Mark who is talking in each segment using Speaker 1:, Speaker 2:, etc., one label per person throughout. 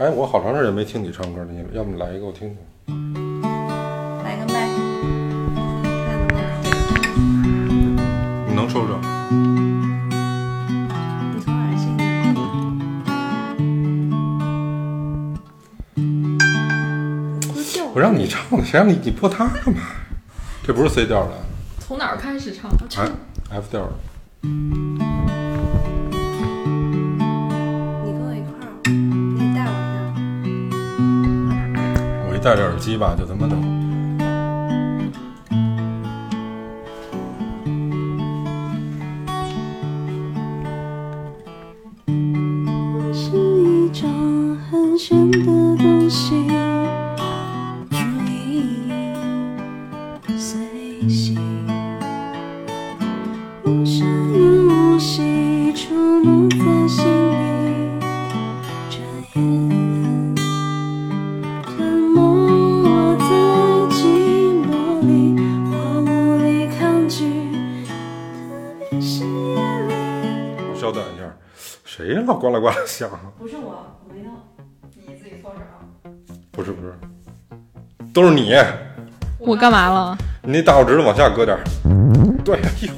Speaker 1: 哎，我好长时间没听你唱歌了，你要不你来一个我听听？
Speaker 2: 来个麦，看能不能这个
Speaker 1: 你能收着？
Speaker 2: 你从哪儿进啊的？都叫
Speaker 1: 我让你唱，谁让你你破它干嘛？这不是 C 调的
Speaker 3: 从哪儿开始唱？
Speaker 1: ，F F 调的。
Speaker 2: 你跟我一块儿，你带我
Speaker 1: 我一戴着耳机吧，就他妈的。
Speaker 2: 一下。是一张很玄的东西，如影随形，无声无息，触摸在心里，转眼。沉默我在寂寞里，我无力抗拒。特别是夜里，
Speaker 1: 我稍等一下，谁老呱啦呱啦响啊？
Speaker 3: 不是我，没有，你自己搓手。
Speaker 1: 不是不是，都是你，
Speaker 4: 我干嘛了？
Speaker 1: 你那大拇指头往下搁点儿。对，哎呦，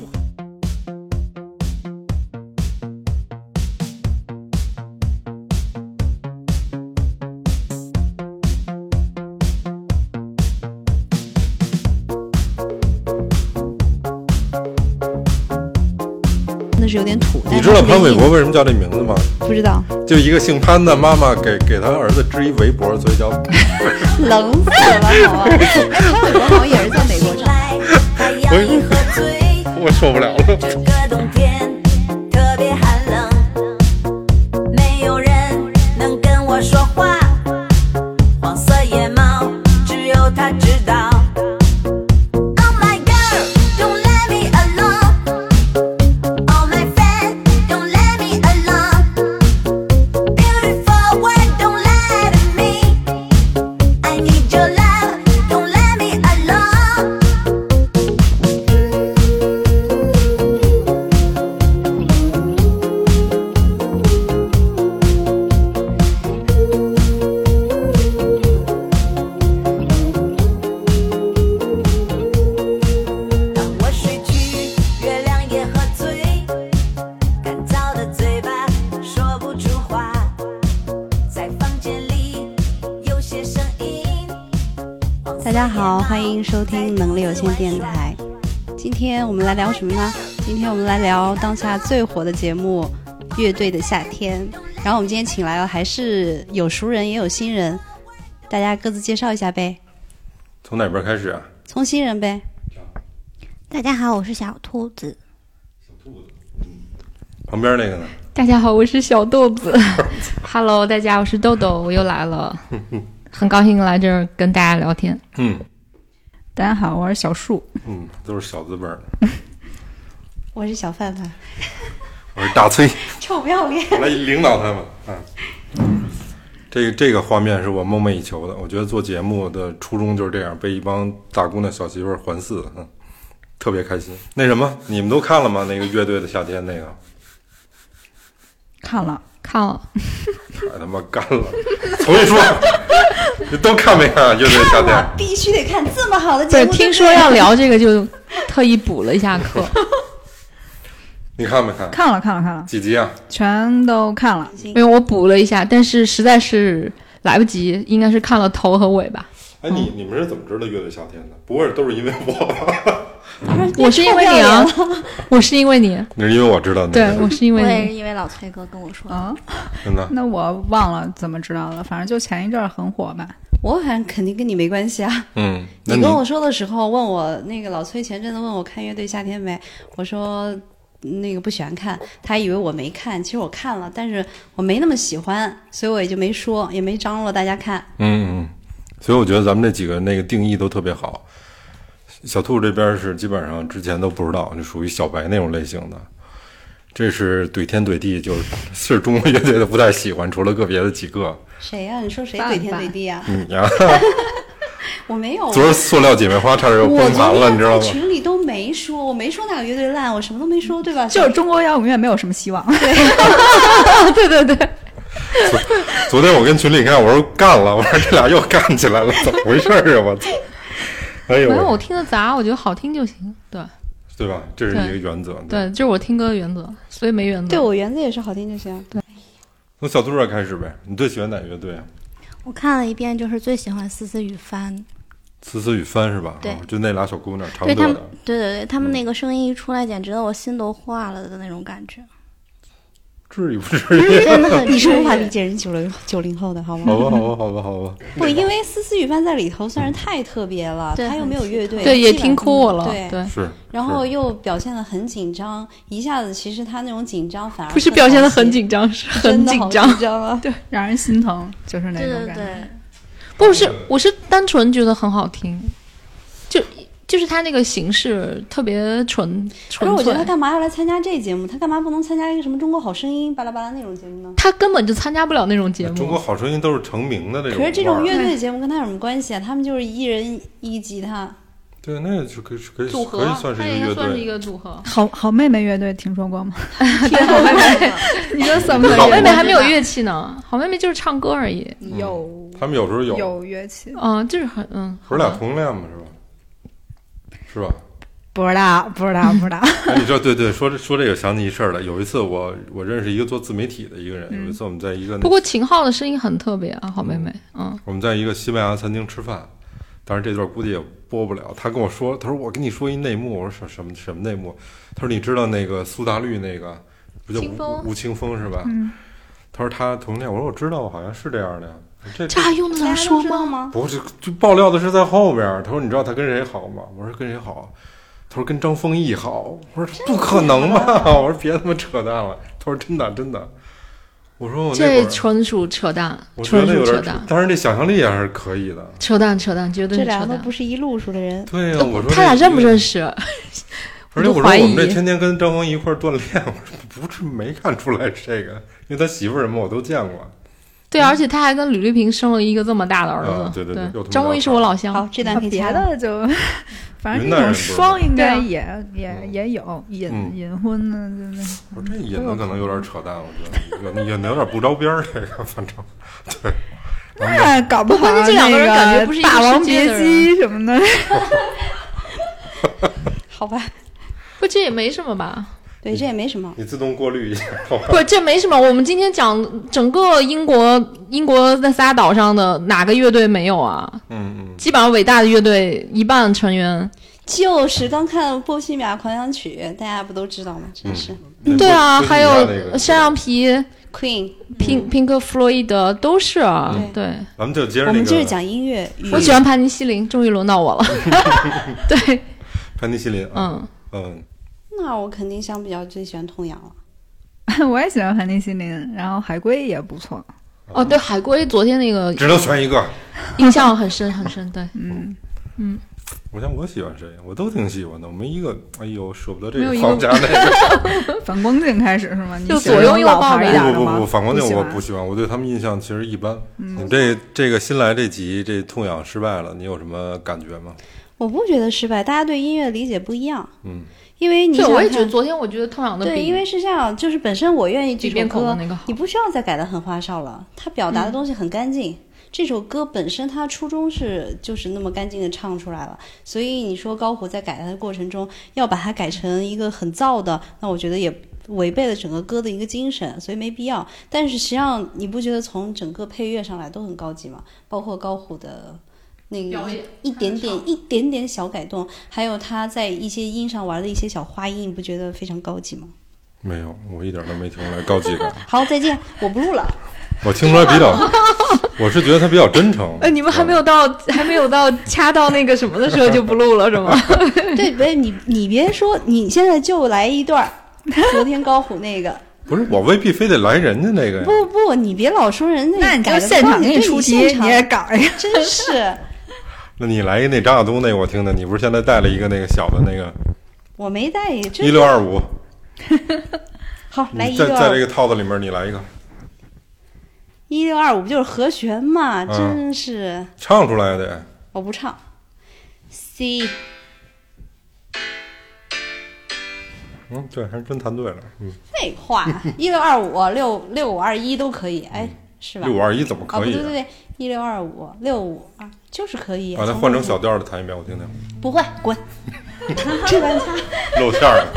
Speaker 4: 那是有点土。但
Speaker 1: 你
Speaker 4: 是
Speaker 1: 知道
Speaker 4: 它
Speaker 1: 潘
Speaker 4: 没
Speaker 1: 玮
Speaker 4: 印
Speaker 1: 柏为什么叫这名字吗？
Speaker 4: 不知道？
Speaker 1: 就一个姓潘的妈妈给给他儿子织一围脖，所以叫
Speaker 4: 冷死了， 好吧？哎潘玮柏好像也是在美国长大。
Speaker 5: 海洋一喝醉，
Speaker 1: 我受不了了。
Speaker 5: 这个冬天特别寒冷，没有人能跟我说话。黄色野猫，只有它知道。Oh my girl, don't let me alone. Oh my friend, don't let me alone. Beautiful world, don't let me. I need your love, don't let me alone. 当我睡去，月亮也喝醉，干燥的嘴巴说不出话，在房间里有些声音。
Speaker 4: 大家好，欢迎收听能力有限电台。今天我们来聊什么呢？今天我们来聊当下最火的节目《乐队的夏天》。然后我们今天请来了，还是有熟人也有新人，大家各自介绍一下呗。
Speaker 1: 从哪边开始啊？
Speaker 4: 从新人呗，
Speaker 6: 大家好，我是小兔子。
Speaker 1: 旁边那个呢？
Speaker 3: 大家好，我是小豆 子。Hello，大家，我是豆豆，我又来了，很高兴来这儿跟大家聊天。
Speaker 1: 嗯
Speaker 7: 大家好，我是小树。
Speaker 1: 嗯，都是小字辈儿的。
Speaker 4: 我是小范范，
Speaker 1: 我是大 崔，
Speaker 4: 臭不要脸。
Speaker 1: 我来领导他们。嗯，这个这个画面是我梦寐以求的。我觉得做节目的初衷就是这样，被一帮大姑娘小媳妇儿环伺，嗯，特别开心。那什么，你们都看了吗？那个乐队的夏天那个。
Speaker 7: 看了，
Speaker 3: 看啊了，
Speaker 1: 太他妈干 了！重说，你都看没看啊？乐队的夏天？
Speaker 4: 必须得看这么好的
Speaker 3: 不
Speaker 4: 节
Speaker 3: 是
Speaker 4: 目，
Speaker 3: 听说要聊这个就特意补了一 下课。
Speaker 1: 你看没看？
Speaker 7: 看了，看了，看了，
Speaker 1: 几集啊？
Speaker 7: 全都看了。
Speaker 3: 没有，我补了一下，但是实在是来不及，应该是看了头和尾吧。
Speaker 1: 哎，你你们是怎么知道乐队夏天的？不会都是因为我吧？
Speaker 3: 我是因为你啊，我是因为你，
Speaker 1: 那是因为我知道那
Speaker 3: 对
Speaker 1: 个，
Speaker 3: 我是因
Speaker 6: 我
Speaker 3: 为
Speaker 6: 也
Speaker 3: 你
Speaker 6: 是。因为老崔哥跟我说的。
Speaker 7: 嗯，
Speaker 1: 真的。
Speaker 7: 那我忘了怎么知道的，反正就前一阵儿很火吧。
Speaker 4: 我好像肯定跟你没关系啊。
Speaker 1: 嗯，那
Speaker 4: 你跟我说的时候，问我那个老崔前阵子问我看《乐队夏天》没，我说那个不喜欢看，他以为我没看，其实我看了，但是我没那么喜欢，所以我也就没说，也没张罗大家看。
Speaker 1: 嗯嗯，所以我觉得咱们这几个那个定义都特别好。小兔这边是基本上之前都不知道，就属于小白那种类型的。这是怼天怼地，就是是中国乐队的不太喜欢，除了个别的几个。
Speaker 4: 谁啊呀、你说谁
Speaker 3: 爸
Speaker 4: 怼天
Speaker 3: 爸
Speaker 4: 怼地呀、
Speaker 1: 你呀、
Speaker 4: 我没有啊，
Speaker 1: 昨儿塑料姐妹花差点
Speaker 4: 我
Speaker 1: 又崩
Speaker 4: 昨
Speaker 1: 盘了，你
Speaker 4: 天
Speaker 1: 知道
Speaker 4: 在
Speaker 1: 吗？
Speaker 4: 群里都没说，我没说哪个乐队烂，我什么都没说，对吧？
Speaker 7: 就是中国摇滚乐没有什么希望。
Speaker 4: 对对对对，
Speaker 1: 昨天我跟群里看，我说干了， 我说这俩又干起来了，怎么回事儿啊？我操！哎呦
Speaker 3: 没有，
Speaker 1: 喂，
Speaker 3: 我听的杂，我觉得好听就行。对
Speaker 1: 对吧？这是一个原则。
Speaker 3: 对，这是我听歌的原则，所以没原则。
Speaker 4: 对我原则也是好听就行。
Speaker 1: 从小兔这儿开始呗。你最喜欢哪乐队啊？
Speaker 6: 我看了一遍，就是最喜欢思思与帆。
Speaker 1: 思思与帆是吧？
Speaker 6: 对
Speaker 1: 哦就那俩小姑娘，常
Speaker 6: 对
Speaker 1: 德
Speaker 6: 他们
Speaker 1: 的。，嗯
Speaker 6: 对对对，他们那个声音一出来，简直我心都化了的那种感觉，
Speaker 1: 至于不至于？
Speaker 6: 真的很
Speaker 4: 你是无法
Speaker 6: 治愈
Speaker 4: 理解人九零九零后的好吗？
Speaker 1: 好吧，好吧，好吧，好吧。
Speaker 4: 不，因为思思雨帆在里头虽然太特别了，
Speaker 6: 对
Speaker 4: 他又没有乐队，
Speaker 3: 对，也
Speaker 4: 基本
Speaker 3: 听哭我了。
Speaker 4: 对，
Speaker 3: 对，
Speaker 1: 是。
Speaker 4: 然后
Speaker 1: 是
Speaker 4: 又表现的很紧张，一下子其实他那种紧张反而
Speaker 3: 不是
Speaker 4: 更
Speaker 3: 表现的
Speaker 4: 好
Speaker 3: 很
Speaker 4: 写，
Speaker 3: 紧张，是很
Speaker 4: 真的
Speaker 3: 紧
Speaker 4: 好
Speaker 3: 张。
Speaker 4: 紧张啊！
Speaker 7: 对，让人心疼，就是那
Speaker 6: 对
Speaker 7: 种
Speaker 6: 对
Speaker 7: 感觉。
Speaker 6: 对，
Speaker 3: 不是，我是单纯觉得很好听，就就是它那个形式特别纯
Speaker 4: 可
Speaker 3: 纯
Speaker 4: 是我觉
Speaker 3: 粹
Speaker 4: 得他。干嘛要来参加这节目？他干嘛不能参加一个什么《中国好声音》巴拉巴拉那种节目呢？
Speaker 3: 他根本就参加不了那种节
Speaker 1: 中国
Speaker 3: 目，
Speaker 1: 好声音都是成名
Speaker 3: 哎
Speaker 1: 的那种
Speaker 4: 可
Speaker 1: 腕儿。
Speaker 4: 是这种乐
Speaker 3: 对
Speaker 4: 队节目跟他有什么关系啊？他们就是一人一吉他，
Speaker 1: 对，那就可以可以
Speaker 4: 组合
Speaker 1: 可以算是
Speaker 3: 他
Speaker 1: 一
Speaker 3: 应
Speaker 1: 个乐
Speaker 3: 该算是一
Speaker 1: 队。
Speaker 3: 个组 合。
Speaker 7: 好好妹妹乐队听说 过吗？
Speaker 4: 天好妹妹，
Speaker 7: 你说怎么
Speaker 1: 好
Speaker 3: 好妹妹还没有乐器呢，好妹妹就是唱歌而已。
Speaker 7: 有
Speaker 1: 他们有时候有，
Speaker 7: 有乐器？
Speaker 3: 嗯，就是很嗯，
Speaker 1: 不是俩同性恋吗？是吧？是吧？
Speaker 7: 不知道，不知道，不知道。
Speaker 1: 哎，你知道，对对，说这说这个想起一事儿来。有一次我我认识一个做自媒体的一个人，有一次我们在一个那
Speaker 3: 不过秦昊的声音很特别啊，好妹妹，嗯，
Speaker 1: 我们在一个西班牙餐厅吃饭，当然这段估计也播不了。他跟我说，他说我跟你说一内幕，我说什什么什么内幕？他说你知道那个苏打绿那个不叫
Speaker 3: 清风
Speaker 1: 吴吴清风是吧？
Speaker 7: 嗯
Speaker 1: 他说他同性恋，我说我知道，好像是这样的呀。这
Speaker 3: 这还用得着说吗？
Speaker 4: 吗？
Speaker 1: 不是就爆料的是在后边儿。他说你知道他跟谁好吗？我说跟谁好？他说跟张丰毅好。我说不可能吧？ 我说别他妈扯淡了。他说真的真的。我说我那会
Speaker 3: 这
Speaker 1: 儿
Speaker 3: 纯属扯淡，
Speaker 1: 我觉
Speaker 3: 纯
Speaker 1: 得
Speaker 3: 属
Speaker 1: 有
Speaker 3: 扯
Speaker 1: 点
Speaker 3: 淡，，
Speaker 1: 但是这想象力还是可以的。
Speaker 3: 扯淡，扯淡，绝对
Speaker 4: 这
Speaker 3: 是
Speaker 4: 俩
Speaker 3: 扯
Speaker 4: 人都
Speaker 3: 淡
Speaker 4: 不。是一路数的人，
Speaker 1: 对呀、我说
Speaker 3: 他俩
Speaker 1: 这
Speaker 3: 认不认识？啊
Speaker 1: 而且
Speaker 3: 我
Speaker 1: 我
Speaker 3: 都
Speaker 1: 说
Speaker 3: 怀疑
Speaker 1: 我们这天天跟张丰一块儿锻炼， 我说不是没看出来这个，因为他媳妇儿什么我都见过。
Speaker 3: 对，而且他还跟吕丽萍生了一个这么大的儿子
Speaker 1: 嗯啊。对对对有同
Speaker 3: 张丰毅是我老乡。
Speaker 4: 好，这段可以
Speaker 7: 别
Speaker 4: 掐了。
Speaker 7: 的就，反正
Speaker 1: 云南
Speaker 7: 这
Speaker 1: 人不
Speaker 7: 种
Speaker 1: 是
Speaker 7: 双应
Speaker 3: 对
Speaker 7: 该
Speaker 3: 啊
Speaker 7: 也也
Speaker 1: 嗯
Speaker 7: 也有隐
Speaker 1: 嗯
Speaker 7: 隐婚呢，就那
Speaker 1: 我说这引的可能有点扯淡，我觉得有引的有点不着边儿，这个反正对。
Speaker 7: 那哎搞不好
Speaker 3: 关键这两个人
Speaker 7: 那
Speaker 3: 感觉不是一个
Speaker 7: 霸王
Speaker 3: 世界
Speaker 7: 别
Speaker 3: 的
Speaker 7: 姬什么的。
Speaker 4: 好吧，
Speaker 3: 不，这也没什么吧？
Speaker 1: 啊
Speaker 4: 对，这也没什么。
Speaker 1: 你自动过滤一下，好吧？
Speaker 3: 不，这没什么。我们今天讲整个英国，英国那仨岛上的哪个乐队没有啊？
Speaker 1: 嗯嗯。
Speaker 3: 基本上伟大的乐队一半成员。
Speaker 4: 就是刚看《波西米亚狂想曲》，大家不都知道吗？真是、
Speaker 1: 那
Speaker 3: 对啊，
Speaker 1: 不
Speaker 3: 还
Speaker 1: 不是你家那
Speaker 3: 有
Speaker 1: 个
Speaker 3: 山羊皮、
Speaker 4: Queen。
Speaker 3: 平平克·弗洛伊德都是啊。对，
Speaker 1: 咱们就接着
Speaker 4: 我
Speaker 1: 那
Speaker 4: 们这是
Speaker 1: 个
Speaker 4: 讲音乐与
Speaker 3: 我喜欢盘尼西林，终于轮到我了。对，
Speaker 1: 潘尼西林啊，
Speaker 3: 嗯，
Speaker 1: 嗯，
Speaker 4: 那我肯定相比较最喜欢童谣了。
Speaker 7: 我也喜欢盘尼西林，然后海龟也不错。
Speaker 3: 哦，对，海龟昨天那个
Speaker 1: 嗯只能选一个。
Speaker 3: 印象很深很深。对，
Speaker 7: 嗯，
Speaker 1: 我想我喜欢谁，我都挺喜欢的，我没一个，哎呦，舍不得这
Speaker 7: 没有
Speaker 1: 个
Speaker 7: 一个
Speaker 1: 放家那个。
Speaker 7: 反光镜开始是吗？你
Speaker 3: 就
Speaker 7: 喜欢
Speaker 3: 左右
Speaker 7: 那种
Speaker 3: 右
Speaker 7: 老
Speaker 3: 抱
Speaker 7: 牌
Speaker 3: 呗
Speaker 7: 一点
Speaker 1: 不
Speaker 7: 的
Speaker 1: 不
Speaker 7: 吗
Speaker 1: 不不，反光镜
Speaker 7: 喜
Speaker 1: 哎我
Speaker 7: 欢
Speaker 1: 不喜欢，我对他们印象其实一般。你这这个新来这集这痛痒失败了，你有什么感觉吗？
Speaker 4: 我不觉得失败，大家对音乐理解不一样。
Speaker 1: 嗯，
Speaker 4: 因为你
Speaker 3: 对，
Speaker 4: 想
Speaker 3: 我也
Speaker 4: 看
Speaker 3: 觉得昨天我觉得痛痒的
Speaker 4: 对，
Speaker 3: 比
Speaker 4: 因为是这样，就是本身我愿意这
Speaker 3: 比
Speaker 4: 首
Speaker 3: 面孔的
Speaker 4: 歌
Speaker 3: 那个好，
Speaker 4: 你不需要再改的很花哨了，它表达的东西很干净。这首歌本身它初衷是就是那么干净的唱出来了，所以你说高虎在改它的过程中要把它改成一个很燥的，那我觉得也。违背了整个歌的一个精神，所以没必要。但是实际上，你不觉得从整个配乐上来都很高级吗？包括高虎的那个
Speaker 3: 表演
Speaker 4: 一点点、一点点小改动，还有他在一些音上玩的一些小花音，你不觉得非常高级吗？
Speaker 1: 没有，我一点都没听出来高级感。
Speaker 4: 好，再见，我不录了。
Speaker 1: 我听出来比较，我是觉得他比较真诚。
Speaker 8: 哎
Speaker 3: 呃，你们还没有到，还没 有到掐到那个什么的时候就不录了是吗？
Speaker 4: 对，别你你别说，你现在就来一段 儿。昨天高虎那个，
Speaker 1: 不是我未必非得来人家那个呀。
Speaker 4: 不不，你别老说人
Speaker 7: 那
Speaker 4: 那
Speaker 7: 你
Speaker 4: 改
Speaker 7: 就
Speaker 4: 得
Speaker 7: 现
Speaker 4: 高
Speaker 7: 场
Speaker 4: 你
Speaker 7: 给你
Speaker 4: 对
Speaker 7: 出
Speaker 4: 你
Speaker 7: 题，
Speaker 4: 现
Speaker 7: 你
Speaker 4: 场
Speaker 7: 也搞一个。
Speaker 4: 真是，
Speaker 1: 那你来一个那张亚东那个我听的，你不是现在带了一个那个小的那个
Speaker 4: 我没带，
Speaker 1: 一
Speaker 4: 真
Speaker 1: 六二五，
Speaker 4: 好来
Speaker 1: 你
Speaker 4: 一
Speaker 1: 在
Speaker 4: 段
Speaker 1: 在这
Speaker 4: 儿
Speaker 1: 个套子里面你来一个，
Speaker 4: 一六二五不就是和弦嘛？
Speaker 1: 嗯
Speaker 4: 真是，
Speaker 1: 唱出来得。
Speaker 4: 我不唱。C
Speaker 1: 嗯，对，还真弹对了。嗯，嗯
Speaker 4: 废话，一六二五六六五二一都可以。哎，是吧？
Speaker 1: 嗯六五二一怎么
Speaker 4: 啊，不
Speaker 1: 可以
Speaker 4: 对
Speaker 1: 啊？
Speaker 4: 对对，一六二五六五啊，就是可以。
Speaker 1: 把它换成小调的弹一遍，我听听。
Speaker 4: 不会 滚，这个
Speaker 1: 露馅儿 了。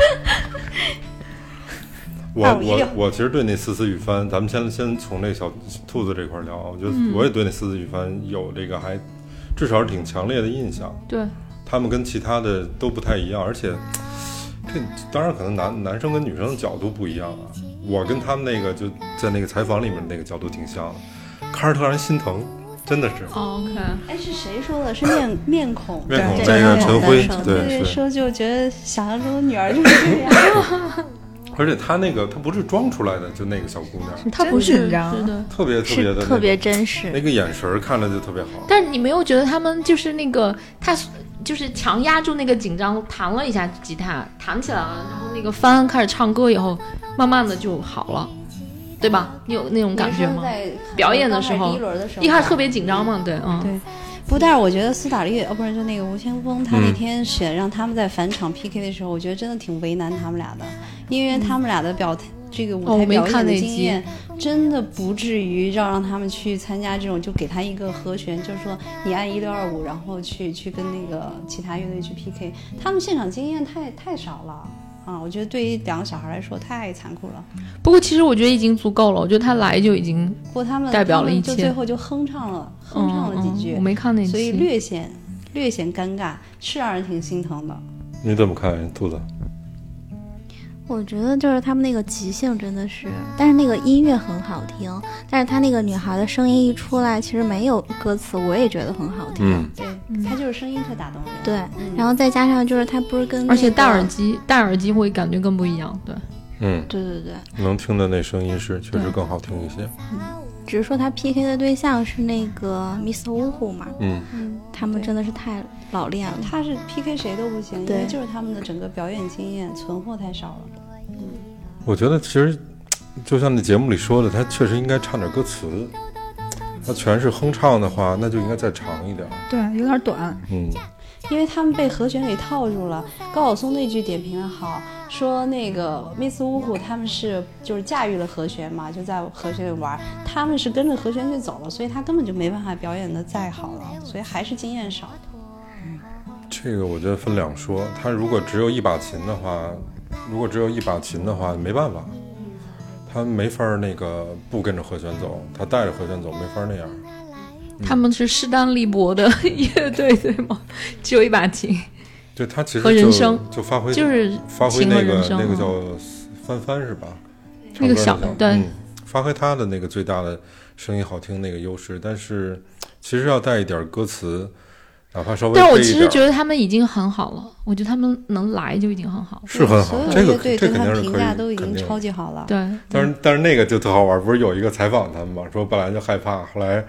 Speaker 1: 我
Speaker 4: 二五一六
Speaker 1: 我我其实对那丝丝雨帆，咱们先先从那小兔子这块儿聊啊。我觉得我也对那丝丝雨帆有这个还至少是挺强烈的印象。
Speaker 3: 对，
Speaker 1: 他们跟其他的都不太一样，而且这当然可能男男生跟女生的角度不一样啊。我跟他们那个就在那个采访里面那个角度挺像的，看着特让人心疼，真的是。
Speaker 3: 哦 OK，
Speaker 4: 哎是谁说的？是面面孔。
Speaker 1: 面孔
Speaker 6: 对
Speaker 1: 那个
Speaker 6: 对
Speaker 1: 陈辉
Speaker 6: 对，
Speaker 4: 嗯
Speaker 6: 对
Speaker 1: 对是，
Speaker 4: 说就觉得想象中的女儿 就是这样。
Speaker 1: 而且她那个她不是装出来的，就那个小姑娘，
Speaker 3: 他不嗯
Speaker 7: 真
Speaker 3: 是，
Speaker 7: 紧张
Speaker 3: 是的。
Speaker 1: 特别特别的
Speaker 6: 是
Speaker 1: 那
Speaker 6: 特
Speaker 1: 个
Speaker 6: 别真实
Speaker 1: 那。个眼神儿看着就特别好。
Speaker 3: 但是你没有觉得他们就是那个他就是强压住那个紧张，弹了一下吉他，弹起来了，然后那个翻开始唱歌以后，慢慢的就好了，对吧？你有那种感觉吗？表演的时候
Speaker 4: 刚开始第一轮的时候，
Speaker 3: 一开始特别紧张嘛，对，嗯，
Speaker 4: 对。不，但是我觉得苏打绿，哦，不是，就那个吴青峰，他那
Speaker 1: 嗯
Speaker 4: 天选让他们在返场 PK 的时候，我觉得真的挺为难他们俩的，因为他们俩的表、这个
Speaker 3: 哦
Speaker 4: 舞
Speaker 3: 我
Speaker 4: 台
Speaker 3: 没
Speaker 4: 表演
Speaker 3: 看
Speaker 4: 的
Speaker 3: 那
Speaker 4: 经
Speaker 3: 集
Speaker 4: 验，真的不至于要让他们去参加这种，就给他一个和弦，就是说你按一六二五，然后去去跟那个其他乐队去 PK，他们现场经验太太少了。啊，我觉得对于两个小孩来说太残酷了。
Speaker 3: 不过其实我觉得已经足够了，我觉得他来就已经
Speaker 4: 不过他们
Speaker 3: 代表了
Speaker 4: 他们
Speaker 3: 一
Speaker 4: 就
Speaker 3: 切
Speaker 4: 最后就哼唱了，哼
Speaker 3: 嗯
Speaker 4: 唱了几句。
Speaker 3: 嗯我没看那期，
Speaker 4: 所以略显略显尴尬，是让人挺心疼的。
Speaker 1: 你怎么看兔子？
Speaker 6: 我觉得就是他们那个即兴真的是，但是那个音乐很好听，但是她那个女孩的声音一出来，其实没有歌词，我也觉得很好听。
Speaker 1: 嗯，
Speaker 4: 对，他就是声音特打动人。
Speaker 6: 对，
Speaker 4: 嗯
Speaker 6: 然后再加上就是她不是跟、那个、
Speaker 3: 而且戴耳机戴耳机会感觉更不一样，对，
Speaker 1: 嗯，
Speaker 6: 对对对，
Speaker 1: 能听的那声音是确实更好听一些。
Speaker 6: 只是说她 PK 的对象是那个 Miss Wu 嘛，
Speaker 1: 嗯，
Speaker 6: 他们真的是太老练了。
Speaker 4: 他是 PK 谁都不行，因
Speaker 6: 对
Speaker 4: 为就是他们的整个表演经验存货太少了。
Speaker 1: 我觉得其实就像那节目里说的，它确实应该唱点歌词。它全是哼唱的话，那就应该再长一点儿。
Speaker 7: 对，有点短。
Speaker 1: 嗯，
Speaker 4: 因为他们被和弦给套住了。高晓松那句点评的好，说那个 Miss 呜呼他们是就是驾驭了和弦嘛，就在和弦里玩，他们是跟着和弦去走了，所以他根本就没办法表演的再好了，所以还是经验少。
Speaker 1: 这个我觉得分两说。它如果只有一把琴的话，如果只有一把琴的话，没办法，它没法儿那个不跟着和弦走，它带着和弦走没法儿那样。
Speaker 3: 他们是势单力薄的乐队，对吗？ 只有一把琴，
Speaker 1: 对，它其实
Speaker 3: 和人
Speaker 1: 就
Speaker 3: 声
Speaker 1: 就发挥
Speaker 3: 就是
Speaker 1: 发挥
Speaker 3: 琴和
Speaker 1: 那
Speaker 3: 人
Speaker 1: 个
Speaker 3: 声
Speaker 1: 那个
Speaker 4: 啊
Speaker 3: 嗯
Speaker 1: 叫翻翻是吧？
Speaker 3: 那
Speaker 1: 唱
Speaker 3: 个
Speaker 1: 歌的
Speaker 3: 小
Speaker 1: 叫
Speaker 3: 对
Speaker 1: 嗯，发挥他的那个最大的声音好听那个优势，但是其实要带一点歌词，哪怕稍微
Speaker 3: 但是我
Speaker 1: 背一
Speaker 3: 其实
Speaker 1: 点
Speaker 3: 觉得他们已经很好了，我觉得他们能来就已经很好了。
Speaker 1: 是很好
Speaker 4: 所，有
Speaker 1: 这
Speaker 4: 乐
Speaker 1: 个
Speaker 4: 队
Speaker 1: 这
Speaker 4: 对
Speaker 1: 肯
Speaker 4: 他
Speaker 1: 定
Speaker 4: 们
Speaker 1: 是
Speaker 4: 评
Speaker 1: 可以
Speaker 4: 价都已
Speaker 1: 肯
Speaker 4: 经
Speaker 1: 定
Speaker 4: 超级好了。
Speaker 3: 对，
Speaker 1: 但是但是那个就特好玩，不是有一个采访他们嘛，说本来就害怕，后来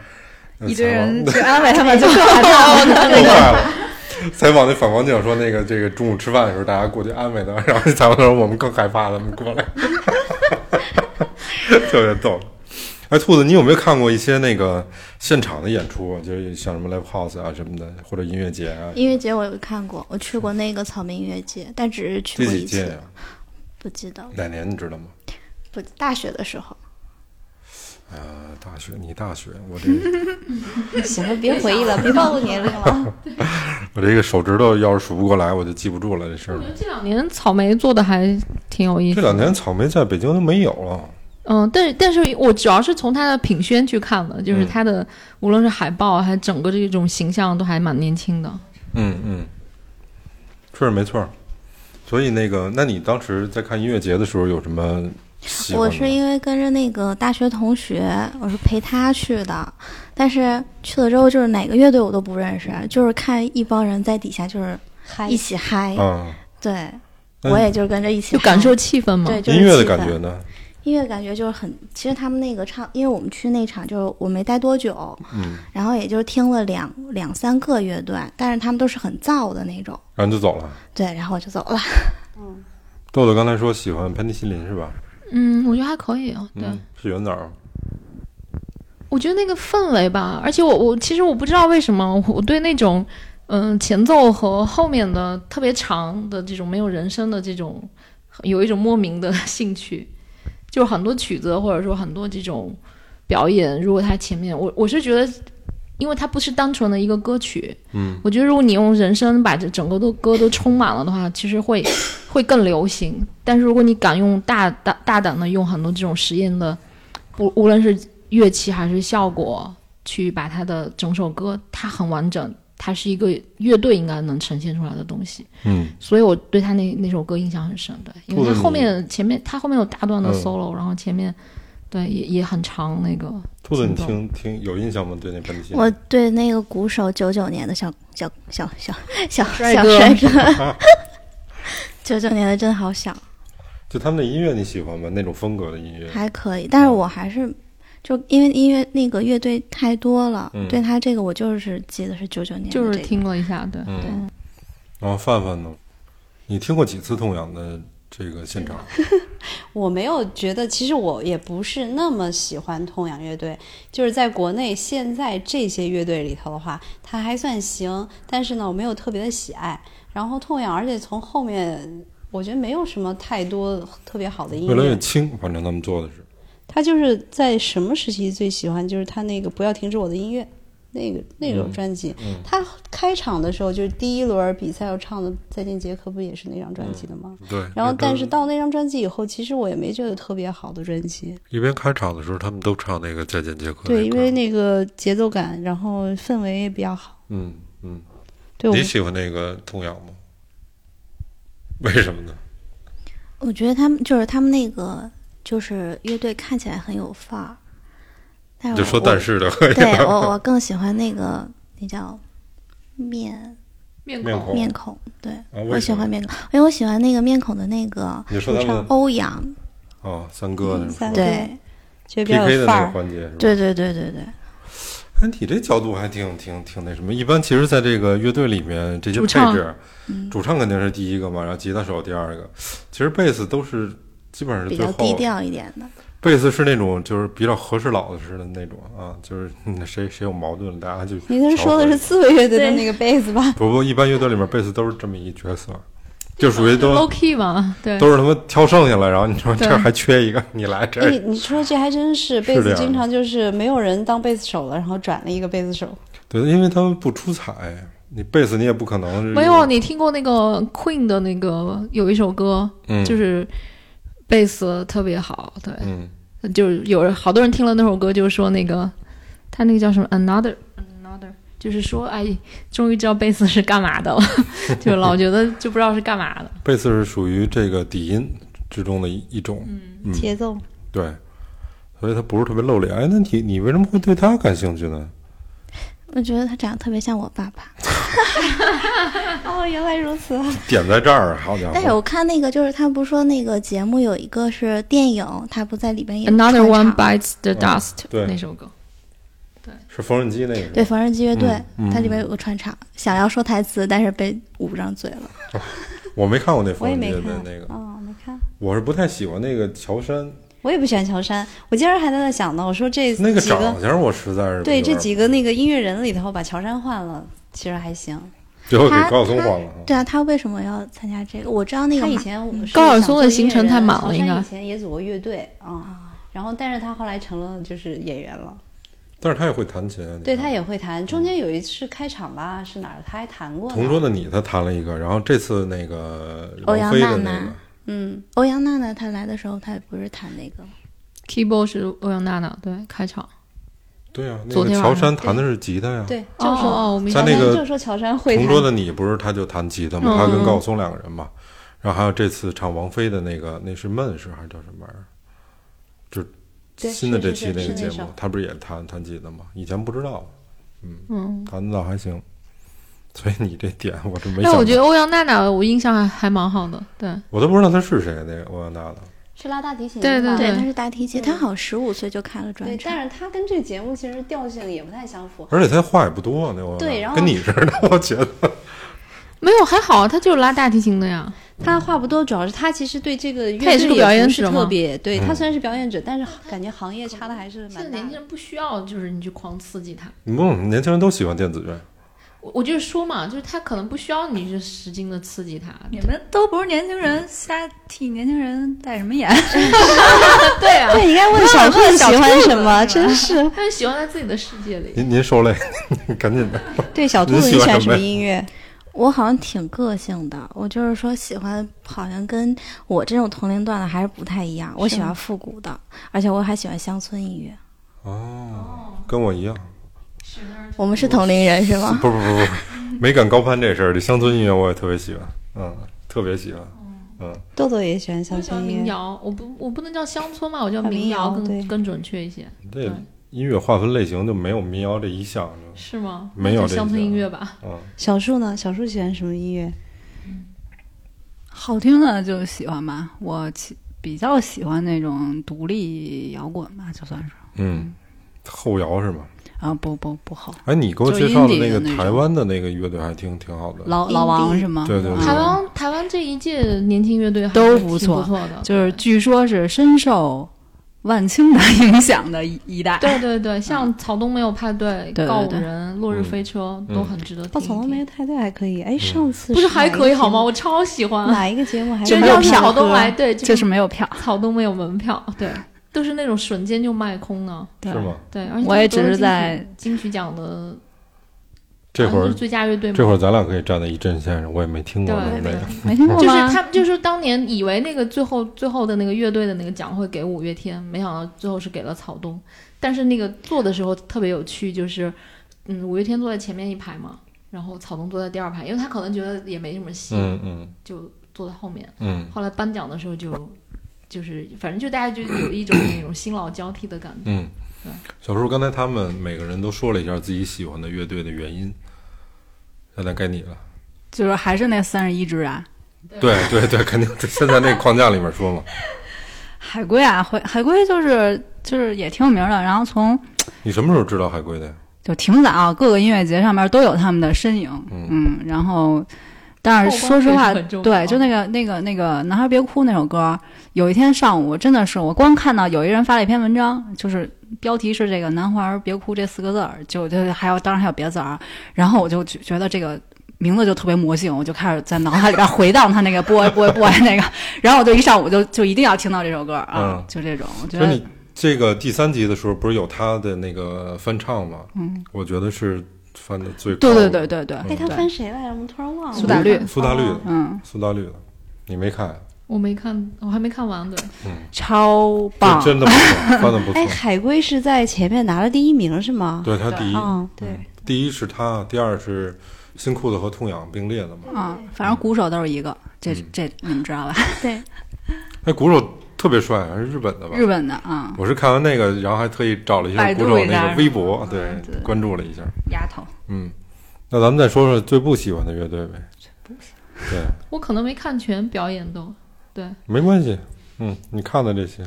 Speaker 1: 呃
Speaker 7: 一堆
Speaker 1: 采访
Speaker 7: 人去安慰他 们，就说害 怕了。
Speaker 1: 都坏了。采访那反光镜说，那个这个中午吃饭的时候，大家过去安慰他，然后那采访说我们更害怕他们过来， 特别逗。哎，兔子，你有没有看过一些那个现场的演出？就是像什么 live house 啊什么的，或者音乐节啊？
Speaker 6: 音乐节我有看过，我去过那个草莓音乐节，但只是去
Speaker 1: 第
Speaker 6: 过
Speaker 1: 几
Speaker 6: 一
Speaker 1: 届
Speaker 6: 次
Speaker 1: 呀、，
Speaker 6: 不记得了，
Speaker 1: 啊哪年你知道吗？
Speaker 6: 不大学的时候。
Speaker 1: 呃，大学，你大学，我这
Speaker 4: 行了，别回忆了，别暴露年龄了。
Speaker 1: 我这个手指头要是数不过来，我就记不住了这事儿
Speaker 3: 我。觉得这两年草莓做的还挺有意思
Speaker 1: 这
Speaker 3: 的。
Speaker 1: 两年草莓在北京都没有啊了。
Speaker 3: 嗯，但是但是我主要是从他的品宣去看的，就是
Speaker 1: 嗯
Speaker 3: 他的、无论是海报啊还是整个这种形象都还蛮年轻的。
Speaker 1: 嗯，嗯，确实没错儿。所以那个，那你当时在看音乐节的时候有什么喜欢
Speaker 6: 我
Speaker 1: 的吗？
Speaker 6: 是因为跟着那个大学同学，我是陪他去的，但是去了之后就是哪个乐队我都不认识，就是看一帮人在底下就是
Speaker 4: 嗨
Speaker 6: 一起嗨，
Speaker 1: 啊，
Speaker 6: 对，
Speaker 1: 嗯
Speaker 6: 我也就是跟着一起
Speaker 3: 就
Speaker 6: 嗨
Speaker 3: 感受气氛嘛。
Speaker 6: 对、就是
Speaker 1: 音乐的
Speaker 6: 气
Speaker 1: 感
Speaker 6: 氛
Speaker 1: 觉呢？
Speaker 6: 音乐感觉就是很，其实他们那个唱，因为我们去那场就是我没待多久，
Speaker 1: 嗯，
Speaker 6: 然后也就是听了两两三个乐队，但是他们都是很燥的那种，
Speaker 1: 然后就走了。
Speaker 6: 对，然后我就走了。
Speaker 1: 豆豆刚才说喜欢潘尼西林是吧？
Speaker 3: 嗯，我觉得还可以啊。对，
Speaker 1: 嗯，是源哪儿？
Speaker 3: 我觉得那个氛围吧，而且我我其实我不知道为什么我我对那种嗯前奏和后面的特别长的这种没有人声的这种有一种莫名的兴趣，就是很多曲子或者说很多这种表演，如果他前面我我是觉得，因为它不是单纯的一个歌曲，嗯，我觉得如果你用人声把这整个都歌都充满了的话，其实会会更流行。但是如果你敢用大大大胆的用很多这种实验的，无无论是乐器还是效果，去把它的整首歌，它很完整，它是一个乐队应该能呈现出来的东西。
Speaker 1: 嗯，
Speaker 3: 所以我对他那那首歌印象很深，对，因为
Speaker 1: 或者
Speaker 3: 他
Speaker 1: 你
Speaker 3: 后面前面他后面有大段的
Speaker 1: 嗯
Speaker 3: solo，、然后前面对也也很长那个，
Speaker 1: 兔子，你
Speaker 3: 行
Speaker 1: 听听有印象吗？对那半天，
Speaker 6: 我对那个鼓手九九年的小小小小小
Speaker 3: 帅
Speaker 6: 小
Speaker 3: 哥
Speaker 6: 帅哥，九九年的真的好小，
Speaker 1: 就他们的音乐你喜欢吗？那种风格的音乐，
Speaker 6: 还可以，但是我还是就因为音乐那个乐队太多了，
Speaker 1: 嗯
Speaker 6: 对他这个我就是记得是九九年的这
Speaker 3: 就
Speaker 6: 个，
Speaker 3: 是听了一下，对，
Speaker 1: 嗯，然后范范呢？你听过几次痛痒的这个现场？
Speaker 4: 我没有觉得，其实我也不是那么喜欢痛仰乐队，就是在国内现在这些乐队里头的话，它还算行，但是呢，我没有特别的喜爱。然后痛仰，而且从后面我觉得没有什么太多特别好的音
Speaker 1: 越来越
Speaker 4: 乐，
Speaker 1: 轻，反正他们做的是，
Speaker 4: 他就是在什么时期最喜欢，就是他那个不要停止我的音乐。那个那种专辑，他开场的时候就是第一轮比赛要唱的《再见杰克》，不也是那张专辑的吗？
Speaker 1: 对。
Speaker 4: 然后，但是到那张专辑以后，其实我也没觉得特别好的专辑。
Speaker 1: 一边开场的时候，他们都唱那个《再见杰克》那歌，
Speaker 4: 对，因为那个节奏感，然后氛围也比较好。
Speaker 1: 嗯嗯，
Speaker 4: 对，我
Speaker 1: 你喜欢那个痛痒吗？为什么呢？
Speaker 6: 我觉得他们就是他们那个就是乐队看起来很有范儿，但是
Speaker 1: 就
Speaker 6: 我
Speaker 1: 说
Speaker 6: 我
Speaker 1: 但是的，可以
Speaker 6: 对
Speaker 1: 吧
Speaker 6: 我我更喜欢那个那叫面
Speaker 3: 面
Speaker 1: 面孔啊
Speaker 6: 面孔，对、我
Speaker 1: 哦为
Speaker 6: 喜
Speaker 1: 什么
Speaker 6: 欢面孔，因为我喜欢那个面孔的那个
Speaker 1: 你说他们
Speaker 6: 欧阳，
Speaker 1: 哦，三哥那
Speaker 4: 嗯三
Speaker 1: 种
Speaker 4: 哥
Speaker 6: 对
Speaker 4: 觉得比较
Speaker 1: PK
Speaker 4: 有
Speaker 1: 的
Speaker 4: 范
Speaker 1: 那个
Speaker 4: 儿。
Speaker 1: 环节是吧？
Speaker 6: 对对对对对，
Speaker 1: 哎，你这角度还挺挺挺那什么。一般其实，在这个乐队里面，这些
Speaker 3: 主
Speaker 1: 配
Speaker 3: 唱
Speaker 1: 置，
Speaker 4: 嗯
Speaker 1: 主唱肯定是第一个嘛，然后吉他手第二个，其实贝斯都是基本上是
Speaker 6: 比
Speaker 1: 最
Speaker 6: 较低
Speaker 1: 后。
Speaker 6: 调一点的，
Speaker 1: 贝斯是那种就是比较和事佬似的那种啊，就是嗯谁谁有矛盾，大家就
Speaker 4: 你那是说的是刺猬乐队的那个贝斯吧？
Speaker 1: 不不，一般乐队里面贝斯都是这么一角色，就属于都
Speaker 3: low key 嘛，对，
Speaker 1: 都是他妈挑剩下了，然后你说这
Speaker 3: 对
Speaker 1: 儿还缺一个，你来这
Speaker 4: 哎，你
Speaker 1: 儿。
Speaker 4: 你说这还真是，贝
Speaker 1: 这
Speaker 4: 斯
Speaker 1: 样的
Speaker 4: 经常就是没有人当贝斯手了，然后转了一个贝斯手。
Speaker 1: 对，因为他们不出彩，你贝斯你也不可能是
Speaker 3: 没有，啊你听过那个 Queen 的那个有一首歌，
Speaker 1: 嗯
Speaker 3: 就是贝斯特别好，对，
Speaker 1: 嗯，
Speaker 3: 就是有人好多人听了那首歌，就说那个他那个叫什么 another another，就是说哎，终于知道贝斯是干嘛的了， 就老觉得就不知道是干嘛的。
Speaker 1: 贝斯是属于这个底音之中的一一种，嗯
Speaker 4: 节奏，
Speaker 1: 对，所以他不是特别露脸。哎，那你你为什么会对他感兴趣呢？
Speaker 6: 我觉得他长得特别像我爸
Speaker 1: 啊
Speaker 6: 爸。
Speaker 4: 哦，原来如此。
Speaker 1: 点在这儿，好家
Speaker 6: 但是
Speaker 1: 伙，
Speaker 6: 我看那个，就是他不是说那个节目有一个是电影，他不在里边也穿
Speaker 3: Another
Speaker 6: 插
Speaker 3: one bites the
Speaker 1: 嗯
Speaker 3: dust，、
Speaker 1: 对
Speaker 3: 那首歌，
Speaker 1: 是缝纫机那个
Speaker 6: 对缝纫机乐队，
Speaker 1: 嗯嗯
Speaker 6: 它里边有个穿插，想要说台词，但是被捂上嘴了。
Speaker 1: 我没看过那
Speaker 4: 我
Speaker 1: 缝
Speaker 4: 也
Speaker 1: 纫
Speaker 4: 没
Speaker 1: 机的
Speaker 4: 看
Speaker 1: 那个，
Speaker 4: 哦，没看。
Speaker 1: 我是不太喜欢那个乔杉
Speaker 4: 我也不喜欢乔杉，我今儿还在那想呢，我说这几
Speaker 1: 那个长
Speaker 4: 个
Speaker 1: 相，我实在是
Speaker 4: 对
Speaker 1: 有
Speaker 4: 这
Speaker 1: 点
Speaker 4: 几个那个音乐人里头，把乔杉换了，其实还行。
Speaker 1: 最后给
Speaker 6: 他
Speaker 1: 高松
Speaker 6: 他
Speaker 1: 换了啊。
Speaker 6: 对啊，他为什么要参加这个？我知道那个
Speaker 4: 他以
Speaker 6: 马
Speaker 4: 前是
Speaker 3: 高晓
Speaker 4: 想
Speaker 3: 松的
Speaker 4: 做
Speaker 3: 行
Speaker 4: 音乐
Speaker 3: 程
Speaker 4: 人
Speaker 3: 太满
Speaker 4: 曹
Speaker 3: 了
Speaker 4: 山
Speaker 3: 应该
Speaker 4: 以前也组过乐队啊、然后但是他后来成了就是演员了。
Speaker 1: 但是他也会弹琴啊，你
Speaker 4: 对
Speaker 1: 看
Speaker 4: 他也会弹，中间有一次开场吧，是哪儿？他还弹过呢。
Speaker 1: 同桌的你，他弹了一个，然后这次那个
Speaker 6: 欧
Speaker 1: 王
Speaker 6: 阳
Speaker 1: 菲
Speaker 6: 娜
Speaker 1: 的那
Speaker 6: 娜
Speaker 1: 个，
Speaker 4: 嗯，
Speaker 6: 欧阳娜娜，她来的时候，她也不是弹那个，
Speaker 3: keyboard 是欧阳娜娜，对，开场。
Speaker 1: 对啊，那
Speaker 3: 昨
Speaker 1: 个
Speaker 3: 天晚
Speaker 1: 乔
Speaker 3: 上
Speaker 1: 杉弹的是吉他呀。
Speaker 4: 对，就
Speaker 3: 哦
Speaker 4: 说
Speaker 3: 哦，我明
Speaker 1: 在
Speaker 3: 白
Speaker 1: 那。个
Speaker 4: 就说乔杉会
Speaker 1: 同桌
Speaker 4: 弹。
Speaker 1: 的你不是他就弹吉他吗？
Speaker 3: 嗯
Speaker 1: 他跟高松两个人嘛。然后还有这次唱王菲的那个，那是闷是还是叫什么玩意儿？就
Speaker 4: 对
Speaker 1: 新的
Speaker 4: 是
Speaker 1: 这
Speaker 4: 是
Speaker 1: 期
Speaker 4: 是
Speaker 1: 那个
Speaker 4: 是
Speaker 1: 节
Speaker 4: 那
Speaker 1: 目
Speaker 4: 首，
Speaker 1: 他不是也弹弹吉他吗？以前不知道，
Speaker 3: 嗯，
Speaker 1: 弹的倒还行。所以你这点我真没想
Speaker 3: 但
Speaker 1: 到，
Speaker 3: 我觉得欧阳娜娜，我印象还还蛮好的。对，
Speaker 1: 我都不知道他是谁那个欧阳娜娜。
Speaker 4: 是拉大提琴
Speaker 3: 对
Speaker 4: 的吧
Speaker 3: 对
Speaker 6: 她是大提琴，她好像十五岁就开了专
Speaker 4: 对，
Speaker 6: 场。
Speaker 4: 但是他跟这个节目其实调性也不太相符。
Speaker 1: 而且他话也不多，那欧阳娜娜
Speaker 4: 对然后
Speaker 1: 跟你似的，我觉得。
Speaker 3: 没有还好，啊她就是拉大提琴的呀。
Speaker 4: 他话不多，主要是他其实对这个乐
Speaker 3: 他也是
Speaker 4: 队
Speaker 3: 个表
Speaker 4: 也
Speaker 3: 演
Speaker 4: 不是
Speaker 3: 者
Speaker 4: 特
Speaker 3: 吗
Speaker 4: 别。对
Speaker 1: 嗯
Speaker 4: 他虽然是表演者，但是感觉行业差的还是
Speaker 3: 现在
Speaker 4: 蛮大
Speaker 3: 年轻
Speaker 4: 的。
Speaker 3: 人不需要，就是你去狂刺激他。
Speaker 1: 嗯，年轻人都喜欢电子乐，
Speaker 3: 我我就是说嘛，就是他可能不需要你去使劲的刺激他，
Speaker 7: 你们都不是年轻人，瞎替年轻人带什么眼？
Speaker 3: 对啊，
Speaker 4: 对，你应该问小
Speaker 7: 问
Speaker 4: 兔
Speaker 7: 小
Speaker 4: 喜欢
Speaker 7: 兔
Speaker 4: 什
Speaker 7: 子
Speaker 4: 么，
Speaker 7: 是吧
Speaker 4: 真是。
Speaker 3: 他就喜欢在自己的世界里。
Speaker 1: 您您受累， 赶紧的。
Speaker 4: 对，小兔
Speaker 1: 你
Speaker 4: 子，
Speaker 1: 喜
Speaker 4: 你
Speaker 1: 欢
Speaker 4: 喜欢
Speaker 1: 什
Speaker 4: 什么
Speaker 1: 么呀
Speaker 4: 音乐？
Speaker 6: 我好像挺个性的，我就是说喜欢，好像跟我这种同龄段的还是不太一样。我喜欢复古的，而且我还喜欢乡村音乐。
Speaker 1: 哦，跟我一样，
Speaker 6: 我们是同龄人是吗？
Speaker 1: 不不 不不，没敢高攀这事儿。这乡村音乐我也特别喜欢，嗯，特别喜欢，嗯，
Speaker 4: 豆豆也喜欢
Speaker 3: 我
Speaker 4: 乡
Speaker 3: 喜欢
Speaker 4: 村
Speaker 3: 民
Speaker 4: 音乐。
Speaker 3: 谣，我不我不能叫乡村嘛，我叫
Speaker 4: 啊民
Speaker 3: 民
Speaker 4: 谣
Speaker 3: 谣
Speaker 4: 对
Speaker 3: 更更准确一些，
Speaker 1: 这
Speaker 3: 对
Speaker 1: 音乐划分类型就没有民谣这一项，
Speaker 3: 是吗？
Speaker 1: 没有
Speaker 3: 叫
Speaker 1: 这
Speaker 3: 乡村
Speaker 1: 个
Speaker 3: 音乐吧？
Speaker 1: 嗯，
Speaker 4: 小树呢？小树喜欢什么音乐？
Speaker 7: 好听的就喜欢吧，我其比较喜欢那种独立摇滚吧，就算是
Speaker 1: 嗯，后摇是吗？
Speaker 7: 啊，不不不好，
Speaker 1: 哎，你给我
Speaker 7: 就
Speaker 1: 介绍的
Speaker 7: indie
Speaker 1: 那个
Speaker 7: 的那种
Speaker 1: 台湾的那个乐队还挺挺好的，
Speaker 7: 老老王是吗？
Speaker 1: 对对对
Speaker 3: 台
Speaker 7: 啊
Speaker 3: 湾台湾这一届年轻乐队还
Speaker 7: 都
Speaker 3: 是
Speaker 7: 不
Speaker 3: 挺
Speaker 7: 错
Speaker 3: 错的，
Speaker 7: 就是
Speaker 3: 对
Speaker 7: 据说是深受万青的 影响的一一代。
Speaker 3: 对对对，像草东没有派对、
Speaker 7: 嗯对对
Speaker 3: 告五
Speaker 7: 对
Speaker 3: 人、落日
Speaker 1: 嗯
Speaker 3: 飞车
Speaker 1: 嗯
Speaker 3: 都很值得听一听。
Speaker 4: 哦，从来没有太对，还可以。哎，上次
Speaker 3: 不是还
Speaker 4: 哪个
Speaker 3: 可以好吗？
Speaker 4: 节目
Speaker 3: 我超喜欢，
Speaker 4: 哪一个节目还
Speaker 3: 就是
Speaker 7: 没有
Speaker 3: 要是
Speaker 7: 票
Speaker 3: 草东
Speaker 4: 歌
Speaker 3: 来，对，
Speaker 7: 就是没有票，
Speaker 3: 草东没有门票，对，都是那种瞬间就卖空的，
Speaker 7: 对
Speaker 1: 是吗？
Speaker 3: 对，而且
Speaker 7: 我也
Speaker 3: 都
Speaker 7: 只是
Speaker 3: 金曲
Speaker 7: 在
Speaker 3: 金曲奖的
Speaker 1: 这会
Speaker 3: 好像
Speaker 1: 儿
Speaker 3: 是最佳乐队嘛
Speaker 1: 这会儿咱俩可以站在一阵线上，我也没听过
Speaker 3: 对
Speaker 1: 你们那个
Speaker 3: 对，
Speaker 7: 没听过吗？
Speaker 3: 嗯就是他，就是当年以为那个最后最后的那个乐队的那个奖会给五月天，没想到最后是给了草东。但是那个做的时候特别有趣，就是嗯，五月天坐在前面一排嘛，然后草东坐在第二排，因为他可能觉得也没什么戏，
Speaker 1: 嗯嗯
Speaker 3: 就坐在后面。
Speaker 1: 嗯
Speaker 3: 后来颁奖的时候就就是反正就大家就有一种那种新老交替的感觉。
Speaker 1: 嗯
Speaker 3: 对。
Speaker 1: 小叔，刚才他们每个人都说了一下自己喜欢的乐队的原因，现在该你了。
Speaker 7: 就是还是那三十一只啊，
Speaker 1: 对对对，肯定现在那个框架里面说嘛，
Speaker 7: 海龟啊，海海龟就是就是也挺有名的，然后从
Speaker 1: 你什么时候知道海龟的呀？
Speaker 7: 就挺早各个音乐节上面都有他们的身影，
Speaker 1: 嗯
Speaker 7: 嗯，然后但是说实
Speaker 3: 曝
Speaker 7: 话
Speaker 3: 光也是很重要，
Speaker 7: 对，就那个那个那个男孩别哭那首歌，有一天上午真的是我光看到有一人发了一篇文章，就是标题是这个“男孩别哭”这四个字儿，就就还有当然还有别的字儿啊，然后我就觉觉得这个。名字就特别魔性，我就开始在脑海里边回荡他那个 boy boy boy 那个，然后我就一上午就就一定要听到这首歌啊，
Speaker 1: 嗯
Speaker 7: 就这种，我
Speaker 1: 就
Speaker 7: 觉
Speaker 1: 是
Speaker 7: 得
Speaker 1: 你这个第三集的时候，不是有他的那个翻唱吗？
Speaker 7: 嗯，
Speaker 1: 我觉得是翻的最高
Speaker 7: 对
Speaker 1: 的。
Speaker 7: 对对对
Speaker 1: 嗯
Speaker 7: 对，
Speaker 4: 哎，他
Speaker 7: 对
Speaker 4: 翻谁来着？我们突然忘了。哦
Speaker 7: 苏打绿
Speaker 1: 苏打绿的，
Speaker 7: 嗯，
Speaker 1: 苏打绿的，你没看呀？
Speaker 3: 我没看，我还没看完，对，
Speaker 7: 超
Speaker 1: 这
Speaker 7: 棒，
Speaker 1: 真的不错，翻的不错
Speaker 4: 哎，。海龟是在前面拿了第一名是吗？
Speaker 1: 对他第一，
Speaker 4: 嗯，对，
Speaker 1: 第一是他，第二是新裤子和痛痒并列的嘛。
Speaker 7: 啊，反正鼓手都是一个，这
Speaker 1: 嗯
Speaker 7: 这你们知道吧？
Speaker 1: 那哎鼓手特别帅，还是日本的吧？
Speaker 7: 日本的啊，
Speaker 1: 我是看完那个，然后还特意找了一下
Speaker 7: 百
Speaker 1: 鼓
Speaker 7: 度
Speaker 1: 手
Speaker 7: 一
Speaker 1: 那
Speaker 7: 下
Speaker 1: 个微博，
Speaker 7: 是
Speaker 1: 对
Speaker 3: 嗯
Speaker 7: 吗对，
Speaker 1: 关注了一下。
Speaker 7: 丫头，
Speaker 1: 嗯，那咱们再说说最不喜欢的乐队呗。对，
Speaker 3: 我可能没看全表演都。
Speaker 1: 没关系。嗯，你看的这些，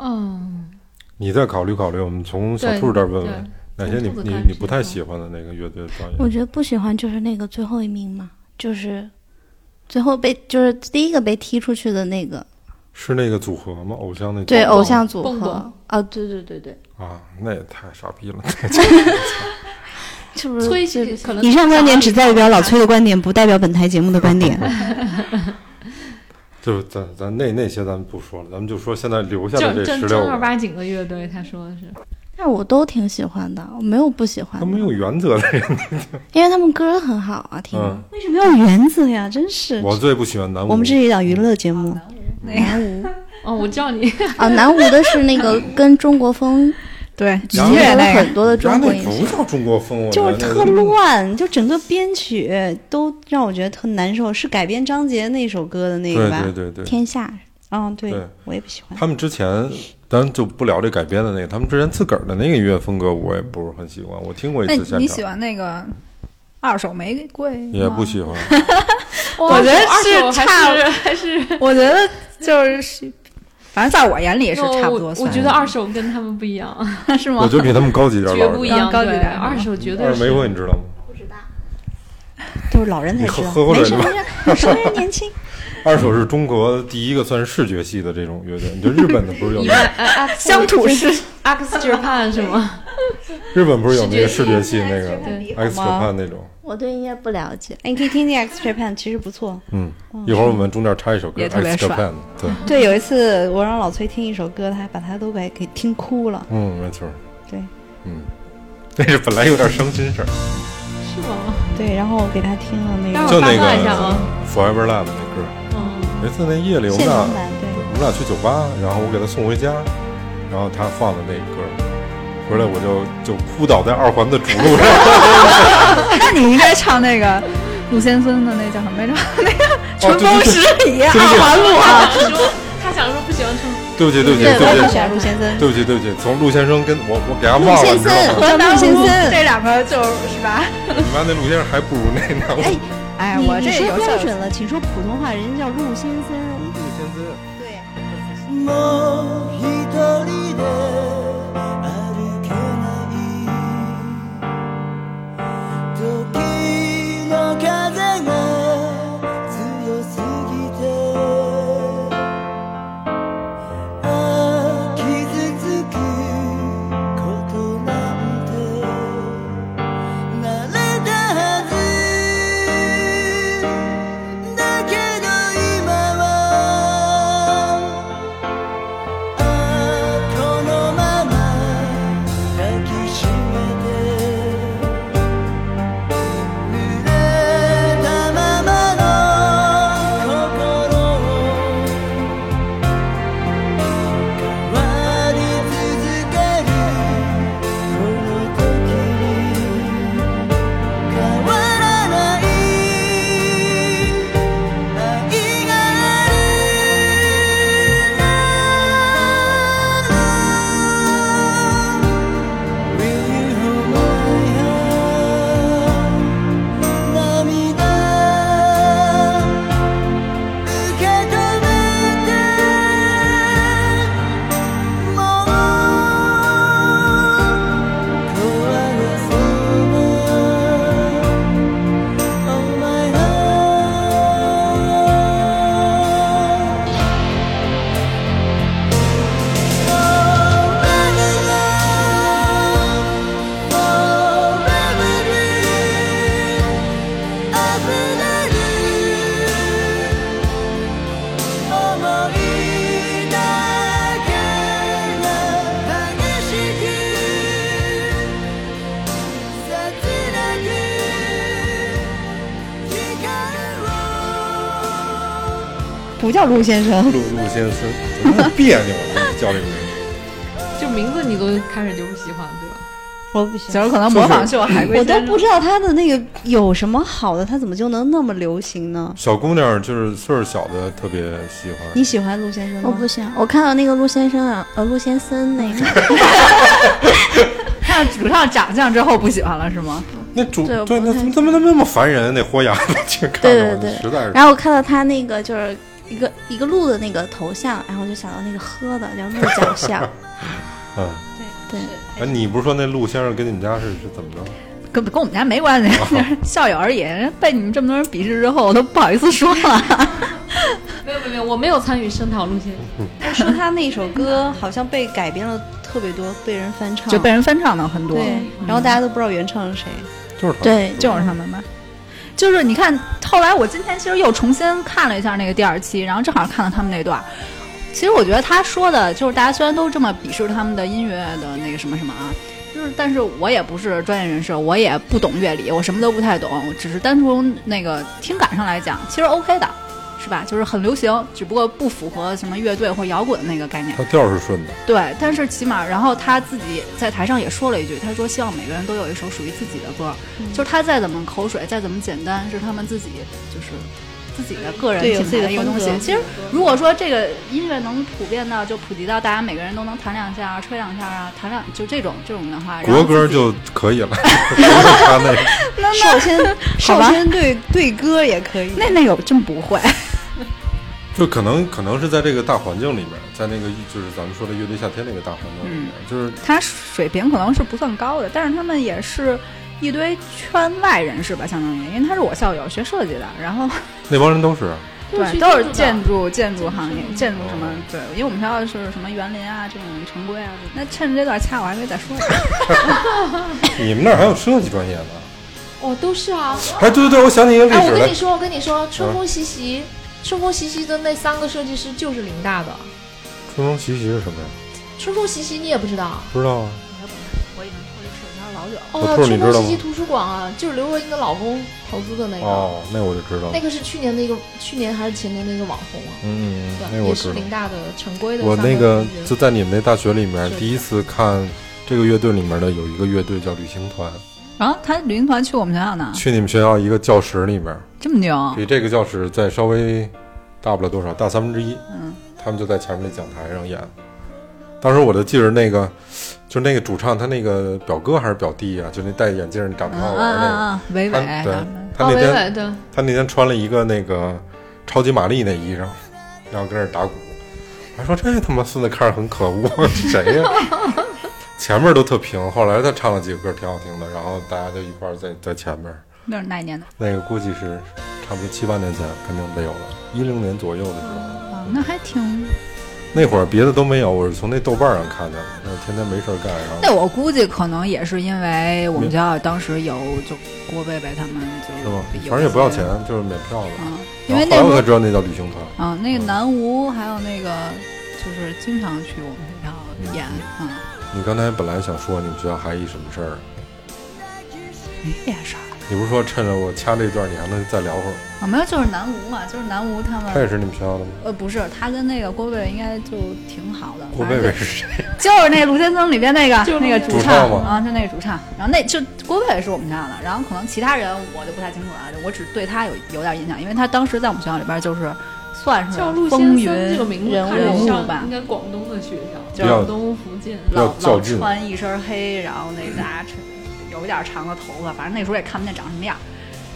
Speaker 3: 嗯，
Speaker 1: 你再考虑考虑。我们从小
Speaker 3: 对
Speaker 1: 兔这儿问
Speaker 3: 对
Speaker 1: 问，哪些你
Speaker 3: 从兔子
Speaker 1: 你
Speaker 3: 开
Speaker 1: 你
Speaker 3: 始
Speaker 1: 不太
Speaker 3: 吧
Speaker 1: 喜欢的那个乐队的表演？
Speaker 6: 我觉得不喜欢就是那个最后一名嘛，就是最后被就是第一个被踢出去的那个，
Speaker 1: 是那个组合吗？偶像那
Speaker 6: 对
Speaker 1: 组合
Speaker 6: 偶像组
Speaker 3: 蹦蹦
Speaker 6: 合啊，对对对对，
Speaker 1: 啊，那也太傻逼了。
Speaker 6: 是不是？
Speaker 3: 崔可能
Speaker 4: 嗯以上观点只代表老崔的观点，不代表本台节目的观点。
Speaker 1: 就是咱咱那那些咱们不说了，咱们就说现在留下的
Speaker 3: 正
Speaker 1: 这
Speaker 3: 正
Speaker 1: 十六
Speaker 3: 正儿
Speaker 1: 个，
Speaker 3: 八经的乐队，他说的是。
Speaker 6: 但是我都挺喜欢的，我没有不喜欢
Speaker 1: 他
Speaker 6: 的，
Speaker 1: 没有原则的人。
Speaker 6: 因为他们歌很好啊，听。
Speaker 1: 嗯，
Speaker 4: 为什么要有原则呀？真是，
Speaker 1: 我最不喜欢南无。
Speaker 4: 我们这是一档娱乐节目，
Speaker 6: 南无
Speaker 3: 哦，我知道你，
Speaker 6: 啊，南无的是那 个跟中国风
Speaker 7: 对，
Speaker 6: 结
Speaker 1: 然
Speaker 6: 合
Speaker 1: 后
Speaker 6: 了很多的
Speaker 1: 人家
Speaker 6: 中国
Speaker 1: 那
Speaker 6: 音
Speaker 1: 不
Speaker 6: 乐。
Speaker 1: 叫中国风，我
Speaker 4: 就是
Speaker 1: 觉得
Speaker 4: 特
Speaker 1: 那个
Speaker 4: 乱，就整个编曲都让我觉得特难受。是改编张杰那首歌的那个吧？
Speaker 1: 对对对对，
Speaker 6: 天下
Speaker 4: 嗯，对
Speaker 1: 对
Speaker 4: 我也不喜欢。
Speaker 1: 他们之前，咱就不聊这改编的那个，他们之前自个儿的那个音乐风格，我也不是很喜欢。我听过一
Speaker 7: 那
Speaker 1: 次现
Speaker 7: 你喜
Speaker 1: 场，
Speaker 7: 欢那个二手玫瑰？
Speaker 1: 也不。喜欢。
Speaker 7: 我觉得
Speaker 3: 二
Speaker 7: 是
Speaker 3: 手
Speaker 7: 差
Speaker 3: 还是还是
Speaker 7: 我觉得就是， 反正在我眼里是差不多
Speaker 3: 我
Speaker 7: 算
Speaker 3: 我
Speaker 7: 了，
Speaker 3: 觉得二手跟他们不一样，
Speaker 7: 是吗
Speaker 1: 我？觉得比他们高嗯级点儿，
Speaker 3: 绝
Speaker 1: 老
Speaker 3: 不一
Speaker 1: 实
Speaker 3: 样。
Speaker 7: 高级
Speaker 3: 对
Speaker 7: 点儿
Speaker 3: 二手绝
Speaker 1: 二
Speaker 3: 对
Speaker 1: 玫瑰
Speaker 3: 是。
Speaker 1: 你知道吗？
Speaker 4: 都是老人才
Speaker 1: 你
Speaker 4: 知道，
Speaker 1: 喝喝口
Speaker 4: 没
Speaker 1: 水
Speaker 4: 事没
Speaker 1: 吧
Speaker 4: 事，什么人年 轻？
Speaker 1: 二手是中国第一个算是视觉系的这种 乐队。你就日本的不是有
Speaker 3: 你
Speaker 1: 那
Speaker 3: 看
Speaker 1: 个，
Speaker 3: 啊啊
Speaker 7: 乡土式
Speaker 3: X Japan 是吗？
Speaker 1: 日本不是有那个视
Speaker 3: 视
Speaker 1: 觉系那个
Speaker 4: 对
Speaker 1: X 可怕那种？
Speaker 6: 我对音乐不了解。
Speaker 4: 哎，你可以听听 X Japan，其实不错。
Speaker 1: 嗯，一会儿我们中间插一首歌
Speaker 7: 也特别
Speaker 1: ，X
Speaker 7: 帅
Speaker 1: Japan，对，
Speaker 4: 对，有一次我让老崔听一首歌，他把他都给给听哭了。
Speaker 1: 嗯，没错，
Speaker 4: 对，
Speaker 1: 嗯，那是本来有点伤心事儿，
Speaker 3: 是吗？
Speaker 4: 对，然后我给他听了那
Speaker 3: 待
Speaker 4: 个
Speaker 3: 会
Speaker 1: 就
Speaker 3: 儿
Speaker 1: 那
Speaker 3: 八
Speaker 1: 个
Speaker 3: 卦一下啊。
Speaker 1: Forever Love 那歌。
Speaker 3: 嗯
Speaker 1: 有一次那夜里我
Speaker 4: 现
Speaker 1: 们俩
Speaker 4: 场，版，对，
Speaker 1: 我们俩去酒吧，然后我给他送回家，然后他放的那歌，回来我就就哭倒在二环的主路上。
Speaker 7: 那你应该唱那个陆先生的那叫什么来着？
Speaker 1: 哦，
Speaker 7: 春风十里
Speaker 1: 对不起
Speaker 7: 二环路啊。
Speaker 3: 他想说，他想说不喜欢春
Speaker 1: 对不起，对不起，对
Speaker 4: 对，我也
Speaker 1: 不
Speaker 4: 不
Speaker 1: 起
Speaker 4: 喜，欢陆先生。
Speaker 1: 对不起，对不起，从陆先生跟我我给他忘了，你知道吗？
Speaker 4: 和陆先生，
Speaker 7: 这两个就是吧？
Speaker 1: 你妈那陆先生还不如那呢。
Speaker 4: 哎
Speaker 7: 哎
Speaker 4: 你
Speaker 7: 我
Speaker 4: 你
Speaker 7: 这
Speaker 4: 说
Speaker 7: 有
Speaker 4: 标
Speaker 7: 点
Speaker 4: 准了，请说普通话，人家叫陆先生。
Speaker 1: 陆先生
Speaker 4: 对，
Speaker 9: もう一人で歩けない時の風が強すぎてああ傷つくことなんて慣れたはずだけど今は「ああこのまま抱きしめて」「濡れたままの心を」「変わり続けるこの時に変わらない愛がある」Will you hold my hand? 涙受け止めてもう壊れそうな Oh my heart Forever love, forever dream, ever new. 想いだけが激しく、切なく光を。
Speaker 4: 不叫陆先生。
Speaker 1: 陆陆先生，怎么那么别扭啊？这个叫这个名字，
Speaker 3: 就名字你都开始就不喜欢，对吧？
Speaker 4: 我不喜欢，
Speaker 7: 就是可能模仿秀海龟
Speaker 4: 我都
Speaker 7: 先 生
Speaker 4: 不知道他的那个有什么好的，他怎么就能那么流行呢？
Speaker 1: 小姑娘就是岁数小的特别喜欢。
Speaker 4: 你喜欢陆先生吗？
Speaker 6: 我不行，我看到那个陆先生啊，呃，陆先生那个，
Speaker 7: 看主唱长相之后不喜欢了是吗？
Speaker 1: 那主
Speaker 6: 对我
Speaker 1: 对，
Speaker 6: 不
Speaker 1: 那
Speaker 6: 太
Speaker 1: 怎么怎么那么烦人？啊那豁牙子去看
Speaker 6: 对
Speaker 1: 着我
Speaker 6: 对对
Speaker 1: 实在是。
Speaker 6: 然后我看到他那个就是一个一个鹿的那个头像，然后我就想到那个喝的叫鹿 角巷，
Speaker 1: 嗯，
Speaker 6: 对，
Speaker 1: 哎，你不是说那陆先生跟你们家是是怎么着？
Speaker 7: 跟跟我们家没关
Speaker 1: 哦
Speaker 7: 系，就是 校友而已。被你们这么多人鄙视之后，我都不好意思说了。
Speaker 3: 没有没有没有，我没有参与声讨路线。
Speaker 4: 我说他那首歌好像被改编了特别多，被人翻唱，
Speaker 7: 就被人翻唱的很多，
Speaker 4: 对，然后大家都不知道原唱是谁。
Speaker 1: 就是他
Speaker 6: 对
Speaker 7: 就是他们吧。就是你看，后来我今天其实又重新看了一下那个第二期，然后正好看到他们那段儿。其实我觉得他说的就是大家虽然都这么鄙视他们的音乐的那个什么什么啊，就是但是我也不是专业人士，我也不懂乐理，我什么都不太懂，我只是单从那个听感上来讲，其实 OK 的，是吧？就是很流行，只不过不符合什么乐队或摇滚那个概念
Speaker 1: 他。调是顺的，
Speaker 7: 对，但是起码，然后他自己在台上也说了一句，他说希望每个人都有一首属于自己的歌，就是他再怎么口水，再怎么简单，是他们自己就是自己的个人
Speaker 4: 对有
Speaker 7: 品
Speaker 4: 自己
Speaker 7: 牌
Speaker 4: 的
Speaker 7: 一个
Speaker 4: 风
Speaker 7: 东西
Speaker 4: 格。
Speaker 7: 其实如果说这个音乐能普遍到就普及到大家每个人都能弹两下啊、吹两下啊、弹两就这种这种的话，然后
Speaker 1: 国歌
Speaker 7: 自己
Speaker 1: 就可 以了。不用他那个，
Speaker 4: 首先，首
Speaker 7: 好吧
Speaker 4: 先对对歌也可以。
Speaker 7: 那那个我真不会，
Speaker 1: 就可能可能是在这个大环境里面，在那个就是咱们说的乐队夏天那个大环境里面，就是
Speaker 7: 他水平可能是不算高的，但是他们也是。一堆圈外人士吧，相当于，因为他是我校友，学设计的，然后
Speaker 1: 那帮人都是啊
Speaker 7: 对，都是建筑建筑行业，建筑什么对，因为我们学校是什么园林啊这种城规啊。那趁着这段掐，我还没再说呢。
Speaker 1: 你们那儿还有设计专业呢？
Speaker 3: 哦，都是啊。
Speaker 1: 哎，对对对，我想起嗯一个历史
Speaker 3: 哎，我跟
Speaker 1: 来
Speaker 3: 你，说，我跟你说，春风习习，春风习习的那三个设计师就是林大的。
Speaker 1: 春风习习是什么呀？
Speaker 3: 春风习习你也不知道？
Speaker 1: 不知道啊。
Speaker 3: 哦，
Speaker 1: 不是你
Speaker 3: 春
Speaker 1: 知道吗
Speaker 3: 风习习图书馆啊，就是刘若英的老公投资的那个，
Speaker 1: 哦，那我就知道了
Speaker 3: 那。个是去年的一个，去年还是前年的一个网红啊。
Speaker 1: 嗯嗯，嗯
Speaker 3: 对，
Speaker 1: 那我
Speaker 3: 也
Speaker 1: 知
Speaker 3: 是
Speaker 1: 道
Speaker 3: 林。大的常规的。
Speaker 1: 我那个就在你们那大学里面
Speaker 3: 是，的
Speaker 1: 第一次看这个乐队里面的有一个乐队叫旅行团，
Speaker 7: 然后他旅行团去我们学校呢，
Speaker 1: 去你们学校一个教室里面，
Speaker 7: 这么牛。
Speaker 1: 比这个教室再稍微大不了多少，大三分之一。
Speaker 7: 嗯，
Speaker 1: 他们就在前面那讲台上演。当时我就记着那个，就那个主唱他那个表哥还是表弟啊，就那戴眼镜儿长得
Speaker 7: 嗯
Speaker 1: 特好
Speaker 7: 嗯
Speaker 1: 玩儿哦那个，
Speaker 7: 嗯嗯，伟
Speaker 1: 他
Speaker 7: 伟啊
Speaker 1: 对他
Speaker 3: 哦，
Speaker 1: 那
Speaker 3: 伟
Speaker 1: 天
Speaker 3: 伟的，
Speaker 1: 他那天穿了一个那个超级玛丽那衣裳，然后跟那儿打鼓，我还说这他妈孙子看着很可恶，谁呀、 前面都特平，后来他唱了几个歌挺好听的，然后大家就一块儿在在前面，
Speaker 7: 那是哪一年的？
Speaker 1: 那个估计是差不多七八年前肯定得有了，一零年左右的时候，
Speaker 7: 啊，那还挺。
Speaker 1: 那会儿别的都没有，我是从那豆瓣儿上看的，那天天没事儿干，然后
Speaker 7: 那我估计可能也是因为我们学校当时有就郭贝贝他们就是
Speaker 1: 是吗？反
Speaker 7: 有
Speaker 1: 正也不要
Speaker 7: 一些
Speaker 1: 钱，就是免票的。
Speaker 7: 啊，因
Speaker 1: 然
Speaker 7: 为
Speaker 1: 后
Speaker 7: 那
Speaker 1: 后来
Speaker 7: 时
Speaker 1: 我才
Speaker 7: 候
Speaker 1: 知道那叫旅行团，
Speaker 7: 啊，那个南吴还有那个就是经常去我们学校演
Speaker 1: 嗯
Speaker 7: 啊，
Speaker 1: 你刚才本来想说你们学校还一什么事儿，
Speaker 7: 没别的事儿
Speaker 1: 你不是说趁着我掐这段，你还能再聊会儿？
Speaker 7: 啊，没有就是南吴嘛，就是南吴他
Speaker 1: 他也
Speaker 7: 们。
Speaker 1: 是你们学校的吗？
Speaker 7: 呃，不是，他跟那个郭贝贝应该就挺好的。
Speaker 1: 郭
Speaker 7: 反正
Speaker 1: 贝
Speaker 7: 就
Speaker 1: 贝是谁？
Speaker 7: 就是那《陆天宗》里边那个，就是那个主
Speaker 1: 主唱吗
Speaker 7: 啊，就那个主唱。然后那就郭贝是我们学校的，然后可能其他人我就不太清楚了，我只对他有有点印象，因为他当时在我们学校里边就是算是
Speaker 3: 叫陆先
Speaker 7: 风
Speaker 3: 生
Speaker 7: 云
Speaker 3: 这个名字
Speaker 7: 人
Speaker 3: 看着
Speaker 7: 物
Speaker 3: 像
Speaker 7: 吧
Speaker 3: 应。该广东的学校，
Speaker 1: 比较
Speaker 3: 广东、福建。
Speaker 1: 要
Speaker 7: 老
Speaker 1: 较
Speaker 7: 老
Speaker 1: 劲
Speaker 7: 穿一身黑，然后那大家有一点长的头发，反正那时候也看不见长什么样。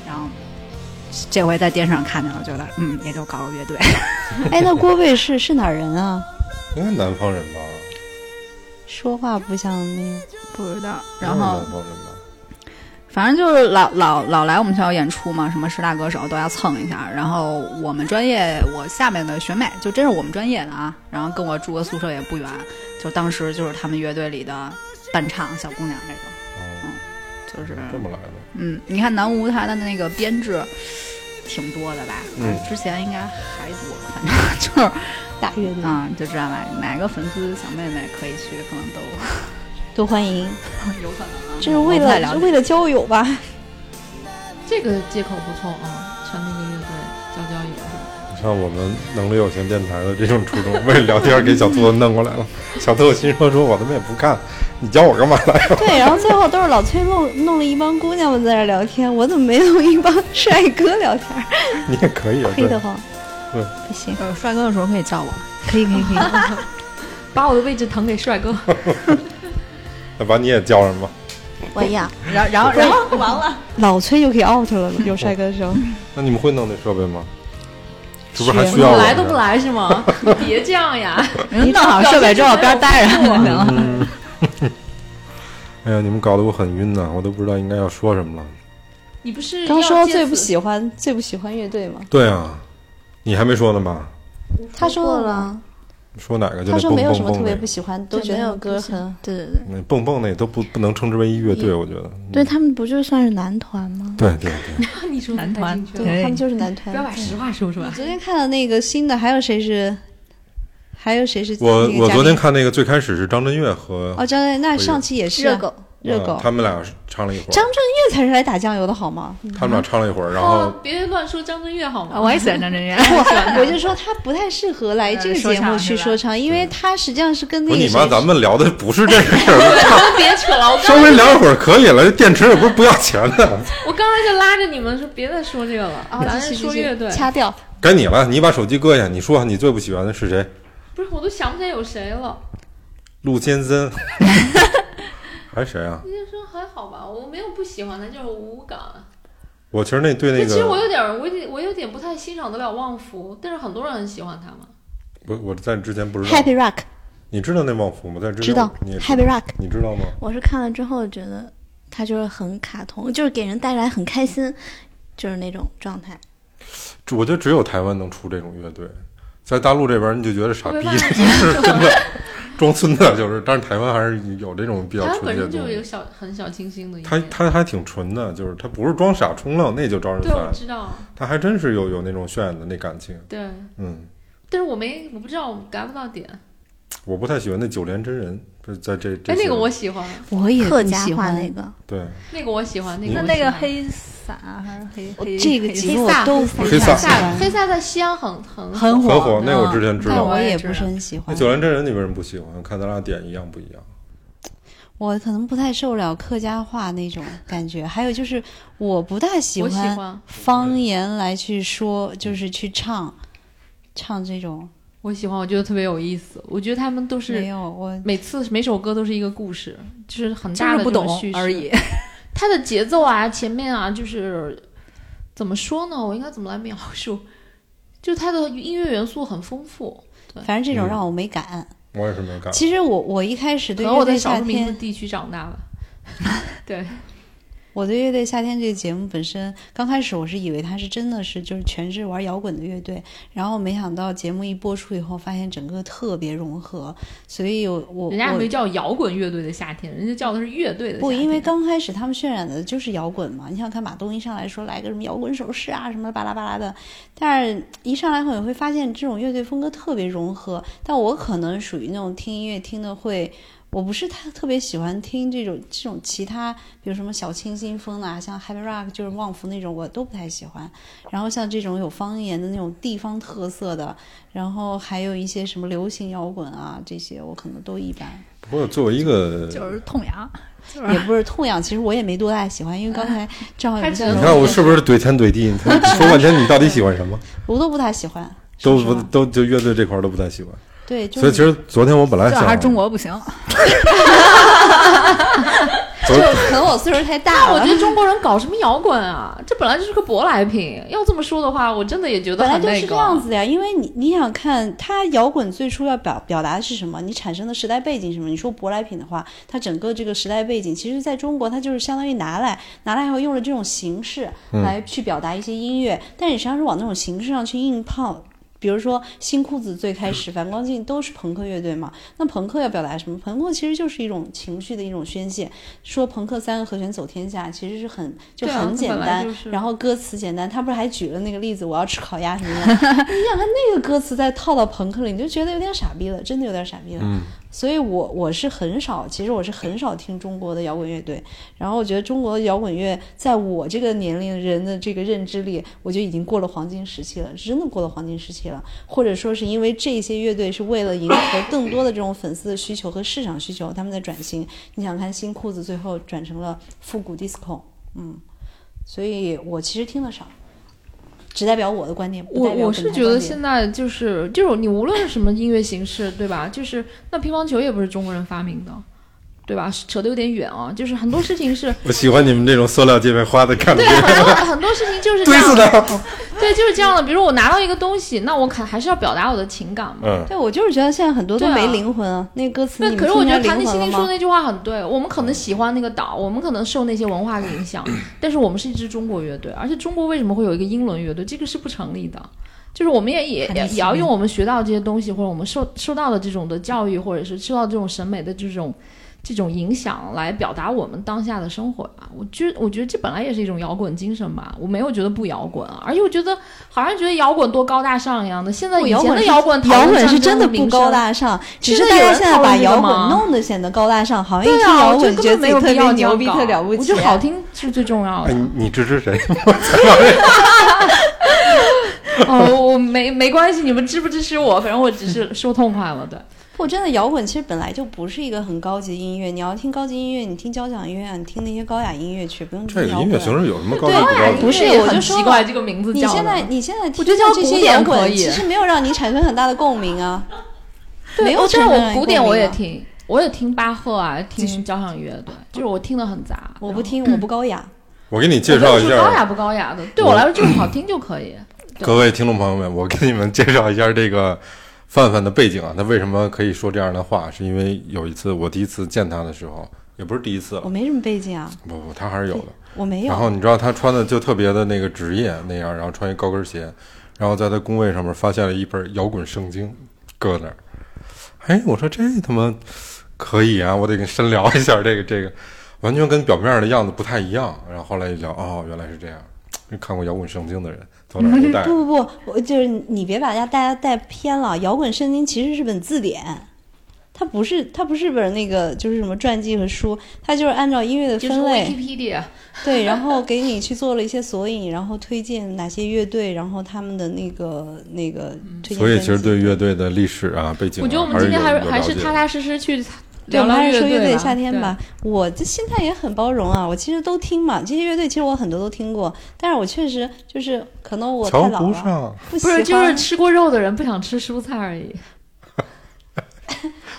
Speaker 7: 然后这回在电视上看见了，觉得嗯，也就搞个 乐队。
Speaker 4: 哎，那郭卫是是哪儿人啊？
Speaker 1: 应该南方人吧？
Speaker 4: 说话不像那个。
Speaker 7: 不知道，
Speaker 1: 应该
Speaker 7: 然
Speaker 1: 是
Speaker 7: 后
Speaker 1: 南方人吧？
Speaker 7: 反正就是老老老来我们学校演出嘛，什么十大歌手都要蹭一下。然后我们专业，我下面的学妹就真是我们专业的啊，然后跟我住个宿舍也不远，就当时就是他们乐队里的伴唱小姑娘这种，
Speaker 1: 哦，
Speaker 7: 就是
Speaker 1: 这么来的。
Speaker 7: 嗯，你看南无他的那个编制挺多的吧？
Speaker 1: 嗯
Speaker 7: 之前应该还多，反正 就是
Speaker 4: 大乐队
Speaker 7: 啊、就知道吧，哪个粉丝小妹妹可以去，可能都
Speaker 4: 多欢迎，
Speaker 7: 有可能啊。
Speaker 4: 这是为
Speaker 7: 我不太
Speaker 4: 了
Speaker 7: 了
Speaker 4: 是
Speaker 7: 解
Speaker 4: 为了交友吧？
Speaker 3: 这个借口不错啊，成立一个乐队交交友。
Speaker 1: 你看我们能力有限电台的这种初衷，为了聊天给小兔子弄过 来了。小兔子心说：“说我他妈也不看，你叫我干嘛 来呀
Speaker 4: 对，然后最后都是老崔弄弄了一帮姑娘们在那儿聊天，我怎么没弄一帮 帅哥聊天儿？？”
Speaker 1: 你也可以啊，
Speaker 4: 亏
Speaker 1: 对
Speaker 4: 得，慌。
Speaker 1: 对，
Speaker 4: 不行，
Speaker 7: 有帅哥的时候可以叫我。
Speaker 4: 可以可以可以。
Speaker 3: 把我的位置腾给帅哥，
Speaker 1: 那把你也叫上吧。
Speaker 6: 我要
Speaker 7: 然后然后然后
Speaker 4: 老崔就可以 out 了，有帅哥的时候。
Speaker 1: 那你们会弄那设备吗？是不是还需
Speaker 3: 怎
Speaker 1: 要
Speaker 3: 么
Speaker 1: 我
Speaker 3: 来都不来是 吗？你别这样呀！
Speaker 7: 人弄好设备之后边待 着就行了。
Speaker 1: 嗯。哎呀，你们搞得我很晕呐、我都不知道应该要说什么了。
Speaker 3: 你不是
Speaker 4: 刚
Speaker 3: 要
Speaker 4: 说
Speaker 3: 借
Speaker 4: 最
Speaker 3: 此
Speaker 4: 不喜欢最不喜欢乐队吗？
Speaker 1: 对啊，你还没说呢吧？
Speaker 4: 他说
Speaker 6: 过，了，
Speaker 1: 说哪个就
Speaker 4: 他
Speaker 1: 那
Speaker 4: 说
Speaker 1: 蹦
Speaker 4: 没有
Speaker 1: 蹦
Speaker 4: 什么
Speaker 1: 蹦
Speaker 4: 特别
Speaker 1: 那
Speaker 4: 不
Speaker 1: 个，
Speaker 4: 喜欢，都
Speaker 6: 对
Speaker 4: 觉得
Speaker 6: 没
Speaker 4: 那
Speaker 6: 有
Speaker 4: 首歌很
Speaker 6: 对对对，
Speaker 1: 那蹦蹦那都不不能称之为一乐队，我觉得。
Speaker 6: 对他们不就算是男团吗？
Speaker 1: 对对 对，
Speaker 3: 你说
Speaker 7: 男团
Speaker 3: 不太进去了
Speaker 7: 对
Speaker 1: 哎
Speaker 4: 对他们就是男
Speaker 3: 不要把
Speaker 4: 团。
Speaker 3: 实话说出来。
Speaker 4: 昨天看了那个新的，还有谁是？还有谁是那个
Speaker 1: 我
Speaker 4: 嘉宾？
Speaker 1: 我昨天看那个最开始是张震岳和
Speaker 4: 哦，张震，那上期也是啊
Speaker 6: 热狗，
Speaker 4: 热
Speaker 1: 嗯
Speaker 4: 狗，
Speaker 1: 他们俩唱了一会
Speaker 4: 张
Speaker 1: 儿，
Speaker 4: 震岳才是来打酱油的好吗？
Speaker 1: 他们俩唱了一会儿，然后
Speaker 4: 哦
Speaker 3: 啊别乱说张震岳好
Speaker 8: 啊
Speaker 3: 吗？
Speaker 7: 啊 我也喜欢张震岳。
Speaker 4: 不，我就说他不太适合来这个
Speaker 7: 说
Speaker 4: 节目
Speaker 7: 唱
Speaker 4: 去
Speaker 7: 是吧
Speaker 4: 说唱，因为他实际上是跟那
Speaker 1: 不
Speaker 4: 个
Speaker 1: 是你
Speaker 4: 谁
Speaker 1: 妈，咱们聊的不是这个 事儿，
Speaker 3: 都别扯了，我
Speaker 1: 稍
Speaker 3: 刚
Speaker 1: 微聊一会儿可以了，这电池也不是不要钱的，
Speaker 3: 我刚才就拉着你们说别再说这个了，
Speaker 4: 啊
Speaker 3: 咱
Speaker 4: 继续
Speaker 3: 说
Speaker 4: 继续
Speaker 3: 乐队。
Speaker 4: 掐掉。
Speaker 1: 该你了，你把手机搁下，你说你最不喜欢的是谁？
Speaker 3: 不是，我都想不起来有谁了。
Speaker 1: 陆先 生，还是谁啊？
Speaker 3: 那说还好吧，我没有不喜欢的，就是无感。
Speaker 1: 我其实那对那
Speaker 3: 但其实我
Speaker 1: 个，
Speaker 3: 有点儿，我有点我有点不太欣赏得了旺福，但是很多人很喜欢他嘛。
Speaker 1: 我我在之前不知道，
Speaker 4: Happy Rock
Speaker 1: 你知道那旺福吗？在之前
Speaker 4: 知道
Speaker 1: 你也知
Speaker 4: ，Happy Rock
Speaker 1: 你知道吗？
Speaker 6: 我是看了之后觉得他就是很卡通，就是给人带来很开心，就是那种状态。
Speaker 1: 我觉得只有台湾能出这种乐队，在大陆这边你就觉得傻逼，
Speaker 3: 没办法
Speaker 1: 就是 真的装孙子，就是。但是台湾还是有这种比较
Speaker 3: 台湾
Speaker 1: 纯
Speaker 3: 本
Speaker 1: 洁的
Speaker 3: 身就
Speaker 1: 东
Speaker 3: 有一个
Speaker 1: 西。
Speaker 3: 小很小清新的一
Speaker 1: 他
Speaker 3: 面。
Speaker 1: 他还挺纯的，就是他不是装傻充愣，那就招人
Speaker 3: 对，我
Speaker 1: 烦。
Speaker 3: 知道，
Speaker 1: 他还真是有有那种渲染的那感情，
Speaker 3: 对，
Speaker 1: 嗯，
Speaker 3: 但是我没我不知道，我 get 不到点。
Speaker 1: 我不太喜欢那九连真人，不是在这这
Speaker 3: 哎，那
Speaker 1: 些
Speaker 3: 个我喜欢，
Speaker 4: 我也
Speaker 6: 客
Speaker 4: 不
Speaker 6: 家
Speaker 4: 喜
Speaker 6: 话
Speaker 4: 欢
Speaker 6: 那个，
Speaker 1: 对
Speaker 3: 那个我喜欢，那个
Speaker 1: 那
Speaker 3: 我
Speaker 8: 那
Speaker 3: 喜
Speaker 8: 个
Speaker 3: 欢
Speaker 8: 黑撒还是黑
Speaker 7: 哦
Speaker 8: 黑
Speaker 4: 这个节目我都不
Speaker 1: 黑
Speaker 4: 太
Speaker 1: 撒
Speaker 4: 喜
Speaker 3: 萨
Speaker 4: 欢，
Speaker 3: 黑萨在西安很很
Speaker 1: 很
Speaker 4: 很
Speaker 1: 火
Speaker 4: 嗯，
Speaker 1: 那我之前知
Speaker 4: 但
Speaker 1: 道
Speaker 4: 我
Speaker 8: 我也
Speaker 4: 也
Speaker 8: 知
Speaker 4: 不是
Speaker 8: 道
Speaker 4: 很喜
Speaker 1: 那。
Speaker 4: 欢
Speaker 1: 九连真人你为什么不喜欢？我看咱俩点一样不一样？
Speaker 4: 我可能不太受了客家话那种感觉，还有就是我不大喜
Speaker 3: 我喜
Speaker 4: 欢
Speaker 3: 欢，
Speaker 4: 方言来去说，就是去唱，唱这种
Speaker 3: 我喜欢，我觉得特别有意思。我觉得他们都
Speaker 4: 没
Speaker 3: 是
Speaker 4: 有我
Speaker 3: 每次每首歌都是一个故事，就是很
Speaker 7: 就
Speaker 3: 大
Speaker 7: 是
Speaker 3: 的
Speaker 7: 不
Speaker 3: 这种
Speaker 7: 懂
Speaker 3: 叙事
Speaker 7: 而已。。
Speaker 3: 它的节奏啊，前面啊，就是怎么说呢？我应该怎么来描述？就它的音乐元素很丰富，
Speaker 4: 反正这
Speaker 1: 嗯
Speaker 4: 种让我没感。
Speaker 1: 我也是没看。
Speaker 4: 其实我我一开始
Speaker 3: 可
Speaker 4: 对
Speaker 3: 能我
Speaker 4: 乐
Speaker 3: 在
Speaker 4: 队
Speaker 3: 少
Speaker 4: 夏
Speaker 3: 数民族
Speaker 4: 天，
Speaker 3: 地区长大吧。对，
Speaker 4: 我对乐队夏天这个节目本身刚开始我是以为它是真的是就是全是玩摇滚的乐队，然后没想到节目一播出以后，发现整个特别融合，所以有我
Speaker 3: 人家
Speaker 4: 我
Speaker 3: 没叫摇滚乐队的夏天，人家叫的是乐队的夏天。
Speaker 4: 不，因为刚开始他们渲染的就是摇滚嘛。你想看马东一上来说来个什么摇滚手势啊，什么巴拉巴拉的，但是一上来后你会发现这种乐队风格特别融合。但我可能属于那种听音乐听的会，我不是太特别喜欢听这种这种其他，比如什么小清新风啊，像 Happy Rock 就是旺福那种，我都不太喜欢。然后像这种有方言的那种地方特色的，然后还有一些什么流行摇滚啊这些，我可能都一般。
Speaker 1: 不过作为一个，
Speaker 8: 就是痛痒，
Speaker 4: 也不是痛痒，其实我也没多大喜欢，因为刚才正好有
Speaker 3: 他
Speaker 4: 一
Speaker 3: 只
Speaker 4: 个
Speaker 3: 能
Speaker 1: 你
Speaker 4: 人
Speaker 1: 看我是不是怼天怼地？你看你说半天，你到底喜欢什么？
Speaker 4: 我都不太喜欢，
Speaker 1: 都
Speaker 4: 说
Speaker 1: 不
Speaker 4: 实话
Speaker 1: 都就乐队这块儿都不太喜欢。
Speaker 4: 对，就
Speaker 1: 所以其
Speaker 4: 是
Speaker 1: 实昨天我本来
Speaker 8: 这还
Speaker 1: 想
Speaker 8: 是中国不行。
Speaker 1: 昨
Speaker 4: 可能我岁数太大
Speaker 3: 但我
Speaker 4: 了
Speaker 3: 觉。得中国人搞什么摇滚啊？这本来就是个舶来品。要这么说的话，我真的也觉得
Speaker 4: 本来
Speaker 3: 很
Speaker 4: 就
Speaker 3: 那
Speaker 4: 是这
Speaker 3: 个。
Speaker 4: 样子的呀，因为你你想看它摇滚最初要表表达的是什么，你产生的时代背景是什么。你说舶来品的话，它整个这个时代背景，其实在中国它就是相当于拿来拿来以后用了这种形式来
Speaker 1: 嗯
Speaker 4: 去表达一些音乐，但你实际上是往那种形式上去硬碰。比如说新裤子最 开始反光镜都是朋克乐队嘛，那朋克要表达什么？朋克其实就是一种情绪的一种宣泄。说朋克三个和弦走天下，其实是很就
Speaker 3: 对啊
Speaker 4: 很
Speaker 3: 它
Speaker 4: 简
Speaker 3: 本来
Speaker 4: 单，
Speaker 3: 就是
Speaker 4: 然后歌词简单。他不是还举了那个例子，我要吃烤鸭什 么的。你想看那个歌词再套到朋克里，你就觉得有点傻逼了，真的有点傻逼了。
Speaker 1: 嗯
Speaker 4: 所以我我是很少，其实我是很少听中国的摇滚乐队。然后我觉得中国的摇滚乐，在我这个年龄人的这个认知里，我就已经过了黄金时期了，真的过了黄金时期了。或者说是因为这些乐队是为了迎合更多的这种粉丝的需求和市场需求，他们在转型。你想看新裤子最后转成了复古 disco，嗯，所以我其实听得少，只代表我的观点，不
Speaker 3: 我
Speaker 4: 代表
Speaker 3: 我
Speaker 4: 本台
Speaker 3: 是觉得
Speaker 4: 观点
Speaker 3: 现在就是就是你无论是什么音乐形式，对吧？就是那乒乓球也不是中国人发明的，对吧？扯得有点远啊，就是很多事情 是
Speaker 1: 我喜欢你们这种塑料界面花的感觉
Speaker 3: 对，，很多很多事情就是这
Speaker 1: 怼死
Speaker 3: 样的，
Speaker 1: 他！
Speaker 3: 对，就是这样的。比如我拿到一个东西，那我肯还是要表达我的情感嘛。
Speaker 1: 嗯，
Speaker 4: 对，我就是觉得现在很多都
Speaker 3: 对啊
Speaker 4: 没灵魂啊，那个歌词
Speaker 3: 对，
Speaker 4: 你
Speaker 3: 可
Speaker 4: 们
Speaker 3: 是我
Speaker 4: 听
Speaker 3: 觉
Speaker 4: 着
Speaker 3: 得
Speaker 4: 灵魂
Speaker 3: 谭德
Speaker 4: 了
Speaker 3: 星说
Speaker 4: 吗？
Speaker 3: 那句话很对，我们可能喜欢那个岛，我们可能受那些文化的影响，但是我们是一支中国乐队，而且中国为什么会有一个英伦乐队？这个是不成立的。就是我们也也也也
Speaker 4: 嗯
Speaker 3: 要用我们学到的这些东西，或者我们受受到的这种的教育，或者是受到这种审美的这种这种影响，来表达我们当下的生活吧。我觉我觉得这本来也是一种摇滚精神吧，我没有觉得不摇滚啊，而且我觉得好像觉得摇滚多高大上一样的。现在
Speaker 4: 不
Speaker 3: 以
Speaker 4: 摇
Speaker 3: 前
Speaker 4: 滚
Speaker 3: 的
Speaker 4: 是
Speaker 3: 摇滚讨
Speaker 4: 摇
Speaker 3: 论
Speaker 4: 滚是
Speaker 3: 战
Speaker 4: 真
Speaker 3: 争
Speaker 4: 的
Speaker 3: 名
Speaker 4: 不高
Speaker 3: 声
Speaker 4: 大上，只是
Speaker 3: 现
Speaker 4: 大
Speaker 3: 在有
Speaker 4: 家
Speaker 3: 人
Speaker 4: 现在
Speaker 3: 讨
Speaker 4: 把
Speaker 3: 论这个
Speaker 4: 摇滚
Speaker 3: 吗
Speaker 4: 弄得显得高大上，好像一
Speaker 3: 对
Speaker 4: 听
Speaker 3: 啊，
Speaker 4: 摇
Speaker 3: 我
Speaker 4: 滚
Speaker 3: 就
Speaker 4: 觉得
Speaker 3: 根本
Speaker 4: 自
Speaker 3: 没
Speaker 4: 己特
Speaker 3: 有必
Speaker 4: 别
Speaker 3: 要
Speaker 4: 牛逼、
Speaker 3: 搞
Speaker 4: 特了不
Speaker 3: 我
Speaker 4: 起。
Speaker 3: 就好听是最重要
Speaker 1: 哎
Speaker 3: 的。
Speaker 1: 你你支持谁？
Speaker 3: 哦，我没没关系，你们支不支持我，反正我只是说痛快 了。对，
Speaker 4: 不，真的摇滚其实本来就不是一个很高级的音乐。你要听高级音乐，你听交响乐啊，你听那些高雅音乐去，不用
Speaker 1: 这
Speaker 4: 听
Speaker 1: 个
Speaker 4: 摇
Speaker 1: 音乐形
Speaker 4: 滚。
Speaker 1: 式有什么高级
Speaker 4: 对
Speaker 1: 不
Speaker 4: 高雅
Speaker 1: 高
Speaker 4: 音
Speaker 1: 级？
Speaker 4: 不是
Speaker 3: 啊也
Speaker 4: 我
Speaker 3: 很
Speaker 4: 就说
Speaker 3: 奇怪这个名字
Speaker 4: 你
Speaker 3: 叫的。
Speaker 4: 现在你现在听
Speaker 3: 觉得叫
Speaker 4: 这
Speaker 3: 古
Speaker 4: 些
Speaker 3: 典
Speaker 4: 摇
Speaker 3: 可
Speaker 4: 滚，
Speaker 3: 以
Speaker 4: 其实没有让你产生很大的共鸣啊。没
Speaker 3: 对，
Speaker 4: 有
Speaker 3: 我但是
Speaker 4: 产生
Speaker 3: 我古典
Speaker 4: 共鸣
Speaker 3: 我也
Speaker 4: 啊，
Speaker 3: 听，我也听巴赫啊，听交响乐，对，就是我听的很杂。
Speaker 4: 我
Speaker 3: 然
Speaker 4: 不
Speaker 3: 后，
Speaker 4: 听，我不高雅。
Speaker 1: 我给你
Speaker 3: 我
Speaker 1: 介
Speaker 3: 跟
Speaker 1: 绍
Speaker 3: 你
Speaker 1: 一
Speaker 3: 说高雅
Speaker 1: 下，
Speaker 3: 不高雅的，对我来说就是好听就可以。
Speaker 1: 各位听众朋友们，我给你们介绍一下这个范范的背景啊。他为什么可以说这样的话？是因为有一次我第一次见他的时候，也不是第一次
Speaker 4: 我
Speaker 1: 了。
Speaker 4: 没什么背景啊，
Speaker 1: 不不，他还是有的。
Speaker 4: 我没
Speaker 1: 然后
Speaker 4: 有。
Speaker 1: 你知道他穿的就特别的那个职业那样，然后穿一高跟鞋，然后在他工位上面发现了一本摇滚圣经，搁那儿。哎，我说这他妈可以啊，我得跟深聊一下这个这个，完全跟表面的样子不太一样。然后后来一聊，哦，原来是这样。看过摇滚圣经的人走哪儿都带。
Speaker 4: 不不不，我就是你别把大家大家带偏了。摇滚圣经其实是本字典，它不是它不是本那个就是什么传记和书，它就是按照音乐的
Speaker 3: 就是
Speaker 4: 分类。
Speaker 3: Wikipedia，
Speaker 4: 对，然后给你去做了一些索引，然后推荐哪些乐队，然后他们的那个那个
Speaker 3: 嗯
Speaker 4: 推荐专辑。
Speaker 1: 所以其实对乐队的历史啊背景啊，
Speaker 3: 我觉得我们今天还
Speaker 1: 是有
Speaker 3: 是
Speaker 1: 有
Speaker 3: 还
Speaker 1: 了
Speaker 3: 是
Speaker 1: 解的
Speaker 3: 踏踏实实去
Speaker 4: 对，
Speaker 3: 聊
Speaker 4: 我们
Speaker 3: 聊
Speaker 4: 还是说乐队
Speaker 3: 队
Speaker 4: 夏天吧。。我这心态也很包容啊，我其实都听嘛，这些乐队其实我很多都听过，但是我确实就是可能我
Speaker 1: 瞧
Speaker 4: 太老
Speaker 1: 不
Speaker 4: 了，
Speaker 1: 上，
Speaker 4: 不
Speaker 3: 不是，
Speaker 4: 喜
Speaker 3: 就
Speaker 4: 欢
Speaker 3: 是吃过肉的人不想吃蔬菜而已，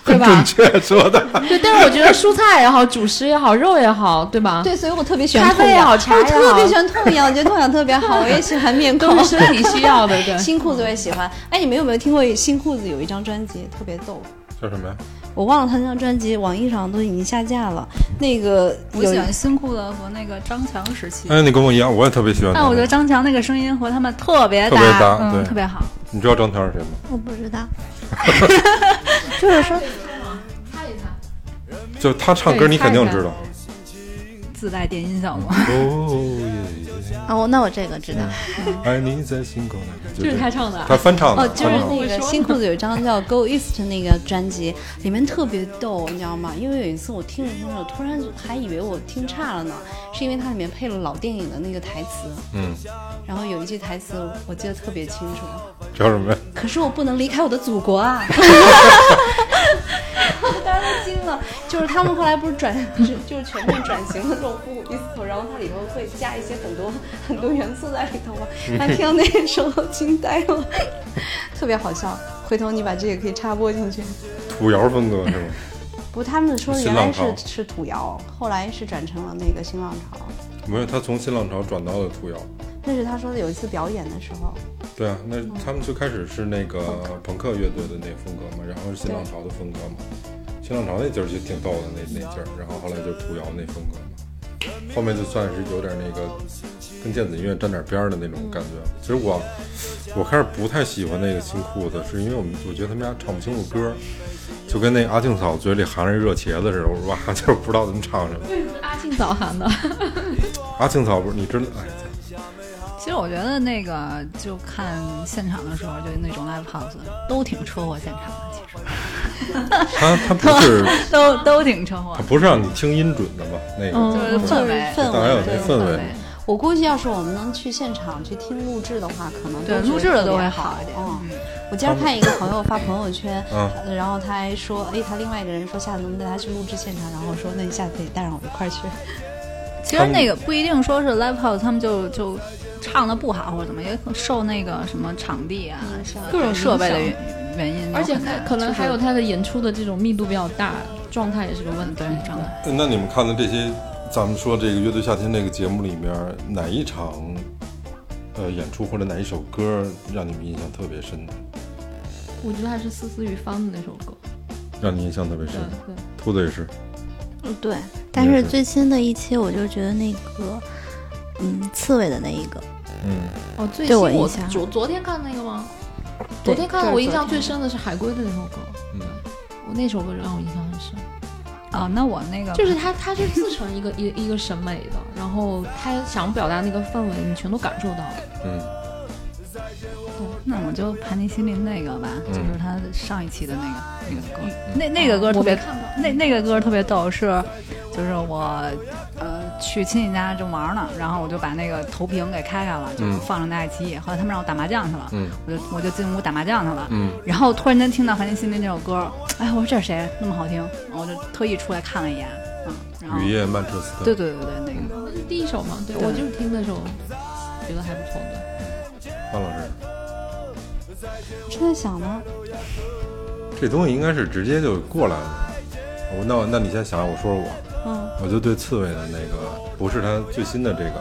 Speaker 3: 对
Speaker 1: 很
Speaker 3: 吧
Speaker 1: 准确说的。
Speaker 3: 对，但是我觉得蔬菜也好，主食也好，肉也好，对吧？，
Speaker 4: 对，所以我特别喜欢
Speaker 3: 咖啡
Speaker 4: 痛
Speaker 3: 也
Speaker 4: 痒，
Speaker 3: 好茶
Speaker 4: 我
Speaker 3: 也
Speaker 4: 特别
Speaker 3: 好
Speaker 4: 喜欢痛痒，我觉 得痛痒特别 好，我也喜欢面
Speaker 3: 都
Speaker 4: 孔
Speaker 3: 是。身体需要的， 对。
Speaker 4: 新裤子我也喜欢，哎，你们有没有听过新裤子有一张专辑特别逗？
Speaker 1: 叫什么呀？
Speaker 4: 我忘了他那张专辑，网易上都已经下架了。那个
Speaker 7: 我
Speaker 4: 有
Speaker 7: 喜欢新裤子和那个张强时期，
Speaker 1: 哎，你跟我一样，我也特别喜欢他
Speaker 7: 但
Speaker 1: 们。
Speaker 7: 我觉得张强那个声音和他们特别
Speaker 1: 特别搭对
Speaker 7: 嗯，特别好。
Speaker 1: 你知道张天是谁吗？
Speaker 6: 我不知道，
Speaker 4: 就是说，
Speaker 1: 就他唱歌，你肯定知道。
Speaker 7: 自带电音效果，
Speaker 1: 哦耶，
Speaker 6: 哦，那我这个知道。
Speaker 1: 爱你在心口那个，
Speaker 3: 这是他
Speaker 1: 他
Speaker 3: 唱的啊，
Speaker 1: 他翻唱的，
Speaker 4: 哦，就是
Speaker 1: 翻唱的
Speaker 4: 那个新裤子有一张叫《Go East》那个专辑，里面特别逗，你知道吗？因为有一次我听着听着，突然还以为我听差了呢，是因为它里面配了老电影的那个台词，
Speaker 1: 嗯，
Speaker 4: 然后有一句台词我记得特别清楚，
Speaker 1: 叫什么呀？
Speaker 4: 可是我不能离开我的祖国啊！我当时都惊了，就是他们后来不是转， 就就是全面转型的这种复古 disco，然后它里面会加一些很多很多元素在里头嘛。
Speaker 1: 嗯
Speaker 4: 他听到那个时候惊呆了，特别好笑。回头你把这个可以插播进去。
Speaker 1: 土窑风格是吗？
Speaker 4: 不过他们说的
Speaker 1: 新
Speaker 4: 原来
Speaker 1: 浪
Speaker 4: 是
Speaker 1: 潮
Speaker 4: 是土窑，后来是转成了那个新浪潮。
Speaker 1: 没有，他从新浪潮转到了土窑。
Speaker 4: 那是他说的有一次表演的时候，
Speaker 1: 对啊，那他们最开始是那个朋克乐队的那风格嘛，然后是新浪潮的风格嘛。新浪潮那劲儿就挺逗的，那那
Speaker 7: 嗯
Speaker 1: 劲儿，然后后来就土窑那风格嘛。后面就算是有点那个跟电子音乐沾点边儿的那种感觉。其实我我开始不太喜欢那个新裤子，是因为我们我觉得他们家唱不清楚歌儿，就跟那阿静嫂嘴里含着热茄子似的，我说哇，就是不知道怎么唱什么。
Speaker 3: 阿信早韩 的，
Speaker 1: 阿庆嫂不是你知道？哎，
Speaker 7: 其实我觉得那个就看现场的时候，就那种 live house 都挺车祸现场的，其实
Speaker 1: 他他不是
Speaker 7: 都都挺车祸
Speaker 1: 他，不是让你听音准的吗？那个、
Speaker 7: 就是嗯氛围。
Speaker 4: 氛
Speaker 1: 当然有那
Speaker 4: 围。
Speaker 1: 氛围
Speaker 7: 围。
Speaker 4: 我估计要是我们能去现场去听录制的话，可能
Speaker 7: 对
Speaker 4: 都觉得
Speaker 7: 录制的
Speaker 4: 特别
Speaker 7: 都会好一点
Speaker 4: 嗯，我今儿看一个朋友发朋友圈，
Speaker 1: 嗯
Speaker 4: 呃然后他还说，哎，他另外一个人说下次能不能带他去录制现场，然后我说那你下次可以带上我一块儿去。
Speaker 7: 其实那个不一定说是 live house，他们就就唱的不好或者怎么，也受那个什么场地啊、什么
Speaker 3: 各种影响
Speaker 7: 设备的原原因都
Speaker 3: 而且
Speaker 7: 很大，
Speaker 3: 可能还有
Speaker 7: 就
Speaker 3: 他的演出的这种密度比较大，状态也是个问
Speaker 7: 是
Speaker 3: 题
Speaker 7: 对。状态。
Speaker 1: 那你们看的这些，咱们说这个乐队夏天这个节目里面，哪一场呃演出或者哪一首歌让你们印象特别深的？
Speaker 3: 我觉得还是思思与方的那首歌，
Speaker 1: 让你印象特别深
Speaker 3: 对
Speaker 1: 的？
Speaker 3: 对。
Speaker 1: 兔子也是，
Speaker 6: 嗯，对。但
Speaker 1: 也
Speaker 6: 是
Speaker 1: 是
Speaker 6: 最新的一期，我就觉得那个，嗯，刺猬的那一个，
Speaker 1: 嗯，
Speaker 3: 哦，最
Speaker 6: 对
Speaker 3: 新
Speaker 6: 我印
Speaker 3: 我
Speaker 6: 象
Speaker 3: 昨昨天看那个吗？昨
Speaker 6: 对
Speaker 3: 天看的
Speaker 6: 就是
Speaker 3: 我印
Speaker 6: 昨
Speaker 3: 象最
Speaker 6: 天
Speaker 3: 深的是海龟的那首歌，
Speaker 1: 嗯，
Speaker 3: 我那首歌让我印象很深。
Speaker 6: 嗯
Speaker 7: 啊，那我那个
Speaker 3: 就是他，他是自成一个一一个审美的，然后他想表达那个氛围，你全都感受到了。
Speaker 1: 嗯，
Speaker 7: 那我就盘尼西林那个吧，
Speaker 1: 嗯
Speaker 7: 就是他上一期的那个那个歌，那那个歌特
Speaker 3: 我没
Speaker 7: 别
Speaker 3: 看到，
Speaker 7: 那那个歌特别逗，是就是我呃去亲戚家正玩呢，然后我就把那个投屏给开开了，就
Speaker 1: 嗯
Speaker 7: 放着那爱奇艺，后来他们让我打麻将去了，
Speaker 1: 嗯
Speaker 7: 我就我就进屋打麻将去了，
Speaker 1: 嗯
Speaker 7: 然后突然间听到盘尼西林这首歌，哎，我说这是谁那么好听，我就特意出来看了一眼，嗯，然后
Speaker 1: 雨夜嗯曼彻斯特，
Speaker 7: 对对对对那个
Speaker 3: 那哦是第一首嘛，对我就是听那首，觉得还不错的。
Speaker 1: 范老师，
Speaker 4: 正在想呢，
Speaker 1: 这东西应该是直接就过来了。我那我那你先想，我说说我，
Speaker 4: 嗯，
Speaker 1: 我就对刺猬的那个，不是他最新的这个，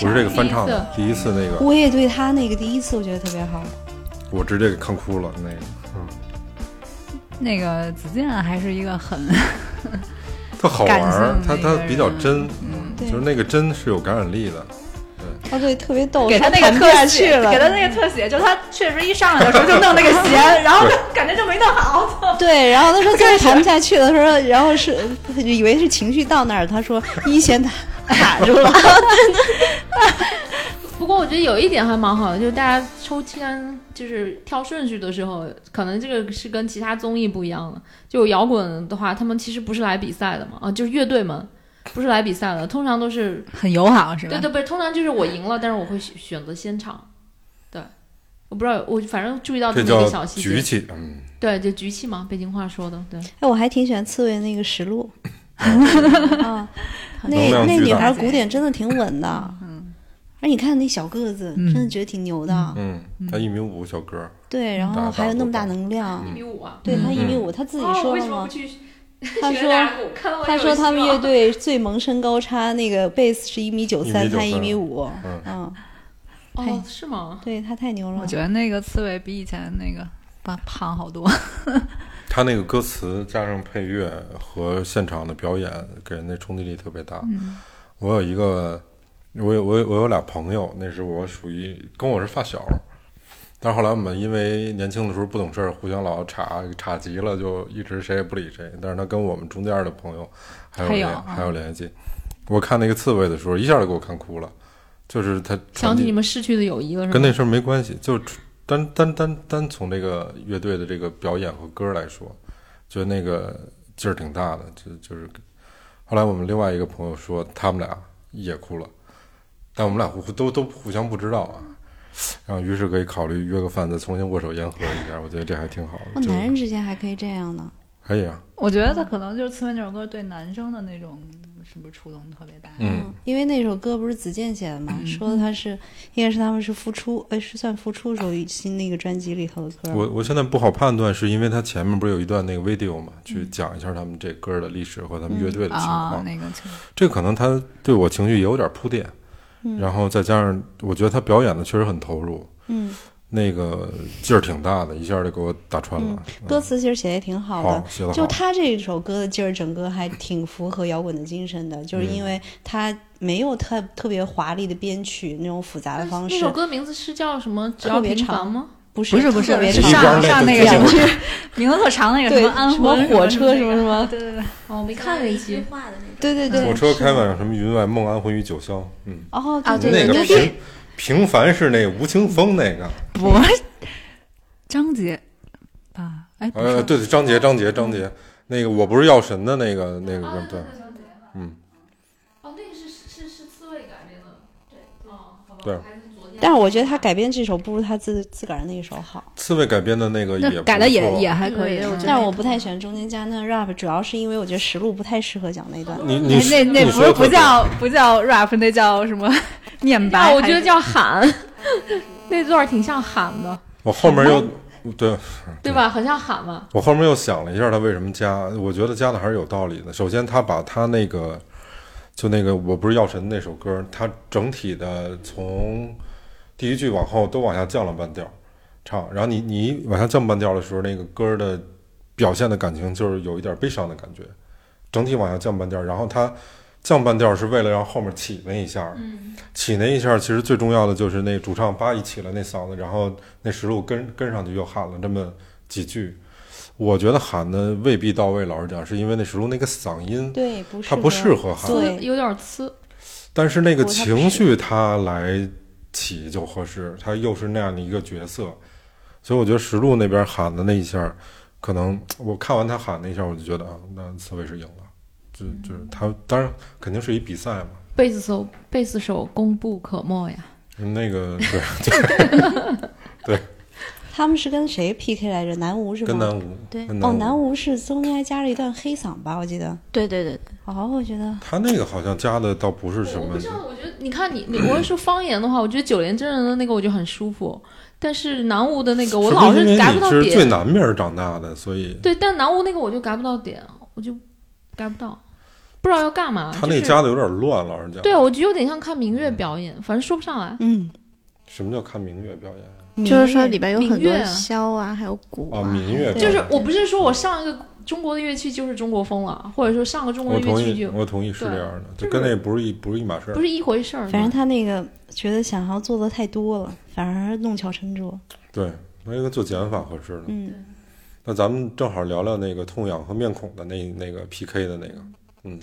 Speaker 1: 不是这个翻唱的，第一次那个，
Speaker 4: 我也对他那个第一次我觉得特别好，
Speaker 1: 我直接给看哭了那个，嗯。
Speaker 7: 那个子健还是一个很。
Speaker 1: 特好玩儿
Speaker 7: 感，性
Speaker 1: 它
Speaker 7: 的一
Speaker 1: 它
Speaker 7: 个人
Speaker 1: 比较真，
Speaker 4: 对
Speaker 1: 就是那个真是有感染力的。
Speaker 4: 他哦对特别逗，
Speaker 7: 给他那
Speaker 4: 上
Speaker 7: 个
Speaker 4: 谈
Speaker 7: 特
Speaker 4: 不下去
Speaker 7: 写，
Speaker 4: 了，
Speaker 7: 给他那个特写，就他确实一上来的时候就弄那 个鞋，然后就感觉就没弄好。
Speaker 4: 对，然后他说就是谈不下去了，他说，然后 是以为是情绪到那儿，他说一弦打卡住了，
Speaker 3: 不过我觉得有一点还蛮好的，就是大家抽签就是挑顺序的时候，可能这个是跟其他综艺不一样了。就摇滚的话，他们其实不是来比赛的嘛，啊，就是乐队们不是来比赛的，通常都是
Speaker 7: 很友好是吧？
Speaker 3: 对对对，通常就是我赢了，但是我会选选择先唱。对，我不知道，我反正注意到这
Speaker 1: 这
Speaker 3: 么哦一个
Speaker 1: 叫
Speaker 3: 小细
Speaker 1: 举
Speaker 3: 节。
Speaker 1: 起，嗯，
Speaker 3: 对，就局气嘛，北京话说的。对，
Speaker 4: 哎，我还挺喜欢刺猬那个实 录，
Speaker 7: 嗯
Speaker 4: 啊，
Speaker 1: 能
Speaker 4: 那
Speaker 1: 量
Speaker 4: 那
Speaker 1: 巨
Speaker 4: 女
Speaker 1: 大
Speaker 4: 孩鼓点真的挺稳的，嗯，而你看那小个子，真的觉得挺牛的，
Speaker 1: 嗯，他一米五小个儿，
Speaker 4: 对，然后
Speaker 1: 大
Speaker 4: 还有那么大
Speaker 1: 大嗯
Speaker 4: 能量，
Speaker 3: 一米五啊，
Speaker 4: 对他一米五，他自己
Speaker 3: 哦
Speaker 4: 说了吗？
Speaker 3: 去？
Speaker 4: 他学打说他说他们乐队最萌身高差，那个贝斯是一米九三，
Speaker 1: 1.93
Speaker 4: 他一米五，
Speaker 1: 嗯
Speaker 4: 嗯，哎
Speaker 3: 哦，是吗？
Speaker 4: 对他太牛了
Speaker 7: 我，觉得那个刺猬比以前那个胖胖好多。
Speaker 1: 他那个歌词加上配乐和现场的表演，给人的冲击力特别大。我有一个，我有我有我有俩朋友，那是我属于跟我是发小，但是后来我们因为年轻的时候不懂事儿，互相老吵吵急了，就一直谁也不理谁。但是他跟我们中间的朋友还有
Speaker 7: 还
Speaker 1: 联
Speaker 7: 有
Speaker 1: 还有,、
Speaker 7: 啊
Speaker 1: 联系。我看那个刺猬的时候，一下就给我看哭了，就是他
Speaker 3: 想起
Speaker 1: 传递
Speaker 3: 你们逝去的友谊
Speaker 4: 嗯
Speaker 3: 了，是吗？
Speaker 1: 跟那事儿没关系，就单单单单从这个乐队的这个表演和歌来说，觉得那个劲儿挺大的，就就是。后来我们另外一个朋友说，他们俩也哭了，但我们俩互都都互相不知道啊。然后于是可以考虑约个饭，再重新握手言和一下，我觉得这还挺好
Speaker 4: 哦，
Speaker 1: 的。就
Speaker 4: 男人之间还可以这样呢，
Speaker 1: 可以啊，
Speaker 7: 我觉得他可能就是《刺猬》这首歌对男生的那种是不是触动特别大？
Speaker 1: 嗯，
Speaker 4: 因为那首歌不是子健写的嘛，说他是应该是他们是复出，哎，是算复出时候新那个专辑里头的歌吗。
Speaker 1: 我我现在不好判断，是因为他前面不是有一段那个 video 嘛，去
Speaker 4: 嗯
Speaker 1: 讲一下他们这歌的历史和他们乐队的情
Speaker 7: 啊
Speaker 1: 况，。
Speaker 7: 那个就是
Speaker 1: 这可能他对我情绪也有点铺垫，
Speaker 7: 嗯
Speaker 1: 然后再加上我觉得他表演的确实很投入，
Speaker 4: 嗯，
Speaker 1: 那个劲儿挺大的，一下就给我打穿了。嗯
Speaker 4: 歌词其实写的挺好的
Speaker 1: 好，写得好
Speaker 4: 就他这首歌的劲儿，整个还挺符合摇滚的精 神的，就是因为他没有特特别华丽的编曲那种复杂的方
Speaker 3: 那
Speaker 4: 式
Speaker 7: 嗯
Speaker 3: 首，歌名字是叫什么？只要平凡吗？
Speaker 4: 不是
Speaker 7: 不是不
Speaker 4: 特别
Speaker 7: 是是
Speaker 1: 一张
Speaker 7: 上
Speaker 1: 类
Speaker 7: 上
Speaker 1: 似
Speaker 7: 那个什
Speaker 1: 两
Speaker 7: 么名字特长那个什
Speaker 4: 对
Speaker 7: 么安
Speaker 4: 什么
Speaker 7: 魂
Speaker 4: 火车什
Speaker 7: 什
Speaker 4: 么什么
Speaker 7: 么那个对对对，
Speaker 3: 哦，我没看那
Speaker 5: 一
Speaker 3: 一
Speaker 5: 句
Speaker 3: 集。
Speaker 5: 话的那种。
Speaker 4: 对对对，
Speaker 1: 火车开往什么云外，梦安魂于九霄。嗯，
Speaker 4: 哦
Speaker 7: 啊
Speaker 4: 对
Speaker 7: 对
Speaker 1: 那
Speaker 4: 对
Speaker 1: 个
Speaker 4: 对
Speaker 1: 平平凡是那无情风那 个，
Speaker 7: 不是张杰吧？哎，不
Speaker 1: 呃，
Speaker 7: 是，
Speaker 1: 对对，张杰，张杰，张杰，那个我不是药神的那个那个对，嗯，
Speaker 3: 哦，那个是是是刺猬改编的。对。哦，好吧
Speaker 1: 对
Speaker 3: 还是昨天
Speaker 4: 但是我觉得他改编这首不如他自自个儿那一首好，
Speaker 1: 刺猬改编的那个也
Speaker 7: 那
Speaker 1: 不
Speaker 7: 改的也
Speaker 1: 错
Speaker 7: 也还可以，
Speaker 3: 对
Speaker 7: 我觉得
Speaker 4: 但是我不太喜欢中间加那 rap，主要是因为我觉得实录不太适合讲那
Speaker 7: 嗯
Speaker 4: 段。
Speaker 1: 你你
Speaker 7: 那哎那
Speaker 1: 你
Speaker 7: 那不
Speaker 1: 说
Speaker 7: 是
Speaker 1: 得
Speaker 7: 不
Speaker 1: 特别
Speaker 7: 叫不叫 rap，那叫什么念白？
Speaker 3: 那啊我觉
Speaker 7: 还
Speaker 3: 得
Speaker 7: 是
Speaker 3: 叫喊， 那段儿挺像喊的，
Speaker 1: 我后面又对。
Speaker 3: 对吧？很像喊嘛。
Speaker 1: 我后面又想了一下，他为什么加？我觉得加的还是有道理的。首先，他把他那个，就那个我不是药神那首歌，他整体的从第一句往后都往下降了半调，唱。然后你你往下降半调的时候，那个歌的表现的感情就是有一点悲伤的感觉，整体往下降半调。然后他降半调是为了让后面起那一下，
Speaker 3: 嗯
Speaker 1: 起那一下其实最重要的就是那主唱叭一起了那嗓子，然后那石路跟跟上去又喊了这么几句。我觉得喊的未必到位，老实讲，是因为那时候那个嗓音，
Speaker 4: 对，不适
Speaker 1: 它不适合喊，
Speaker 4: 对
Speaker 3: 有点呲。
Speaker 1: 但是那个
Speaker 4: 不它不
Speaker 1: 情绪它来起就合适，它又是那样的一个角色，所以我觉得石路那边喊的那一下，可能我看完他喊那一下，我就觉得啊，那刺猬是赢了，就就是他，当然肯定是一比赛嘛，
Speaker 3: 贝斯手，贝斯手功不可没呀。
Speaker 1: 那个对，
Speaker 4: 他们是跟谁 PK 来着？南无是吗？
Speaker 1: 跟南无，
Speaker 6: 对
Speaker 1: 跟
Speaker 4: 哦，
Speaker 1: 南
Speaker 4: 南无是中间还加了一段黑嗓吧，我记得。
Speaker 6: 对对对对，
Speaker 4: 哦，我觉得
Speaker 1: 他那个好像加的倒不是什
Speaker 3: 我
Speaker 1: 么
Speaker 3: 不，知道，我觉得你看你，你我要说方言的话，我觉得九连真人的那个我就很舒服，但是南无的那个我
Speaker 1: 不
Speaker 3: 老
Speaker 1: 因为
Speaker 3: 改不
Speaker 1: 你
Speaker 3: 到
Speaker 1: 是最
Speaker 3: 点。
Speaker 1: 南边长大的，所以
Speaker 3: 对，但南无那个我就改不到点，我就改不到，不知道要干嘛。
Speaker 1: 他
Speaker 3: 就
Speaker 1: 那
Speaker 3: 是
Speaker 1: 加的有点乱，老实讲。
Speaker 3: 对，我觉得有点像看明月表演，反正说不上来。
Speaker 4: 嗯，
Speaker 1: 什么叫看明月表演啊？
Speaker 6: 就是说里边有
Speaker 3: 民
Speaker 6: 很多
Speaker 3: 乐啊
Speaker 6: 箫啊，还有鼓
Speaker 1: 啊，民乐
Speaker 4: 对
Speaker 3: 就是我不是说我上一个中国的乐器就是中国风了，或者说上个中国
Speaker 1: 我
Speaker 3: 的乐
Speaker 1: 同
Speaker 3: 器
Speaker 1: 意，
Speaker 3: 就
Speaker 1: 我同意是
Speaker 3: 对
Speaker 1: 这样的，就跟那不是一不是一码事儿
Speaker 3: 不。是一回事儿。
Speaker 4: 反正他那个觉得想要做的太多了，反而弄巧成拙。
Speaker 1: 对，那应该做减法合适的。
Speaker 4: 嗯，
Speaker 1: 那咱们正好聊聊那个痛痒和面孔的那那个 PK 的那个，嗯，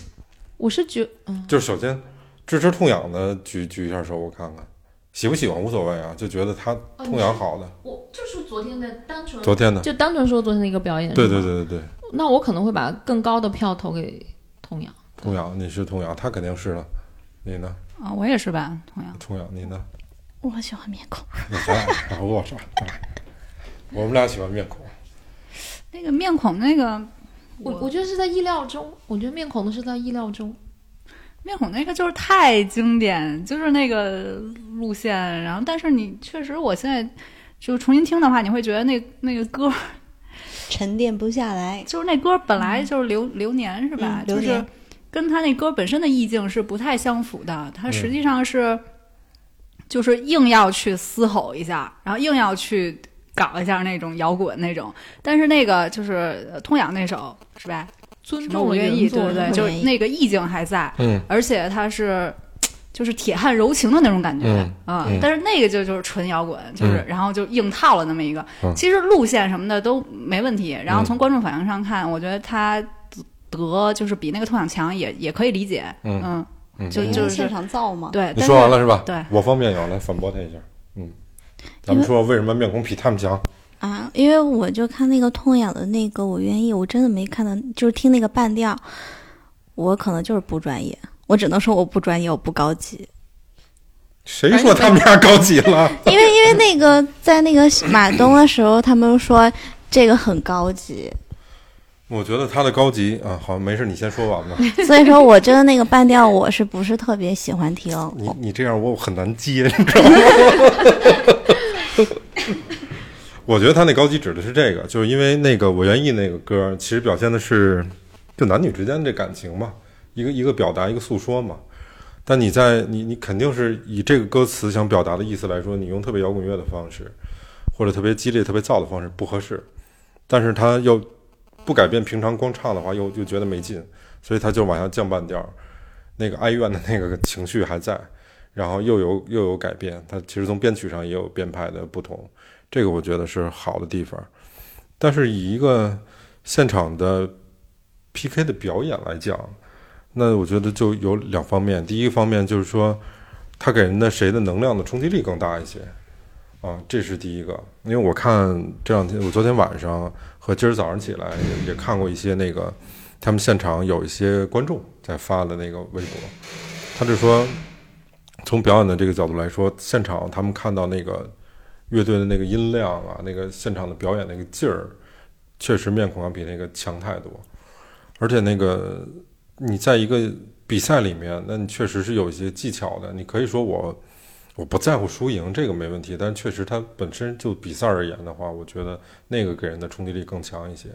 Speaker 3: 我是觉
Speaker 1: 就是首先支持痛痒的举举一下手，我看看喜不喜欢无所谓啊，就觉得他
Speaker 3: 哦
Speaker 1: 痛痒好的。
Speaker 3: 我就是昨天的单纯
Speaker 1: 昨天的，
Speaker 3: 就单纯说昨天的一个嗯表演。
Speaker 1: 对
Speaker 3: 是
Speaker 1: 对
Speaker 3: 吗，
Speaker 1: 对对对，
Speaker 3: 那我可能会把更高的票投给童谣。
Speaker 1: 痛痒你是痛痒，他肯定是了。你呢？
Speaker 7: 啊，我也是吧，同样。
Speaker 1: 痛痒，你呢？
Speaker 6: 我喜欢面孔，
Speaker 1: 你咱俩，嗯我操，我们俩喜欢面孔。
Speaker 7: 那个面孔，那个
Speaker 3: 我我觉得是在意料中，我觉得面孔的是在意料中。
Speaker 7: 面孔那个就是太经典，就是那个路线。然后，但是你确实，我现在就重新听的话，你会觉得那那个歌，
Speaker 4: 沉淀不下来。
Speaker 7: 就是那歌本来就是流、流年是吧？
Speaker 4: 嗯
Speaker 7: 就
Speaker 4: 流
Speaker 7: 是
Speaker 4: 年
Speaker 7: 跟他那歌本身的意境是不太相符的。他实际上是、就是硬要去嘶吼一下，然后硬要去搞一下那种摇滚那种。但是那个就是呃通阳那首是吧？
Speaker 3: 尊
Speaker 7: 什么我
Speaker 3: 重
Speaker 7: 愿
Speaker 3: 原
Speaker 7: 意，
Speaker 3: 作
Speaker 7: 对对
Speaker 3: 人
Speaker 7: 对，
Speaker 4: 我
Speaker 7: 就
Speaker 4: 愿
Speaker 7: 是
Speaker 4: 意
Speaker 7: 那个意境还在。
Speaker 1: 嗯
Speaker 7: 而且他是就是铁汉柔情的那种感觉
Speaker 1: 嗯
Speaker 7: 啊、
Speaker 1: 嗯
Speaker 7: 但是那个就就是纯摇滚，就是、
Speaker 1: 嗯
Speaker 7: 然后就硬套了那么一个、
Speaker 1: 嗯
Speaker 7: 其实路线什么的都没问题。然后
Speaker 1: 嗯
Speaker 7: 从观众反应上看，我觉得他得就是比那个痛想强也也可以理解，
Speaker 1: 嗯
Speaker 7: 嗯，
Speaker 1: 嗯，
Speaker 7: 就
Speaker 4: 因
Speaker 7: 就
Speaker 4: 为
Speaker 7: 是
Speaker 4: 现场造嘛，
Speaker 7: 对。
Speaker 1: 你
Speaker 7: 但
Speaker 1: 说完
Speaker 7: 是
Speaker 1: 了是吧？
Speaker 7: 对
Speaker 1: 我方面有来反驳他一下。嗯，咱们说为什么面孔比他们强？
Speaker 6: 啊，因为我就看那个痛痒的那个，我愿意，我真的没看到，就是听那个半调，我可能就是不专业，我只能说我不专业，我不高 级，
Speaker 1: 谁说他们俩高级了？
Speaker 6: 因为因为那个在那个马东的时候，他们说这个很高级，
Speaker 1: 我觉得他的高级啊，好，没事，你先说完吧。
Speaker 6: 所以说我真的那个半调我是不是特别喜欢听，
Speaker 1: 你
Speaker 6: 我
Speaker 1: 你这样我很难接，哦 你知道吗？我觉得他那高级指的是这个，就是因为那个我愿意那个歌，其实表现的是就男女之间这感情嘛，一个一个表达，一个诉说嘛。但你在你你肯定是以这个歌词想表达的意思来说，你用特别摇滚乐的方式，或者特别激烈、特别燥的方式不合适。但是他又不改变平常光唱的话，又又觉得没劲，所以他就往下降半调儿，那个哀怨的那个情绪还在，然后又有又有改变。它其实从编曲上也有编排的不同，这个我觉得是好的地方。但是以一个现场的 PK 的表演来讲，那我觉得就有两方面。第一个方面就是说，它给人的谁的能量的冲击力更大一些啊，这是第一个。因为我看这两天，我昨天晚上和今儿早上起来也也看过一些那个他们现场有一些观众在发的那个微博，他就说从表演的这个角度来说，现场他们看到那个乐队的那个音量啊，那个现场的表演那个劲儿，确实面孔要比那个强太多。而且那个你在一个比赛里面，那你确实是有一些技巧的。你可以说我我不在乎输赢，这个没问题，但确实它本身就比赛而言的话，我觉得那个给人的冲击力更强一些。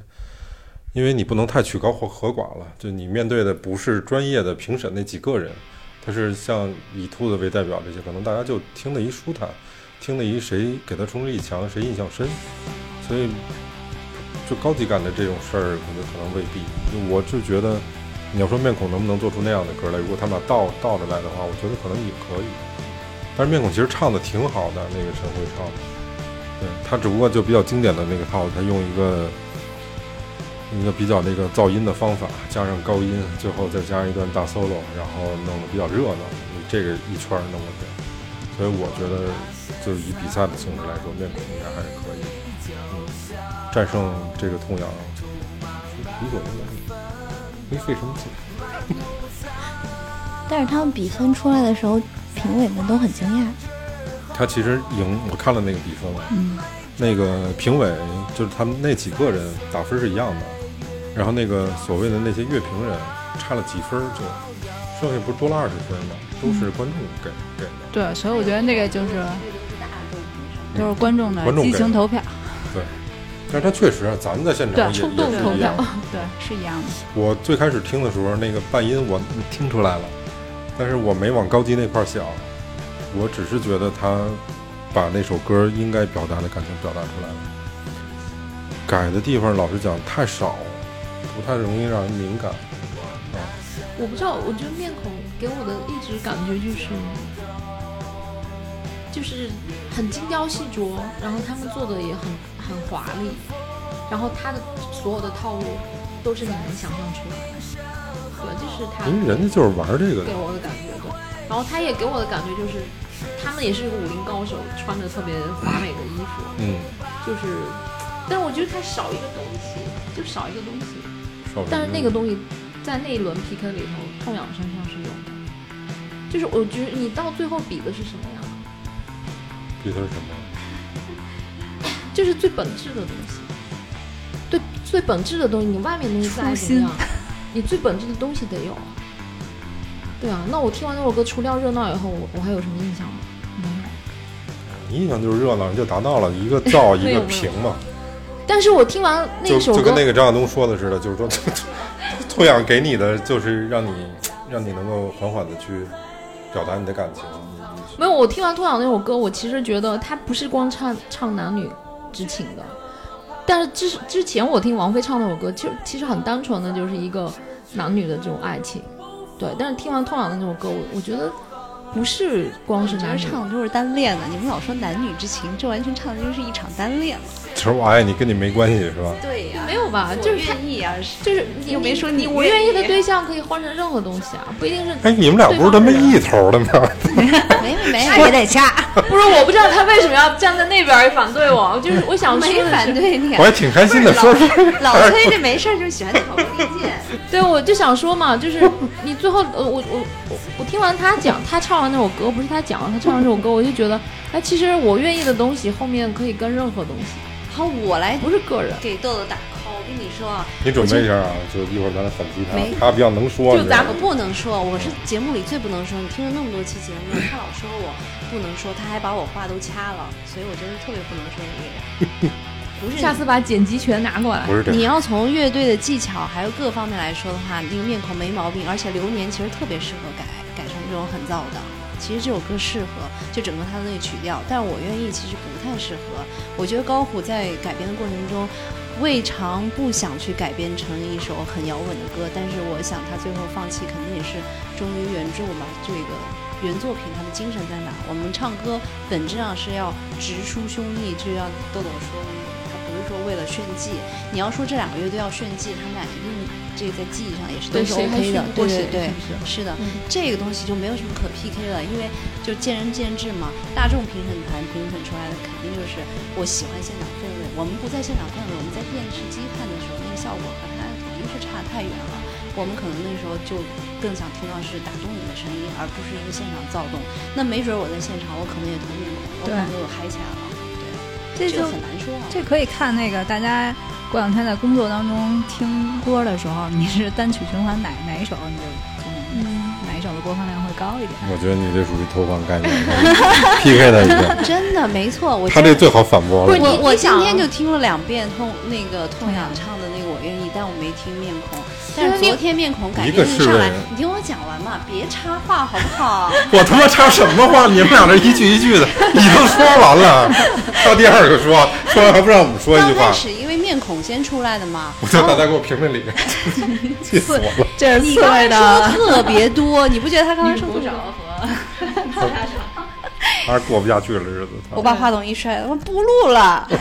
Speaker 1: 因为你不能太曲高和和寡了，就你面对的不是专业的评审那几个人，他是像以兔子为代表这些，可能大家就听得一舒坦，听得一谁给他冲击力强，谁印象深，所以就高级感的这种事儿，可能可能未必。就我就觉得，你要说面孔能不能做出那样的歌来，如果他们俩倒倒着来的话，我觉得可能也可以。但是面孔其实唱的挺好的，那个陈慧唱的，对他只不过就比较经典的那个套，他用一个。一个比较那个噪音的方法，加上高音，最后再加上一段大 solo，然后弄得比较热闹，你这个一圈儿弄过去。所以我觉得，就以比赛的形式来说，面孔应该还是可以，嗯，战胜这个痛痒，理所应当，没费什么劲。
Speaker 6: 但是他们比分出来的时候，评委们都很惊讶，
Speaker 1: 他其实赢，我看了那个比分了，那个评委就是他们那几个人打分是一样的，然后那个所谓的那些乐评人差了几分儿就，剩下不是多了二十分吗？都是观众给给的，
Speaker 7: 对，所以我觉得那个就是就是观众的
Speaker 1: 观众给
Speaker 7: 激情投票，
Speaker 1: 但是他确实啊，咱们在现
Speaker 7: 对
Speaker 1: 场也
Speaker 7: 冲
Speaker 1: 也
Speaker 7: 动
Speaker 1: 是
Speaker 7: 投
Speaker 1: 一样
Speaker 7: 票。对，是一样的。
Speaker 1: 我最开始听的时候，那个半音我听出来了，但是我没往高级那块儿想，我只是觉得他把那首歌应该表达的感情表达出来了。改的地方，老实讲太少，不太容易让人敏感。
Speaker 3: 我不知道，我觉得面孔给我的一直感觉就是，就是很精雕细琢，然后他们做的也很很华丽，然后他的所有的套路都是你能想象出来的，对，就是他
Speaker 1: 因为人家就是玩这个的
Speaker 3: 给，我的感觉对，然后他也给我的感觉就是，他们也是武林高手，穿着特别华美的衣服，
Speaker 1: 嗯，
Speaker 3: 就是，但是我觉得他少一个东西，就少一个东西。
Speaker 1: 少数
Speaker 3: 但是那个东西在那一轮 PK 里头，痛痒身上是有的。就是我觉得你到最后比的是什么呀？
Speaker 1: 比的是什么？
Speaker 3: 就是最本质的东西。对，最本质的东西，你外面东西再怎么样，你最本质的东西得有啊。对啊，那我听完那首歌，除掉热闹以后，我我还有什么印象吗？没有。
Speaker 1: 你印象就是热闹，你就达到了一个燥一
Speaker 3: 没有
Speaker 1: 个
Speaker 3: 没有
Speaker 1: 平嘛，
Speaker 3: 但是我听完那
Speaker 1: 就
Speaker 3: 首
Speaker 1: 就
Speaker 3: 歌
Speaker 1: 跟，那个张亚东说的似的，就是说， 就就痛痒给你的就是让你让你能够缓缓的去表达你的感情。
Speaker 3: 没有，我听完《痛痒》那首歌，我其实觉得他不是光唱唱男女之情的，但是之之前我听王菲唱那首歌，就其实很单纯的就是一个男女的这种爱情，对。但是听完《痛痒》的那首歌，我我觉得不是光是
Speaker 4: 我觉得
Speaker 3: 男女，
Speaker 4: 唱的就是单恋的，你们老说男女之情，这完全唱的就是一场单恋了。
Speaker 1: 其实我爱你跟你没关系是吧？
Speaker 4: 对呀、
Speaker 3: 没有吧？就是他
Speaker 4: 愿意而是
Speaker 3: 就是你
Speaker 4: 又没说你
Speaker 3: 你我
Speaker 4: 愿
Speaker 3: 愿
Speaker 4: 意
Speaker 3: 意的对象可以换成任何东西啊，不一定是。
Speaker 1: 哎，你们俩不是他妈一头 的吗？
Speaker 4: 没没也得掐，
Speaker 3: 不是，我不知道他为什么要站在那边儿反对我，就是我想说
Speaker 4: 没
Speaker 3: 的
Speaker 4: 反
Speaker 3: 是，
Speaker 4: 对你啊
Speaker 1: 我。还挺开心的，说说。
Speaker 4: 老崔这没事儿就喜欢挑拨离间，
Speaker 3: 对，我就想说嘛，就是 你最后，呃，我我我我听完他讲，他唱完那首歌，不是他讲，他唱完这首歌，我就觉得，哎，其实我愿意的东西后面可以跟任何东西，
Speaker 4: 好，我来
Speaker 3: 不是个人，
Speaker 4: 给豆豆打 call。我跟你说啊，
Speaker 1: 你准备一下 啊，就一会儿咱俩反击
Speaker 4: 没
Speaker 1: 他，他比较能说。
Speaker 3: 就
Speaker 1: 你知道
Speaker 3: 咱
Speaker 1: 吗
Speaker 4: 我呃不能说，我是节目里最不能说。你听了那么多期节目，他老说我不能说，他还把我话都掐了，所以我真的特别不能说的一个人。不是你
Speaker 3: 下次把剪辑权拿过来
Speaker 1: 不。是这
Speaker 4: 你
Speaker 1: 样，
Speaker 4: 要从乐队的技巧还有各方面来说的话，那个面孔没毛病，而且流年其实特别适合改改成这种很燥的。其实这首歌适合，就整个它的那个曲调，但我愿意其实不太适合。我觉得高虎在改编的过程中，未尝不想去改编成一首很摇滚的歌，但是我想他最后放弃肯定也是忠于原著嘛，这个原作品它的精神在哪？我们唱歌本质上是要直抒胸臆，就像豆豆说的，它不是说为了炫技。你要说这两个乐队要炫技，他们俩一定这个在技艺上也是都
Speaker 3: 对
Speaker 4: 是
Speaker 3: 谁还
Speaker 4: OK 的
Speaker 3: 炫，过
Speaker 4: 对
Speaker 3: 谁
Speaker 4: 对对，
Speaker 3: 是不
Speaker 4: 是的
Speaker 3: 嗯，
Speaker 4: 这个东西就没有什么可 PK 了，因为就见仁见智嘛。大众评审团评审出来的肯定就是我喜欢现场氛围，我们不在现场氛围，我们在电视机看的时候，那个效果和它肯定是差太远了。我们可能那时候就更想听到是打动你的声音，而不是一个现场躁动。那没准我在现场，我可能也同面孔，我可
Speaker 8: 对
Speaker 4: 能又嗨起来了。
Speaker 8: 这
Speaker 4: 这个
Speaker 8: 就
Speaker 4: 很难说啊。
Speaker 8: 这可以看那个大家过两天在工作当中听歌的时候，你是单曲循环哪哪一首，你就可能哪一首的播放量会高一点。
Speaker 1: 我觉得你这属于偷换 概念，PK 他一个，
Speaker 4: 真的没错，我
Speaker 1: 他这最好反驳
Speaker 3: 不
Speaker 1: 了
Speaker 3: 是。你
Speaker 4: 我我今
Speaker 3: 想
Speaker 4: 天就听了两遍痛那个痛痒唱的那个我愿意，但我没听面孔。但是昨天面孔改
Speaker 1: 一个
Speaker 4: 编一
Speaker 1: 是
Speaker 4: 上来
Speaker 1: 人，
Speaker 4: 你听我讲完嘛，别插话好不 好？
Speaker 1: 我他妈插什么话？你们俩这一句一句的，已经说完了，到第二个说，说完还不让我们说一句
Speaker 4: 刚
Speaker 1: 话
Speaker 4: 开，始因哦为面孔先出来的嘛，
Speaker 1: 我叫大家给我评评理，气死我了！
Speaker 8: 这是
Speaker 4: 你
Speaker 8: 刺
Speaker 4: 刚
Speaker 8: 猬
Speaker 4: 才说
Speaker 8: 的
Speaker 4: 的，特别多，你不觉得他刚才说的少？
Speaker 1: 还是过不下去了日子。
Speaker 4: 我把话筒一摔，我不录了。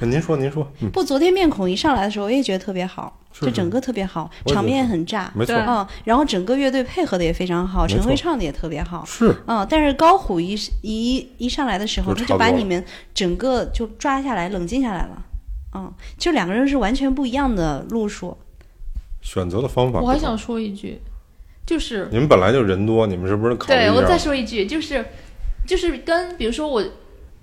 Speaker 1: 您说，您说，嗯，
Speaker 4: 不，昨天面孔一上来的时候，我也觉得特别好，
Speaker 1: 是
Speaker 4: 就是整个特别好，
Speaker 1: 我也觉得
Speaker 4: 场面很炸，
Speaker 1: 没错对
Speaker 4: 嗯，然后整个乐队配合的也非常好，
Speaker 1: 没错
Speaker 4: 陈辉唱的也特别好，
Speaker 1: 是
Speaker 4: 嗯，但是高虎一一一上来的时候，
Speaker 1: 就
Speaker 4: 他
Speaker 1: 差
Speaker 4: 就把
Speaker 1: 不多
Speaker 4: 你们整个就抓下来，冷静下来了，嗯，就两个人是完全不一样的路数，
Speaker 1: 选择的方法不同。
Speaker 3: 我还想说一句，就是
Speaker 1: 你们本来就人多，你们是不是考虑
Speaker 3: 对我
Speaker 1: 一
Speaker 3: 再
Speaker 1: 下？
Speaker 3: 说一句，就是就是跟比如说我，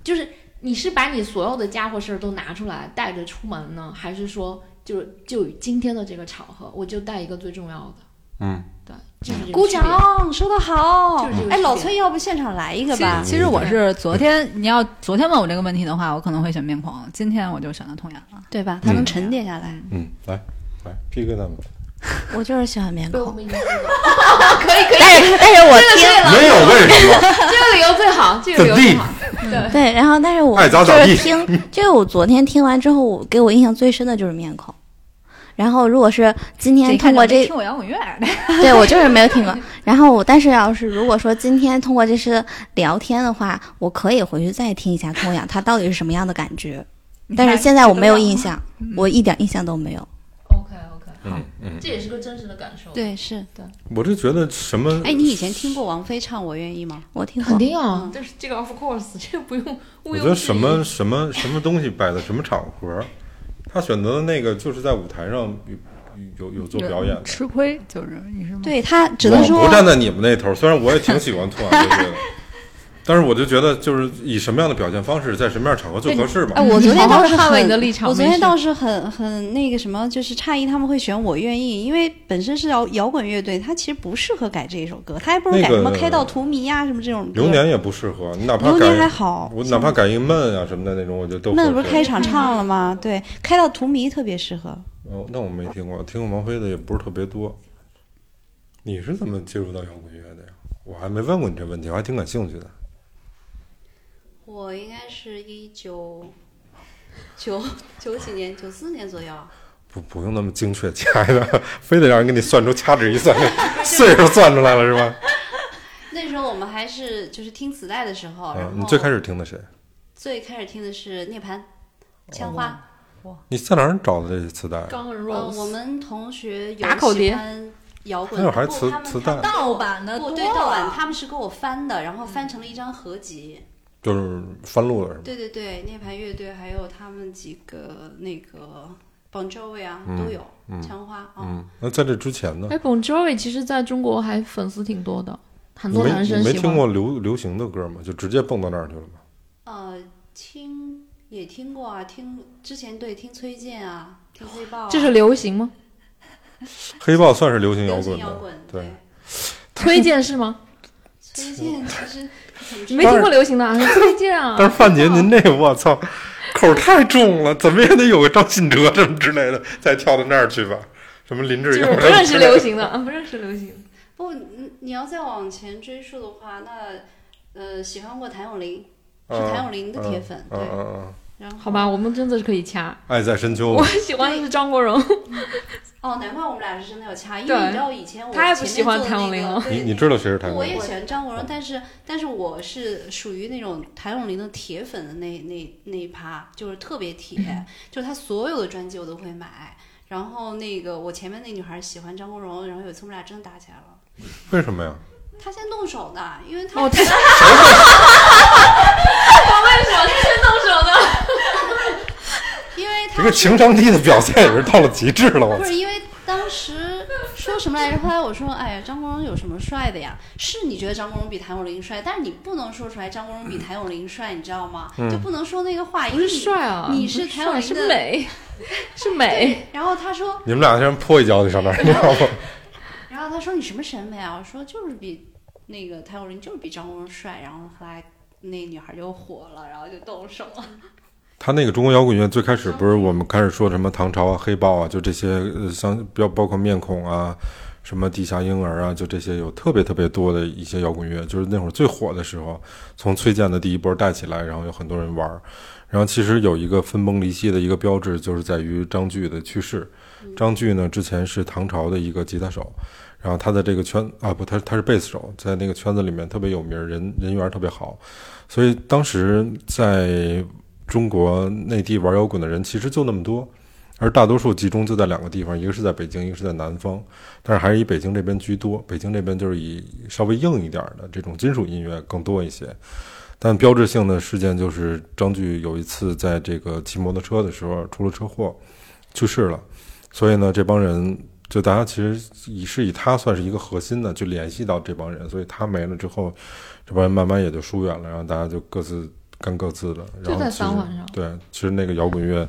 Speaker 3: 就是你是把你所有的家伙事儿都拿出来带着出门呢，还是说就是就今天的这个场合，我就带一个最重要的？
Speaker 1: 嗯，
Speaker 3: 对，就是这个
Speaker 4: 鼓
Speaker 3: 区别
Speaker 4: 掌，说的好
Speaker 3: 就是这个，
Speaker 4: 哎，
Speaker 3: 区别
Speaker 4: 老崔，要不现场来一个
Speaker 7: 其实
Speaker 4: 吧？
Speaker 7: 其实我是昨天，你要昨天问我这个问题的话，我可能会选面孔。今天我就选的痛痒了。
Speaker 4: 对吧？他能
Speaker 1: 嗯
Speaker 4: 沉淀下来，
Speaker 1: 嗯，来来 PK 他们，
Speaker 6: 我就是喜欢面
Speaker 3: 被我
Speaker 6: 孔，
Speaker 3: 们已经知道了
Speaker 6: 但是但是我听
Speaker 1: 没有为什么，
Speaker 3: 这个理由最好，这个理由最好。
Speaker 6: 对，然后但是我
Speaker 1: 爱咋
Speaker 6: 就
Speaker 1: 咋地
Speaker 6: 是听这个，我昨天听完之后，我给我印象最深的就是面孔。然后如果是今天通过这
Speaker 8: 听我摇滚乐，
Speaker 6: 对我就是没有听过。然后我，但是要是如果说今天通过这次聊天的话，我可以回去再听一下痛痒，它到底是什么样的感觉。但是现在我没有印象，我一点印象都没有。
Speaker 3: OK OK，
Speaker 1: 嗯嗯，
Speaker 3: 这也是个真实的感受。，
Speaker 4: 对，是。
Speaker 1: 我就觉得什么
Speaker 4: 哎，你以前听过王菲唱《我愿意》吗？
Speaker 6: 我听
Speaker 3: 肯
Speaker 6: 过，
Speaker 3: 定啊，这是这个 of course，这个 不用毋
Speaker 1: 我
Speaker 3: 庸
Speaker 1: 觉得
Speaker 3: 置疑
Speaker 1: 什么什么什么东西摆在什么场合，他选择的那个就是在舞台上有有有做表演的。
Speaker 8: 吃亏就是你是吗？
Speaker 4: 对她只能
Speaker 1: 我
Speaker 4: 说
Speaker 1: 不站在你们那头，虽然我也挺喜 欢突然乐队的，但是我就觉得就是以什么样的表现方式，在什么样的场合最合适嘛
Speaker 4: 哎，。我昨天
Speaker 3: 好
Speaker 4: 倒
Speaker 3: 好
Speaker 4: 是
Speaker 3: 地捍卫
Speaker 4: 很，
Speaker 3: 你的立场
Speaker 4: 我昨
Speaker 3: 没
Speaker 4: 天
Speaker 3: 事
Speaker 4: 倒是很很那个什么，就是诧异他们会选《我愿意》，因为本身是摇摇滚乐队，它其实不适合改这一首歌，它还不如
Speaker 1: 那
Speaker 4: 改
Speaker 1: 个
Speaker 4: 什么《开到荼蘼》啊呀什么这种歌。
Speaker 1: 流年也不适合，你哪怕
Speaker 4: 流
Speaker 1: 改
Speaker 4: 年还好，
Speaker 1: 我哪怕改一个闷啊什么的那种，我觉得都合
Speaker 4: 那
Speaker 1: 适
Speaker 4: 不是开场唱了吗？对，开到荼蘼特别适合。
Speaker 1: 哦，那我没听过，听过王菲的也不是特别多。你是怎么接触到摇滚乐的呀？我还没问过你这问题，我还挺感兴趣的。
Speaker 4: 我应该是一九九九几年，九四年左右。
Speaker 1: 不，不用那么精确，亲爱的， 非得让人给你算出掐指一算， 岁数算出来了是吧？
Speaker 4: 那时候我们还是就是听磁带的时
Speaker 3: 哦
Speaker 4: 候，
Speaker 1: 啊，你最开始听的谁？
Speaker 4: 最开始听的是涅槃、枪花。
Speaker 1: 你在哪儿找的这些磁带啊？
Speaker 3: 刚 r
Speaker 4: 呃，
Speaker 3: o s
Speaker 4: 我们同学有
Speaker 3: 哦打口
Speaker 4: 喜
Speaker 3: 碟
Speaker 4: 欢摇滚，
Speaker 1: 还有还是
Speaker 4: 不
Speaker 1: 磁
Speaker 4: 他们
Speaker 1: 磁带
Speaker 8: 盗版的
Speaker 4: 不
Speaker 8: 多
Speaker 4: 对盗
Speaker 3: 哦
Speaker 4: 版，他们是给我翻的，
Speaker 3: 嗯
Speaker 4: 然后翻成了一张合集。
Speaker 1: 就是翻录了是吧？
Speaker 4: 对对对，涅槃乐队还有他们几个那个 Bon Jovi 啊
Speaker 1: 嗯
Speaker 4: 都有，
Speaker 1: 嗯
Speaker 4: 枪花啊。
Speaker 3: 哦
Speaker 1: 嗯，那在这之前呢？
Speaker 3: 哎，Bon Jovi 其实在中国还粉丝挺多的，很
Speaker 1: 你
Speaker 3: 多
Speaker 1: 没
Speaker 3: 男生
Speaker 1: 你没
Speaker 3: 喜欢
Speaker 1: 听。过流流行的歌吗？就直接蹦到那儿去了吗？
Speaker 4: 呃，听也听过啊，听之前对听崔健啊，听黑豹啊、
Speaker 3: 这是流行 吗？
Speaker 1: 黑豹算是流行摇
Speaker 4: 流
Speaker 1: 滚
Speaker 4: 行
Speaker 1: 的，
Speaker 4: 摇滚。
Speaker 1: 对，
Speaker 3: 推荐是吗？
Speaker 4: 崔健其实怎么
Speaker 3: 你
Speaker 4: 说
Speaker 3: 没听过流行的啊？推荐 啊！
Speaker 1: 但是范姐，您这我操，口儿太重了，怎么也得有个张信哲什么之类的，再跳到那儿去吧。什么林
Speaker 3: 就
Speaker 1: 志颖
Speaker 3: 是
Speaker 1: 什么
Speaker 3: 不
Speaker 1: 之类的，
Speaker 3: 认识流行的，啊，不认识流行。
Speaker 4: 不，你你要再往前追溯的话，那呃喜欢过谭咏麟，是
Speaker 1: 啊
Speaker 4: 谭咏麟的铁粉，
Speaker 1: 嗯
Speaker 4: 对。
Speaker 1: 嗯嗯，
Speaker 4: 然后
Speaker 3: 好吧，，我们真的是可以掐。
Speaker 1: 爱在深秋
Speaker 3: 我。喜欢的是张 国荣，
Speaker 4: 哦，难怪我们俩是真的有差，因为
Speaker 3: 对
Speaker 4: 你知道以前我
Speaker 3: 他也不
Speaker 4: 前面
Speaker 3: 喜欢
Speaker 4: 做的
Speaker 3: 谭
Speaker 4: 那
Speaker 3: 咏麟哦
Speaker 4: 个
Speaker 3: 了
Speaker 1: 你
Speaker 4: 对
Speaker 1: 你知道谁是谭咏
Speaker 4: 我
Speaker 1: 麟
Speaker 4: 也
Speaker 1: 吗？
Speaker 4: 喜欢张国
Speaker 1: 嗯
Speaker 4: 荣，但是但是我是属于那种谭咏麟的铁粉的那那那一趴，就是特别 铁，就是他所有的专辑我都会买。然后那个我前面那女孩喜欢张国荣，然后有一次我们俩真的打起来了，
Speaker 1: 为什么呀？
Speaker 4: 他先动手的，因为他
Speaker 3: 哦，他
Speaker 4: 因为他
Speaker 1: 这个情商低的表现也是到了极致
Speaker 3: 哦
Speaker 1: 了，我
Speaker 4: 不
Speaker 1: 操！
Speaker 4: 是因为当时说什么来着？后来我说，哎呀，张国荣有什么帅的呀？是你觉得张国荣比谭咏麟帅，但是你不能说出来张国荣比谭咏麟帅，你知道吗？就不能说那个话，因
Speaker 3: 嗯不
Speaker 4: 为
Speaker 3: 是
Speaker 4: 你
Speaker 3: 帅啊，
Speaker 4: 你
Speaker 3: 不
Speaker 4: 是
Speaker 3: 是
Speaker 4: 谭咏
Speaker 3: 帅
Speaker 4: 麟
Speaker 3: 是
Speaker 4: 的
Speaker 3: 美，是美。
Speaker 4: 然后他说，
Speaker 1: 你们俩先泼一脚得上那儿，你知道吗？
Speaker 4: 然后他说你什么审美啊？我说就是比那个谭咏麟就是比张国荣帅。然后后来那女孩就火了，然后就动手了。
Speaker 1: 他那个中国摇滚乐最开始不是我们开始说什么唐朝啊、黑豹啊，就这些呃，像包包括面孔啊、什么地下婴儿啊，就这些有特别特别多的一些摇滚乐，就是那会儿最火的时候，从崔健的第一波带起来，然后有很多人玩儿。然后其实有一个分崩离析的一个标志，就是在于张炬的去世。张炬呢，之前是唐朝的一个吉他手，然后他在这个圈啊不，他他是贝斯手，在那个圈子里面特别有名儿，人人缘儿特别好，所以当时在中国内地玩摇滚的人其实就那么多，而大多数集中就在两个地方，一个是在北京，一个是在南方，但是还是以北京这边居多。北京这边就是以稍微硬一点的这种金属音乐更多一些。但标志性的事件就是张炬有一次在这个骑摩托车的时候出了车祸，去世了。所以呢，这帮人就大家其实以是以他算是一个核心的，就联系到这帮人。所以他没了之后，这帮人慢慢也就疏远了，然后大家就各自干各自的。然
Speaker 3: 就
Speaker 1: 后
Speaker 3: 在
Speaker 1: 其
Speaker 3: 三
Speaker 1: 实
Speaker 3: 环上
Speaker 1: 对，其实那个摇滚乐。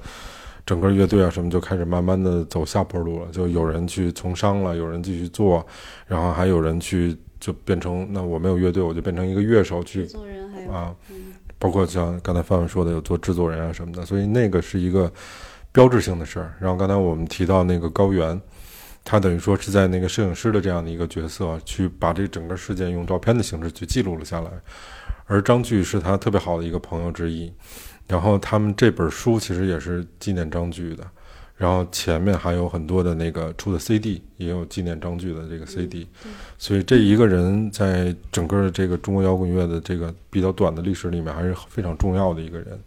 Speaker 1: 整个乐队啊什么就开始慢慢的走下坡路了，就有人去从商了，有人继续做，然后还有人去就变成那我没有乐队，我就变成一个乐手去
Speaker 4: 制作人还有
Speaker 1: 啊
Speaker 4: 嗯，
Speaker 1: 包括像刚才范范说的，有做制作人啊什么的，所以那个是一个标志性的事儿。然后刚才我们提到那个高原，他等于说是在那个摄影师的这样的一个角色，去把这整个事件用照片的形式去记录了下来。而张炬是他特别好的一个朋友之一，然后他们这本书其实也是纪念张炬的。然后前面还有很多的那个出的 CD，也有纪念张炬的这个 CD，、所以这一个人在整个的这个中国摇滚乐的这个比较短的历史里面，还是非常重要的一个人。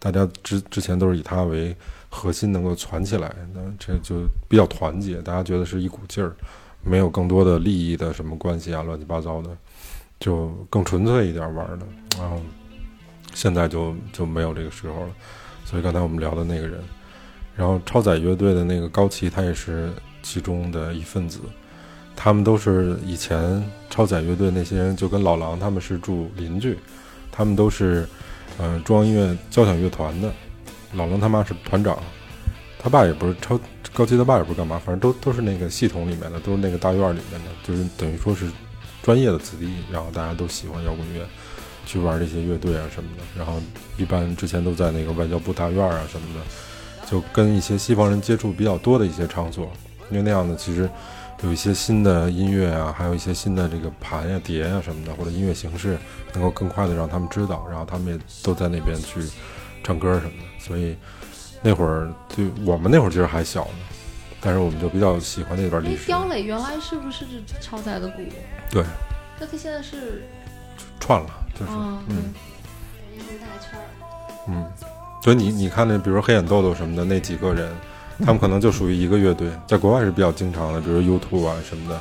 Speaker 1: 大家之之前都是以他为核心，能够攒起来，那这就比较团结，大家觉得是一股劲儿，没有更多的利益的什么关系啊，乱七八糟的，就更纯粹一点玩儿的。然后现在就就没有这个时候了。所以刚才我们聊的那个人，然后超载乐队的那个高旗，他也是其中的一份子。他们都是以前超载乐队那些人，就跟老狼他们是住邻居，他们都是呃中央音乐交响乐团的。老狼他妈是团长，他爸也不是超高旗，他爸也不是干嘛，反正都都是那个系统里面的，都是那个大院里面的，就是等于说是专业的子弟，然后大家都喜欢摇滚乐。去玩这些乐队啊什么的，然后一般之前都在那个外交部大院啊什么的，就跟一些西方人接触比较多的一些场所，因为那样的其实有一些新的音乐啊，还有一些新的这个盘呀、碟呀什么的，或者音乐形式，能够更快的让他们知道，然后他们也都在那边去唱歌什么的，所以那会儿对我们那会儿其实还小呢，但是我们就比较喜欢那段历
Speaker 3: 哎，
Speaker 1: 史，
Speaker 3: 刁磊原来是不是超载的鼓？
Speaker 1: 对，
Speaker 3: 那他现在是
Speaker 1: 串了就是
Speaker 3: 啊，
Speaker 1: 嗯。
Speaker 3: 大圈儿，
Speaker 1: 嗯，所以你你看那，比如说黑眼豆豆什么的那几个人，他们可能就属于一个乐队，在国外是比较经常的，比如 YouTube 啊什么的。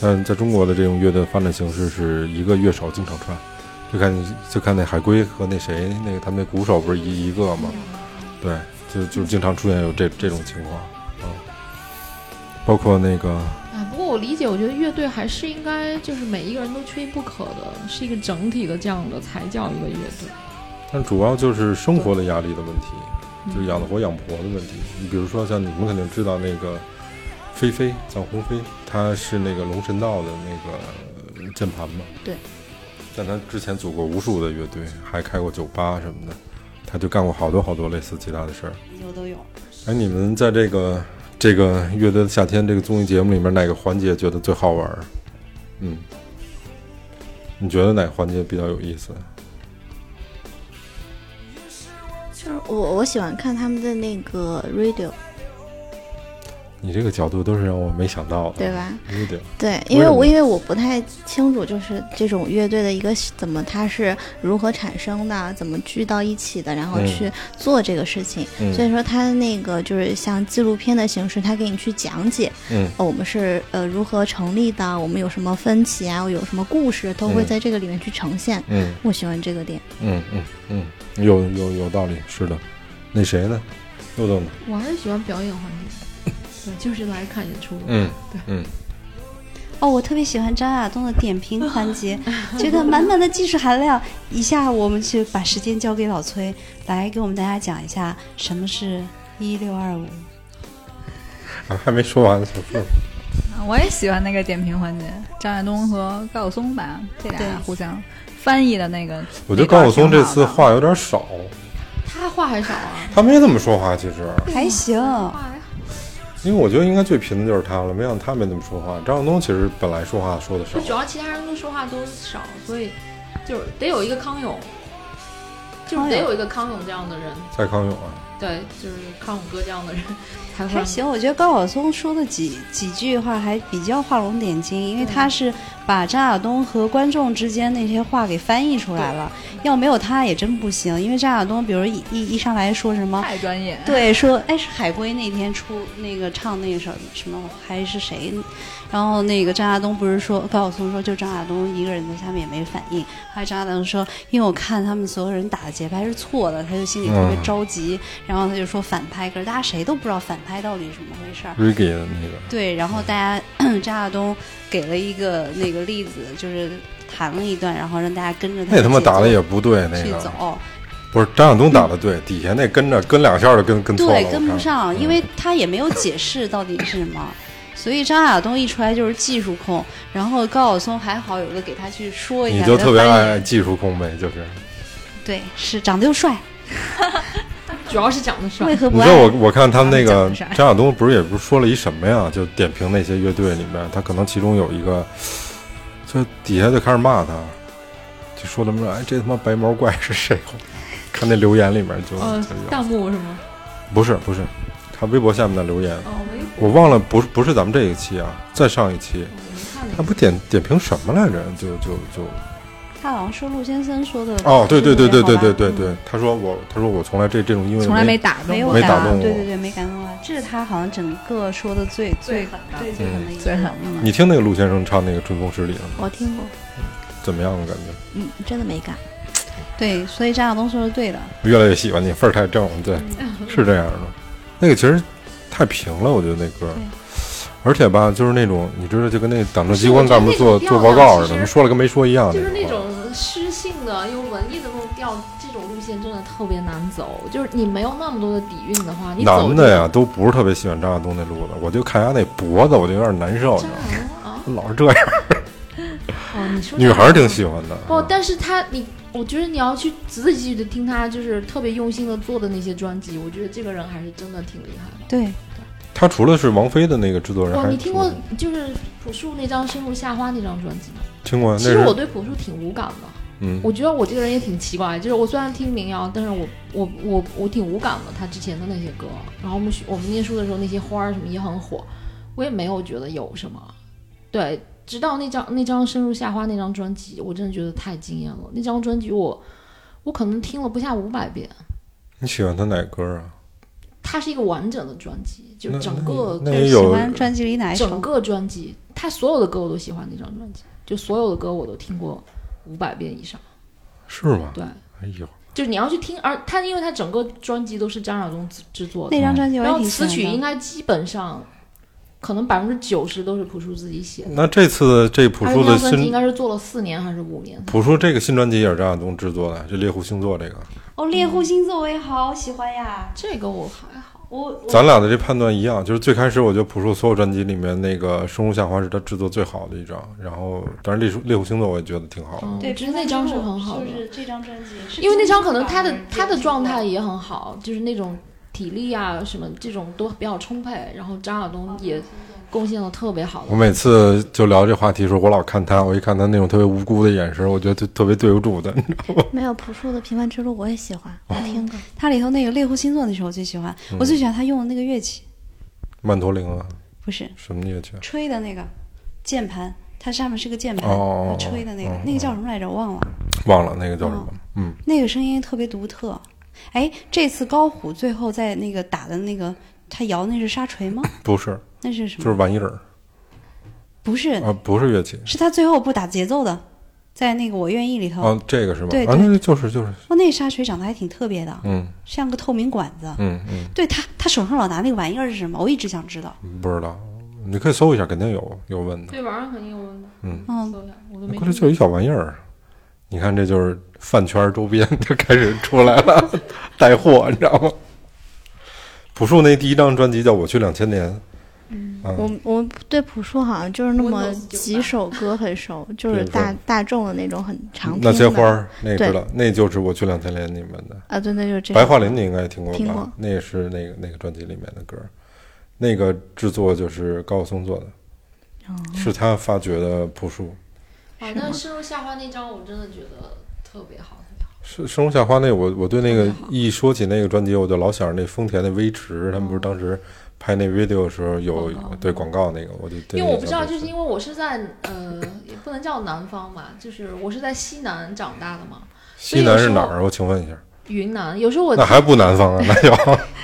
Speaker 1: 但在中国的这种乐队发展形式是一个乐手经常串，就看你就看那海龟和那谁那个他们那鼓手不是一一个吗？对，就就经常出现有这这种情况啊、包括那个
Speaker 3: 哎，不过我理解，我觉得乐队还是应该就是每一个人都缺一不可的，是一个整体的这样的才叫一个乐队。
Speaker 1: 但主要就是生活的压力的问题，
Speaker 6: 嗯
Speaker 1: 就是养得活养不活的问题。你比如说，像你们肯定知道那个菲菲臧鸿飞，他是那个龙神道的那个键盘嘛。
Speaker 6: 对。
Speaker 1: 但他之前组过无数的乐队，还开过酒吧什么的，他就干过好多好多类似其他的事儿。
Speaker 4: 我都有。
Speaker 1: 哎，你们在这个这个乐队的夏天这个综艺节目里面，哪个环节觉得最好玩儿？嗯，你觉得哪个环节比较有意思？
Speaker 6: 就是我我喜欢看他们的那个 radio，
Speaker 1: 你这个角度都是让我没想到的。
Speaker 6: 对吧？
Speaker 1: 有点，
Speaker 6: 对，
Speaker 1: 为
Speaker 6: 因为
Speaker 1: 什么
Speaker 6: 我因为我不太清楚，就是这种乐队的一个怎么它是如何产生的，怎么聚到一起的，然后
Speaker 1: 嗯
Speaker 6: 去做这个事情。
Speaker 1: 嗯
Speaker 6: 所以说，它的那个就是像纪录片的形式，它给你去讲解，
Speaker 1: 嗯
Speaker 6: 呃我们是呃如何成立的，我们有什么分歧啊，有什么故事，都会
Speaker 1: 嗯
Speaker 6: 在这个里面去呈现。
Speaker 1: 嗯
Speaker 6: 我喜欢这个点，
Speaker 1: 嗯嗯嗯，有有有道理，是的。那谁呢？豆豆呢？
Speaker 3: 我还是喜欢表演环节，对，就是来看演出的。
Speaker 1: 嗯
Speaker 4: 哦，我特别喜欢张亚东的点评环节，觉得满满的技术含量。以下我们就把时间交给老崔，来给我们大家讲一下什么是一六二五。
Speaker 1: 啊，还没说完呢，小凤。
Speaker 8: 我也喜欢那个点评环节，张亚东和高晓松吧，这俩
Speaker 4: 对
Speaker 8: 互相翻译的那个。
Speaker 1: 我觉得高晓松这次
Speaker 8: 那段儿挺好的
Speaker 1: 话有点少，
Speaker 3: 他话还少啊，
Speaker 1: 他没怎么说话，其实，
Speaker 4: 还行，
Speaker 3: 话还好。
Speaker 1: 因为我觉得应该最贫的就是他了，没想到他没怎么说话。张晓东其实本来说话说的少
Speaker 3: 就，主要其他人都说话都少，所以就是得有一个康永，就是得有一个康永这样的人，
Speaker 1: 蔡康永啊，
Speaker 3: 对，就是康永哥这样的人才会
Speaker 4: 还行。我觉得高晓松说的几几句话还比较画龙点睛，因为他是把张亚东和观众之间那些话给翻译出来了。要没有他也真不行，因为张亚东，比如一一一上来说什么。
Speaker 8: 太专业，
Speaker 4: 对，说哎是海龟那天出那个唱那个什么什么还是谁，然后那个张亚东不是说高晓松说就张亚东一个人在下面也没反应，后来张亚东说因为我看他们所有人打的节拍是错的，他就心里特别
Speaker 1: 嗯
Speaker 4: 着急，然后他就说反拍，可是大家谁都不知道反拍到底是怎么回事儿。
Speaker 1: 瑞给的那个，
Speaker 4: 对，然后大家 张亚东给了一个那个例子，就是弹了一段，然后让大家跟着他
Speaker 1: 那他妈
Speaker 4: 节
Speaker 1: 打的
Speaker 4: 奏
Speaker 1: 也不对，那
Speaker 4: 去
Speaker 1: 个
Speaker 4: 走，
Speaker 1: 不是张晓东打的对，底下那跟着跟两下就跟跟错了，
Speaker 4: 对
Speaker 1: 我，
Speaker 4: 跟不
Speaker 1: 看
Speaker 4: 上，因
Speaker 1: 嗯
Speaker 4: 为他也没有解释到底是什么。 所以张亚东一出来就是技术控，然后高晓松还好有个给他去说一
Speaker 1: 你
Speaker 4: 下，
Speaker 1: 就
Speaker 4: 给他
Speaker 1: 特别
Speaker 4: 翻译
Speaker 1: 爱技术控呗，就是。
Speaker 4: 对，是长得又帅，
Speaker 3: 主要是长得帅
Speaker 4: 为。何不
Speaker 1: 嗯你
Speaker 4: 爱
Speaker 1: 知道？我我看他们那
Speaker 8: 讲
Speaker 1: 个
Speaker 8: 的是爱
Speaker 1: 张亚东不是也不是说了一什么呀？就点评那些乐队里面，他可能其中有一个，就底下就开始骂他，就说他们说哎这他妈白毛 怪是谁？看那留言里面就就
Speaker 3: 呃，
Speaker 1: 有，
Speaker 3: 弹幕是吗？
Speaker 1: 不是不是，他微博下面的留言，
Speaker 3: 哦
Speaker 1: 我忘了不是不是咱们这一期啊，再上一期，他不点点评什么来着？就就就
Speaker 4: 他好像说陆先生说的
Speaker 1: 哦，对对对对对
Speaker 4: 好吧
Speaker 1: 对对对，他说我他说我从来这这种英文
Speaker 8: 从来没打动
Speaker 4: 没有
Speaker 1: 没
Speaker 4: 感
Speaker 1: 打动我
Speaker 4: 对对对，没感动啊，这是他好像整个说的最最最最狠的一
Speaker 8: 最狠
Speaker 4: 个，嗯，
Speaker 1: 你听那个陆先生唱那个《春风十里》了吗？
Speaker 6: 我听过，
Speaker 1: 怎么样啊的感觉？
Speaker 6: 嗯，真的没感。
Speaker 4: 对，所以张亚东说的对的，
Speaker 1: 越来越喜欢你，份儿太正，对，
Speaker 3: 嗯
Speaker 1: 是这样的。那个其实太平了，我觉得那歌儿，而且吧，就是那种你知道，就跟那党政机关干部做
Speaker 3: 我觉得那
Speaker 1: 做
Speaker 3: 种
Speaker 1: 报告似
Speaker 3: 调
Speaker 1: 的，
Speaker 3: 子
Speaker 1: 他们说了跟没说一样。
Speaker 3: 就是
Speaker 1: 那
Speaker 3: 那种诗性的、又文艺的那种调，这种路线真的特别难走。就是你没有那么多的底蕴的话，你走
Speaker 1: 男
Speaker 3: 这
Speaker 1: 的呀，都不是特别喜欢张亚东那路子，我就看人家那脖子，我就有点难受，你知道吗？
Speaker 3: 个啊，
Speaker 1: 老是这样，
Speaker 3: 哦，你说
Speaker 1: 女孩儿挺
Speaker 3: 欢。
Speaker 1: 喜欢的。
Speaker 3: 不，但是他你，我觉得你要去仔仔细细的听他，就是特别用心的做的那些专辑，我觉得这个人还是真的挺厉害的。
Speaker 4: 对，
Speaker 1: 他除了是王菲的那个制作人，
Speaker 3: 哦，
Speaker 1: 还嗯
Speaker 3: 你听过就是朴树那张《生如夏花》那张专辑吗？
Speaker 1: 听啊过？那
Speaker 3: 其实我
Speaker 1: 是
Speaker 3: 对朴树挺无感的，
Speaker 1: 嗯，
Speaker 3: 我觉得我这个人也挺奇怪，就是我虽然听民谣，但是我我我我挺无感的，他之前的那些歌，然后我们学我们念书的时候那些花儿什么也很火，我也没有觉得有什么，对，直到那张那张《深入夏花》那张专辑，我真的觉得太惊艳了，那张专辑我我可能听了不下五百遍，
Speaker 1: 你喜欢他哪歌啊？
Speaker 3: 它是一个完整的专辑，就是
Speaker 1: 那
Speaker 3: 整个
Speaker 1: 那
Speaker 4: 就
Speaker 1: 也
Speaker 4: 是喜
Speaker 1: 哎有
Speaker 4: 欢专辑里哪一首
Speaker 3: 整？个专辑，他所有的歌我都喜欢那张专辑，就所有的歌我都听过五百遍以上，
Speaker 1: 是吗？
Speaker 3: 对。
Speaker 1: 哎呦，
Speaker 3: 就是你要去听，而他因为他整个专辑都是张晓东制制作的
Speaker 4: 那，张专辑我
Speaker 3: 然
Speaker 4: 也
Speaker 3: 后
Speaker 4: 挺喜
Speaker 3: 词
Speaker 4: 欢
Speaker 3: 曲
Speaker 4: 的。
Speaker 3: 应该基本上可能百分之九十都是朴树自己写的。
Speaker 1: 那这次这朴
Speaker 3: 他
Speaker 1: 树
Speaker 3: 这
Speaker 1: 的
Speaker 3: 张专辑应
Speaker 1: 新
Speaker 3: 该是做了四年还是五年？
Speaker 1: 朴树这个新专辑也是张亚东制作的，这《猎户星座》这个，
Speaker 4: 哦，猎户星座我也好喜欢呀，
Speaker 3: 这个我还好，
Speaker 4: 我我
Speaker 1: 咱俩的这判断一样，就是最开始我觉得朴树所有专辑里面那个《生如夏花》是他制作最好的一张，然后当然《猎户猎户星座》我也觉得挺好的。
Speaker 4: 对，
Speaker 3: 我觉得那张是很好的，
Speaker 4: 就是这张专辑，是
Speaker 3: 因为那张可能
Speaker 4: 金
Speaker 3: 他
Speaker 4: 曲
Speaker 3: 的
Speaker 4: 奖人
Speaker 3: 他的状态
Speaker 4: 金曲
Speaker 3: 也很好，就是那种体力啊什么这种都比较充沛，然后张晓东也贡献了特别好
Speaker 1: 我
Speaker 3: 的。
Speaker 1: 每次就聊这话题的时候，我老看他，我一看他那种特别无辜的眼神，我觉得特特别对不住他。
Speaker 6: 没有朴树的《平凡之路》，我也喜欢，
Speaker 1: 哦
Speaker 6: 我听过。
Speaker 4: 它里头那个猎户星座那首我最喜欢，
Speaker 3: 嗯
Speaker 4: 我最喜欢他用的那个乐器，
Speaker 1: 曼陀铃啊，
Speaker 4: 不是
Speaker 1: 什么乐器啊？
Speaker 4: 吹的那个键盘，它上面是个键盘，
Speaker 1: 哦
Speaker 4: 它吹的那个
Speaker 1: 哦哦，
Speaker 4: 那个叫什么来着？我忘了，
Speaker 1: 忘了那个叫什么？嗯，
Speaker 4: 那个声音特别独特。哎，这次高虎最后在那个打的那个，他摇那是沙锤吗？
Speaker 1: 不是，
Speaker 4: 那是什
Speaker 1: 就
Speaker 4: 么？
Speaker 1: 是玩意儿
Speaker 4: 不是，
Speaker 3: 哦
Speaker 1: 啊，不是乐器
Speaker 4: 是他最后不打节奏的，在那个我愿意里头，
Speaker 3: 哦
Speaker 1: 啊，这个是吗？
Speaker 4: 对
Speaker 1: 啊，
Speaker 4: 对
Speaker 1: 那就是就是，
Speaker 4: 哦，那沙锤长得还挺特别的，
Speaker 1: 嗯
Speaker 4: 像个透明管子。
Speaker 1: 嗯嗯，
Speaker 4: 对他，他手上老拿那个玩意儿是什么？我一直想知道。
Speaker 1: 不知道，你可以搜一下，肯定有有问的。
Speaker 3: 对，网上肯定有问的，
Speaker 4: 嗯，
Speaker 3: 搜一下，我都没
Speaker 1: 过来就一小玩意儿，你看这就是饭圈周边 就开始出来了，带货，你知道吗？朴树那第一张专辑叫《我去两千年》，
Speaker 6: 嗯
Speaker 1: 啊
Speaker 6: 我我对朴树好像就是那么
Speaker 3: Windows 98
Speaker 6: 几首歌很熟，就是
Speaker 1: 比如说
Speaker 6: 大大众的那种很常听的。
Speaker 1: 那些花儿，那
Speaker 6: 对
Speaker 1: 知道，那就是《我去两千年》里面的。
Speaker 6: 啊，对，那就是这个
Speaker 1: 白桦林你应该听过吧？
Speaker 6: 听过
Speaker 1: 那也是那个那个专辑里面的歌，那个制作就是高晓松做的，
Speaker 6: 哦
Speaker 1: 是他发掘的朴树。
Speaker 3: 哦，但《深入夏花》那张我真的觉得特别好，特别好。
Speaker 1: 是《生如夏花》那我我对那个一说起那个专辑，我就老想着那丰田的威驰，他们不是当时拍那 video 的时候有
Speaker 3: 哦广告
Speaker 1: 对广告那个，我就对
Speaker 3: 因为我不知道，
Speaker 1: 那个
Speaker 3: 就是
Speaker 1: 想
Speaker 3: 因为我是在呃，也不能叫南方吧，就是我是在西南长大的嘛，
Speaker 1: 西南是哪儿？我请问一下，
Speaker 3: 云南。有时候我
Speaker 1: 那还不南方啊？那 就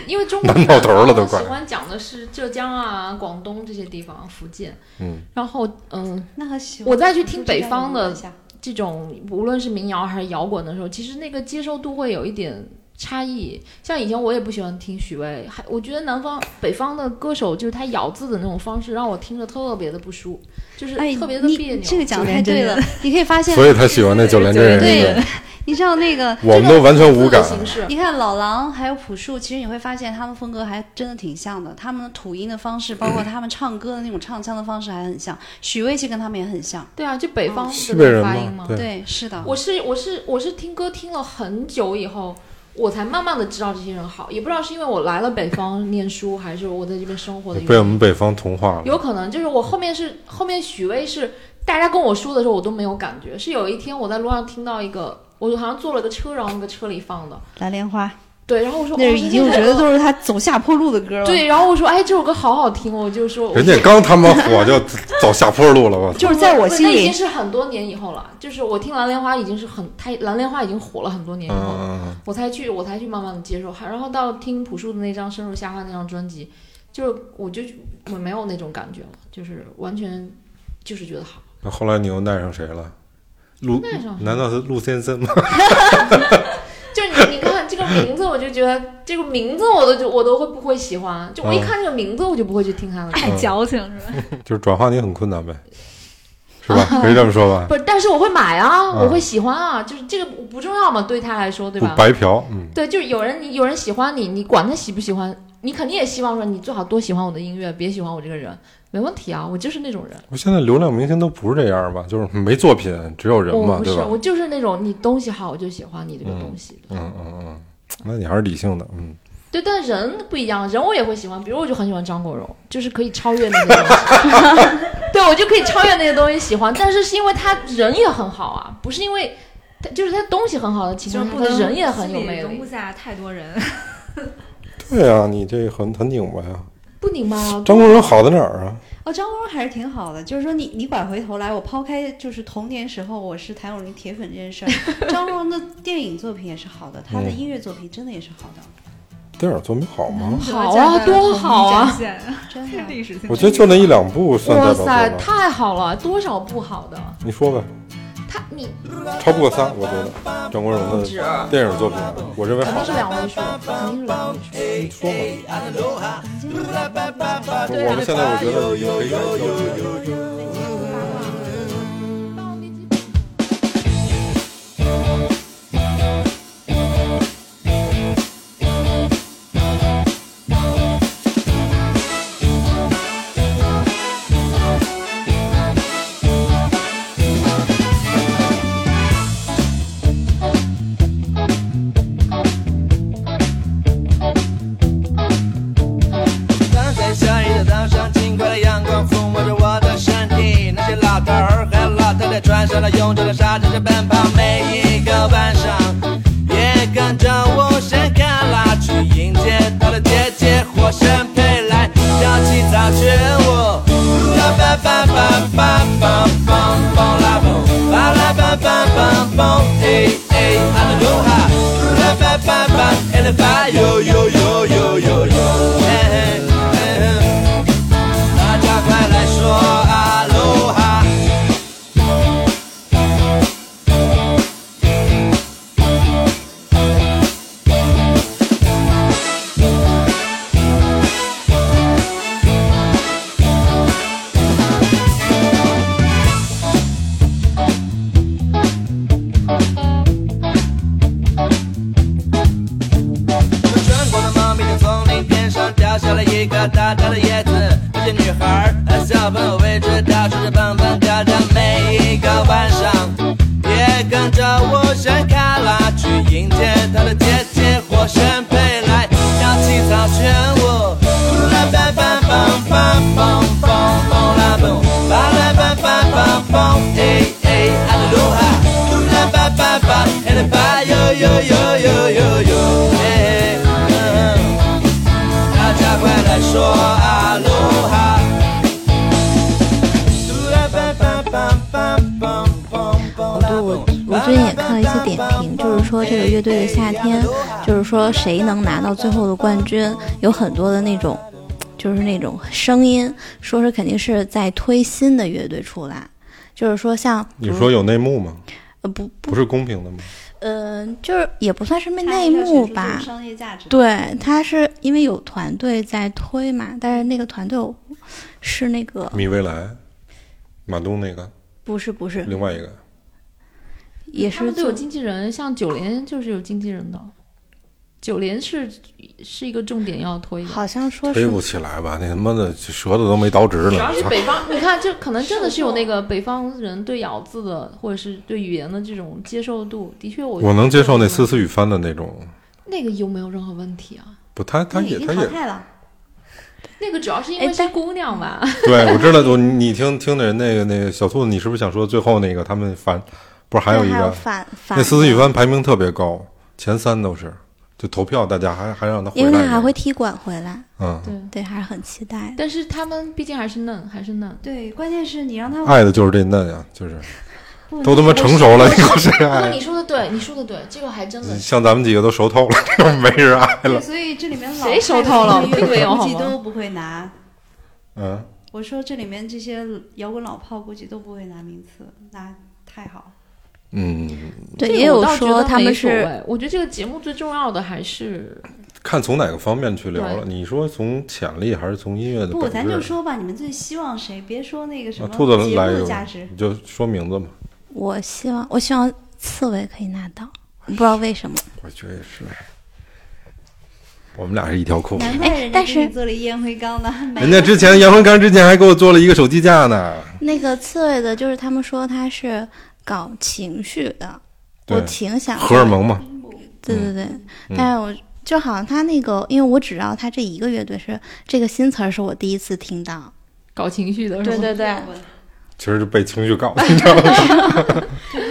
Speaker 3: 因为中国啊
Speaker 1: 南到头了都快
Speaker 3: 喜欢讲的是浙江啊、广东这些地方，福建。
Speaker 1: 嗯，
Speaker 3: 然后嗯、呃
Speaker 4: 那和喜欢
Speaker 3: 我再去听北方
Speaker 4: 我
Speaker 3: 的
Speaker 4: 知道
Speaker 3: 这种无论是民谣还是摇滚的时候，其实那个接受度会有一点差异。像以前我也不喜欢听许巍，还我觉得南方北方的歌手就是他咬字的那种方式，让我听着特别的不舒，就是
Speaker 4: 哎，
Speaker 3: 特别的别扭。
Speaker 4: 你这个讲的太对了，你可以发现，
Speaker 1: 所以他喜欢那九连真人。
Speaker 4: 对，你知道那个，
Speaker 1: 我们都完全无感
Speaker 3: 字的。形式
Speaker 4: 你看老狼还有朴树，其实你会发现他们风格还真的挺像的，他们吐音的方式，包括他们唱歌的那种唱腔的方式还很像。许巍其实跟他们也很像，
Speaker 3: 对啊，就
Speaker 4: 哦
Speaker 3: 北方的
Speaker 1: 西北人
Speaker 3: 发
Speaker 1: 嘛
Speaker 3: 音嘛。
Speaker 1: 对
Speaker 4: 对，是的，
Speaker 3: 我是我是我是听歌听了很久以后，我才慢慢的知道这些人好，也不知道是因为我来了北方念书，还是我在这边生活的
Speaker 1: 你
Speaker 3: 原
Speaker 1: 被我
Speaker 3: 因。
Speaker 1: 们北方同化了。
Speaker 3: 有可能就是我后面是后面许巍是大家跟我说的时候，我都没有感觉，是有一天我在路上听到一个，我好像坐了个车，然后那个车里放的，
Speaker 8: 蓝莲花，
Speaker 3: 对，然后我说
Speaker 4: 那
Speaker 3: 哦
Speaker 4: 是已经我
Speaker 3: 这
Speaker 4: 觉
Speaker 3: 首
Speaker 4: 得
Speaker 3: 歌
Speaker 4: 都是他走下坡路的歌了。，
Speaker 3: 对，然后我说哎这首歌好好听，我就说
Speaker 1: 人家刚他妈火就走下坡路了，我操！
Speaker 4: 就是在我
Speaker 3: 不是
Speaker 4: 心
Speaker 3: 那已经
Speaker 4: 里，
Speaker 3: 是很多年以后了，就是我听蓝莲花已经是很，它蓝莲花已经火了很多年以后了，
Speaker 1: 嗯，
Speaker 3: 我才去我才去慢慢的接受，还然后到听朴树的那张《深入夏花》那张专辑，就是我就我没有那种感觉了，就是完全就是觉得好，
Speaker 1: 那后来你又爱上谁了？陆
Speaker 3: 那种
Speaker 1: 难道是陆先生吗？
Speaker 3: 就是你你看这个名字，我就觉得这个名字我都就我都会不会喜欢，啊就我一
Speaker 1: 嗯
Speaker 3: 看这个名字我就不会去听他的歌，
Speaker 8: 太矫情是吧？
Speaker 1: 就是转化你很困难呗，是 吧？可以这么说吧？
Speaker 3: 不是，但是我会买啊，
Speaker 1: 嗯
Speaker 3: 我会喜欢啊，就是这个不重要嘛，对他来说对
Speaker 1: 不
Speaker 3: 吧？
Speaker 1: 白嫖，嗯，
Speaker 3: 对，就是有人你有人喜欢你，你管他喜不喜欢，你肯定也希望说你最好多喜欢我的音乐，别喜欢我这个人，没问题啊，我就是那种人，
Speaker 1: 我现在流量明星都不是这样吧？就是没作品，只有人
Speaker 3: 我
Speaker 1: 嘛，
Speaker 3: 不
Speaker 1: 对
Speaker 3: 是，
Speaker 1: 吧？
Speaker 3: 我就是那种你东西好我就喜欢你这个
Speaker 1: 嗯
Speaker 3: 东西。
Speaker 1: 嗯嗯嗯，那你还是理性的，嗯。
Speaker 3: 对，但人不一样，人我也会喜欢，比如我就很喜欢张国荣，就是可以超越那些东西， 对我就可以超越那些东西喜欢，但是是因为他人也很好啊，不是因为他就是他东西很好的情
Speaker 8: 就
Speaker 3: 况下，
Speaker 8: 是不
Speaker 3: 他
Speaker 8: 能
Speaker 3: 人也很有
Speaker 8: 心里
Speaker 3: 魅
Speaker 8: 容
Speaker 3: 力
Speaker 8: 不，下太多人。
Speaker 1: 对啊，你这很很拧巴呀。
Speaker 3: 不拧巴啊，
Speaker 1: 张国荣好在哪儿啊？
Speaker 4: 哦，张国荣还是挺好的。就是说你，你拐回头来，我抛开就是童年时候我是谭咏麟铁粉这件事儿，张国荣的电影作品也是好的，他的
Speaker 1: 嗯
Speaker 4: 音乐作品真的也是好的，
Speaker 1: 电影做没好吗？
Speaker 3: 好啊，多好啊！！
Speaker 4: 真的。
Speaker 8: 历史性，
Speaker 1: 我觉得就那一两部算代
Speaker 3: 哇
Speaker 1: 表作
Speaker 3: 塞，
Speaker 1: 了。
Speaker 3: 太好了，多少不好的？
Speaker 1: 你说吧，
Speaker 3: 他你
Speaker 1: 超不过仨，我觉得张国荣的电影作品，我认为
Speaker 3: 肯
Speaker 1: 好
Speaker 3: 定。是两位数，肯定是两位数。
Speaker 1: 你说吧，
Speaker 3: 对
Speaker 1: 我
Speaker 3: 啊
Speaker 1: 们，现在我觉得已经可以感觉到。
Speaker 9: 当天下雨的早上，轻快的阳光抚摸着我的身体。那些老头儿和老太太穿上了臃肿的纱巾，着奔跑，每一个晚上也跟着我声卡拉去迎接他的姐姐火神佩莱，跳起早圈舞。啦吧吧吧吧吧吧吧啦蹦，吧啦吧吧吧蹦，哎哎，阿拉鲁哈，啦吧吧吧，哎啦吧哟哟哟哟哟哟，哎哎，大家快来说阿鲁哈。从穿过了茂密的丛林，边上掉下了一个大大的叶子。那些女孩和小朋友围着它，说着蹦蹦跳跳，每一个晚上也跟着我山卡拉去迎接她的姐姐火神佩莱，跳起草裙舞，啦吧吧吧吧蹦蹦蹦啦蹦，吧啦吧吧吧蹦，哎哎，阿鲁鲁哈，啦吧吧吧，哎啦吧哟哟哟哟哟哟。哎，嗯大家快来说阿鲁哈！
Speaker 6: 哦，对，我我最近也看了一些点评，就是说这个乐队的夏天，就是说谁能拿到最后的冠军，有很多的那种，就是那种声音，说是肯定是在推新的乐队出来，就是说像
Speaker 1: 你说有内幕吗？
Speaker 6: 呃不不
Speaker 1: 不是公平的吗？
Speaker 6: 嗯、就是也不算是
Speaker 4: 它
Speaker 6: 内
Speaker 4: 要选
Speaker 6: 幕
Speaker 4: 出
Speaker 6: 吧，
Speaker 4: 这种商业价值。
Speaker 6: 对，他是因为有团队在推嘛，但是那个团队我是那个
Speaker 1: 米未来，马东那个，
Speaker 6: 不是不是，
Speaker 1: 另外一个，
Speaker 6: 也
Speaker 3: 他
Speaker 6: 是
Speaker 3: 们都有
Speaker 6: 做
Speaker 3: 经纪人，像九连就是有经纪人的，九连是是一个重点要推的。
Speaker 6: 好像说
Speaker 1: 飞
Speaker 6: 是
Speaker 1: 不起来吧？那他妈的舌头都没倒直
Speaker 3: 主
Speaker 1: 了
Speaker 3: 要。是北方，你看，这可能真的是有那个北方人对咬字的，或者是对语言的这种接受度。的确我，
Speaker 1: 我能接受那丝丝雨帆的那种，
Speaker 3: 那个有没有任何问题啊？
Speaker 1: 不，他他
Speaker 4: 那
Speaker 1: 也
Speaker 4: 已经
Speaker 1: 他
Speaker 4: 淘
Speaker 1: 也
Speaker 4: 汰了，
Speaker 3: 那个主要是因
Speaker 6: 哎
Speaker 3: 为是
Speaker 6: 但
Speaker 3: 姑娘吧？
Speaker 1: 对，我知道，我你听听的人那个那个小兔子，你是不是想说最后那个他们反不是还有一
Speaker 6: 对还有
Speaker 1: 个
Speaker 6: 反反
Speaker 1: 那丝丝雨帆排名特别高，前三都是，就投票，大家还还让他回
Speaker 6: 因
Speaker 1: 来
Speaker 6: 为
Speaker 1: 一遍，
Speaker 6: 他还会踢馆回来，
Speaker 1: 嗯，
Speaker 3: 对，
Speaker 6: 对，还是很期待的。
Speaker 3: 但是他们毕竟还是嫩，还是嫩。
Speaker 4: 对，关键是你让他
Speaker 1: 爱的就是这嫩呀，就是
Speaker 4: 不
Speaker 1: 都他妈成熟了，你管谁
Speaker 3: 不过
Speaker 1: 爱啊
Speaker 3: 你？说的对，你说的对，这个还真的是。
Speaker 1: 像咱们几个都熟透了，这种没人爱
Speaker 4: 对，
Speaker 1: 了，
Speaker 4: 所以这里面老
Speaker 3: 谁收透了
Speaker 4: 派的
Speaker 3: 并没有
Speaker 4: 估计
Speaker 3: 好吗
Speaker 4: 都不会拿。
Speaker 1: 嗯，
Speaker 4: 我说这里面这些摇滚老炮估计都不会拿名次，那太好。
Speaker 1: 嗯，
Speaker 6: 对，
Speaker 3: 这个
Speaker 6: 也有
Speaker 3: 我倒觉
Speaker 6: 说
Speaker 3: 得
Speaker 6: 他
Speaker 3: 没
Speaker 6: 们
Speaker 3: 所
Speaker 6: 是
Speaker 3: 谓，我觉得这个节目最重要的还是
Speaker 1: 看从哪个方面去聊了。
Speaker 3: 对
Speaker 1: 你说从潜力还是从音乐的
Speaker 4: 不，
Speaker 1: 本
Speaker 4: 咱就
Speaker 1: 质
Speaker 4: 说吧，你们最希望谁？别说那个什
Speaker 1: 啊
Speaker 4: 么
Speaker 1: 兔子
Speaker 4: 节目
Speaker 1: 来一
Speaker 4: 的
Speaker 1: 个
Speaker 4: 价
Speaker 1: 吧
Speaker 4: 值，
Speaker 1: 你就说名字嘛。
Speaker 6: 我希望，我希望刺猬可以拿到，不知道为什么。
Speaker 1: 我觉得也是，我们俩是一条裤子。哎
Speaker 4: 难怪人家
Speaker 6: 但
Speaker 4: 给
Speaker 6: 是
Speaker 4: 你做了一烟灰缸呢。
Speaker 1: 人家之前杨文刚之前还给我做了一个手机架呢，
Speaker 6: 那个刺猬的，就是他们说他是搞情绪的，我
Speaker 1: 对
Speaker 6: 挺想
Speaker 1: 荷尔蒙嗯嘛，
Speaker 6: 对对对，但是我就好像他那个，因为我只知道他这一个乐队是这个新词儿，是我第一次听到。
Speaker 3: 搞情绪的，是吧？
Speaker 6: 对对，
Speaker 1: 其实就被情绪搞，你知道吗？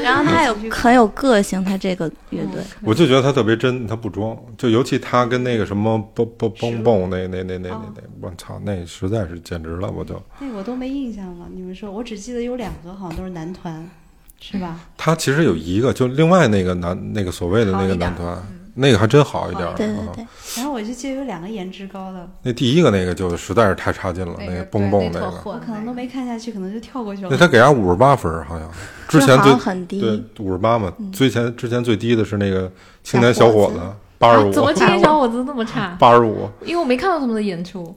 Speaker 6: 然后他有很有个性，他这个乐队，
Speaker 1: 我就觉得他特别真，他不装。就尤其他跟那个什么蹦蹦蹦蹦那那那那那那，我操，那实在是简直了，我就。
Speaker 4: 那我都没印象了。你们说，我只记得有两个好像都是男团，是吧？
Speaker 1: 他其实有一个，就另外那个男那个所谓的那个男团，那个还真好一点儿。
Speaker 6: 对对
Speaker 1: 啊
Speaker 6: 对，
Speaker 4: 然后我就记得有两个颜值高的，
Speaker 1: 那第一个那个就实在是太差劲了，那
Speaker 8: 个
Speaker 1: 个蹦蹦那
Speaker 8: 那
Speaker 1: 个，
Speaker 4: 我可能都没看下去，可能就跳过去
Speaker 1: 那
Speaker 4: 了。
Speaker 1: 他给他五十八分儿好像，之
Speaker 6: 就
Speaker 1: 前
Speaker 6: 好
Speaker 1: 最
Speaker 6: 像很
Speaker 1: 对
Speaker 6: 低。
Speaker 1: 五十八嘛，最前之前最低的是那个青年小伙
Speaker 6: 小伙
Speaker 1: 子八十
Speaker 3: 啊怎么
Speaker 1: 五，
Speaker 3: 今天小伙子那么差？
Speaker 1: 八十五，
Speaker 3: 因为我没看到他们的演出，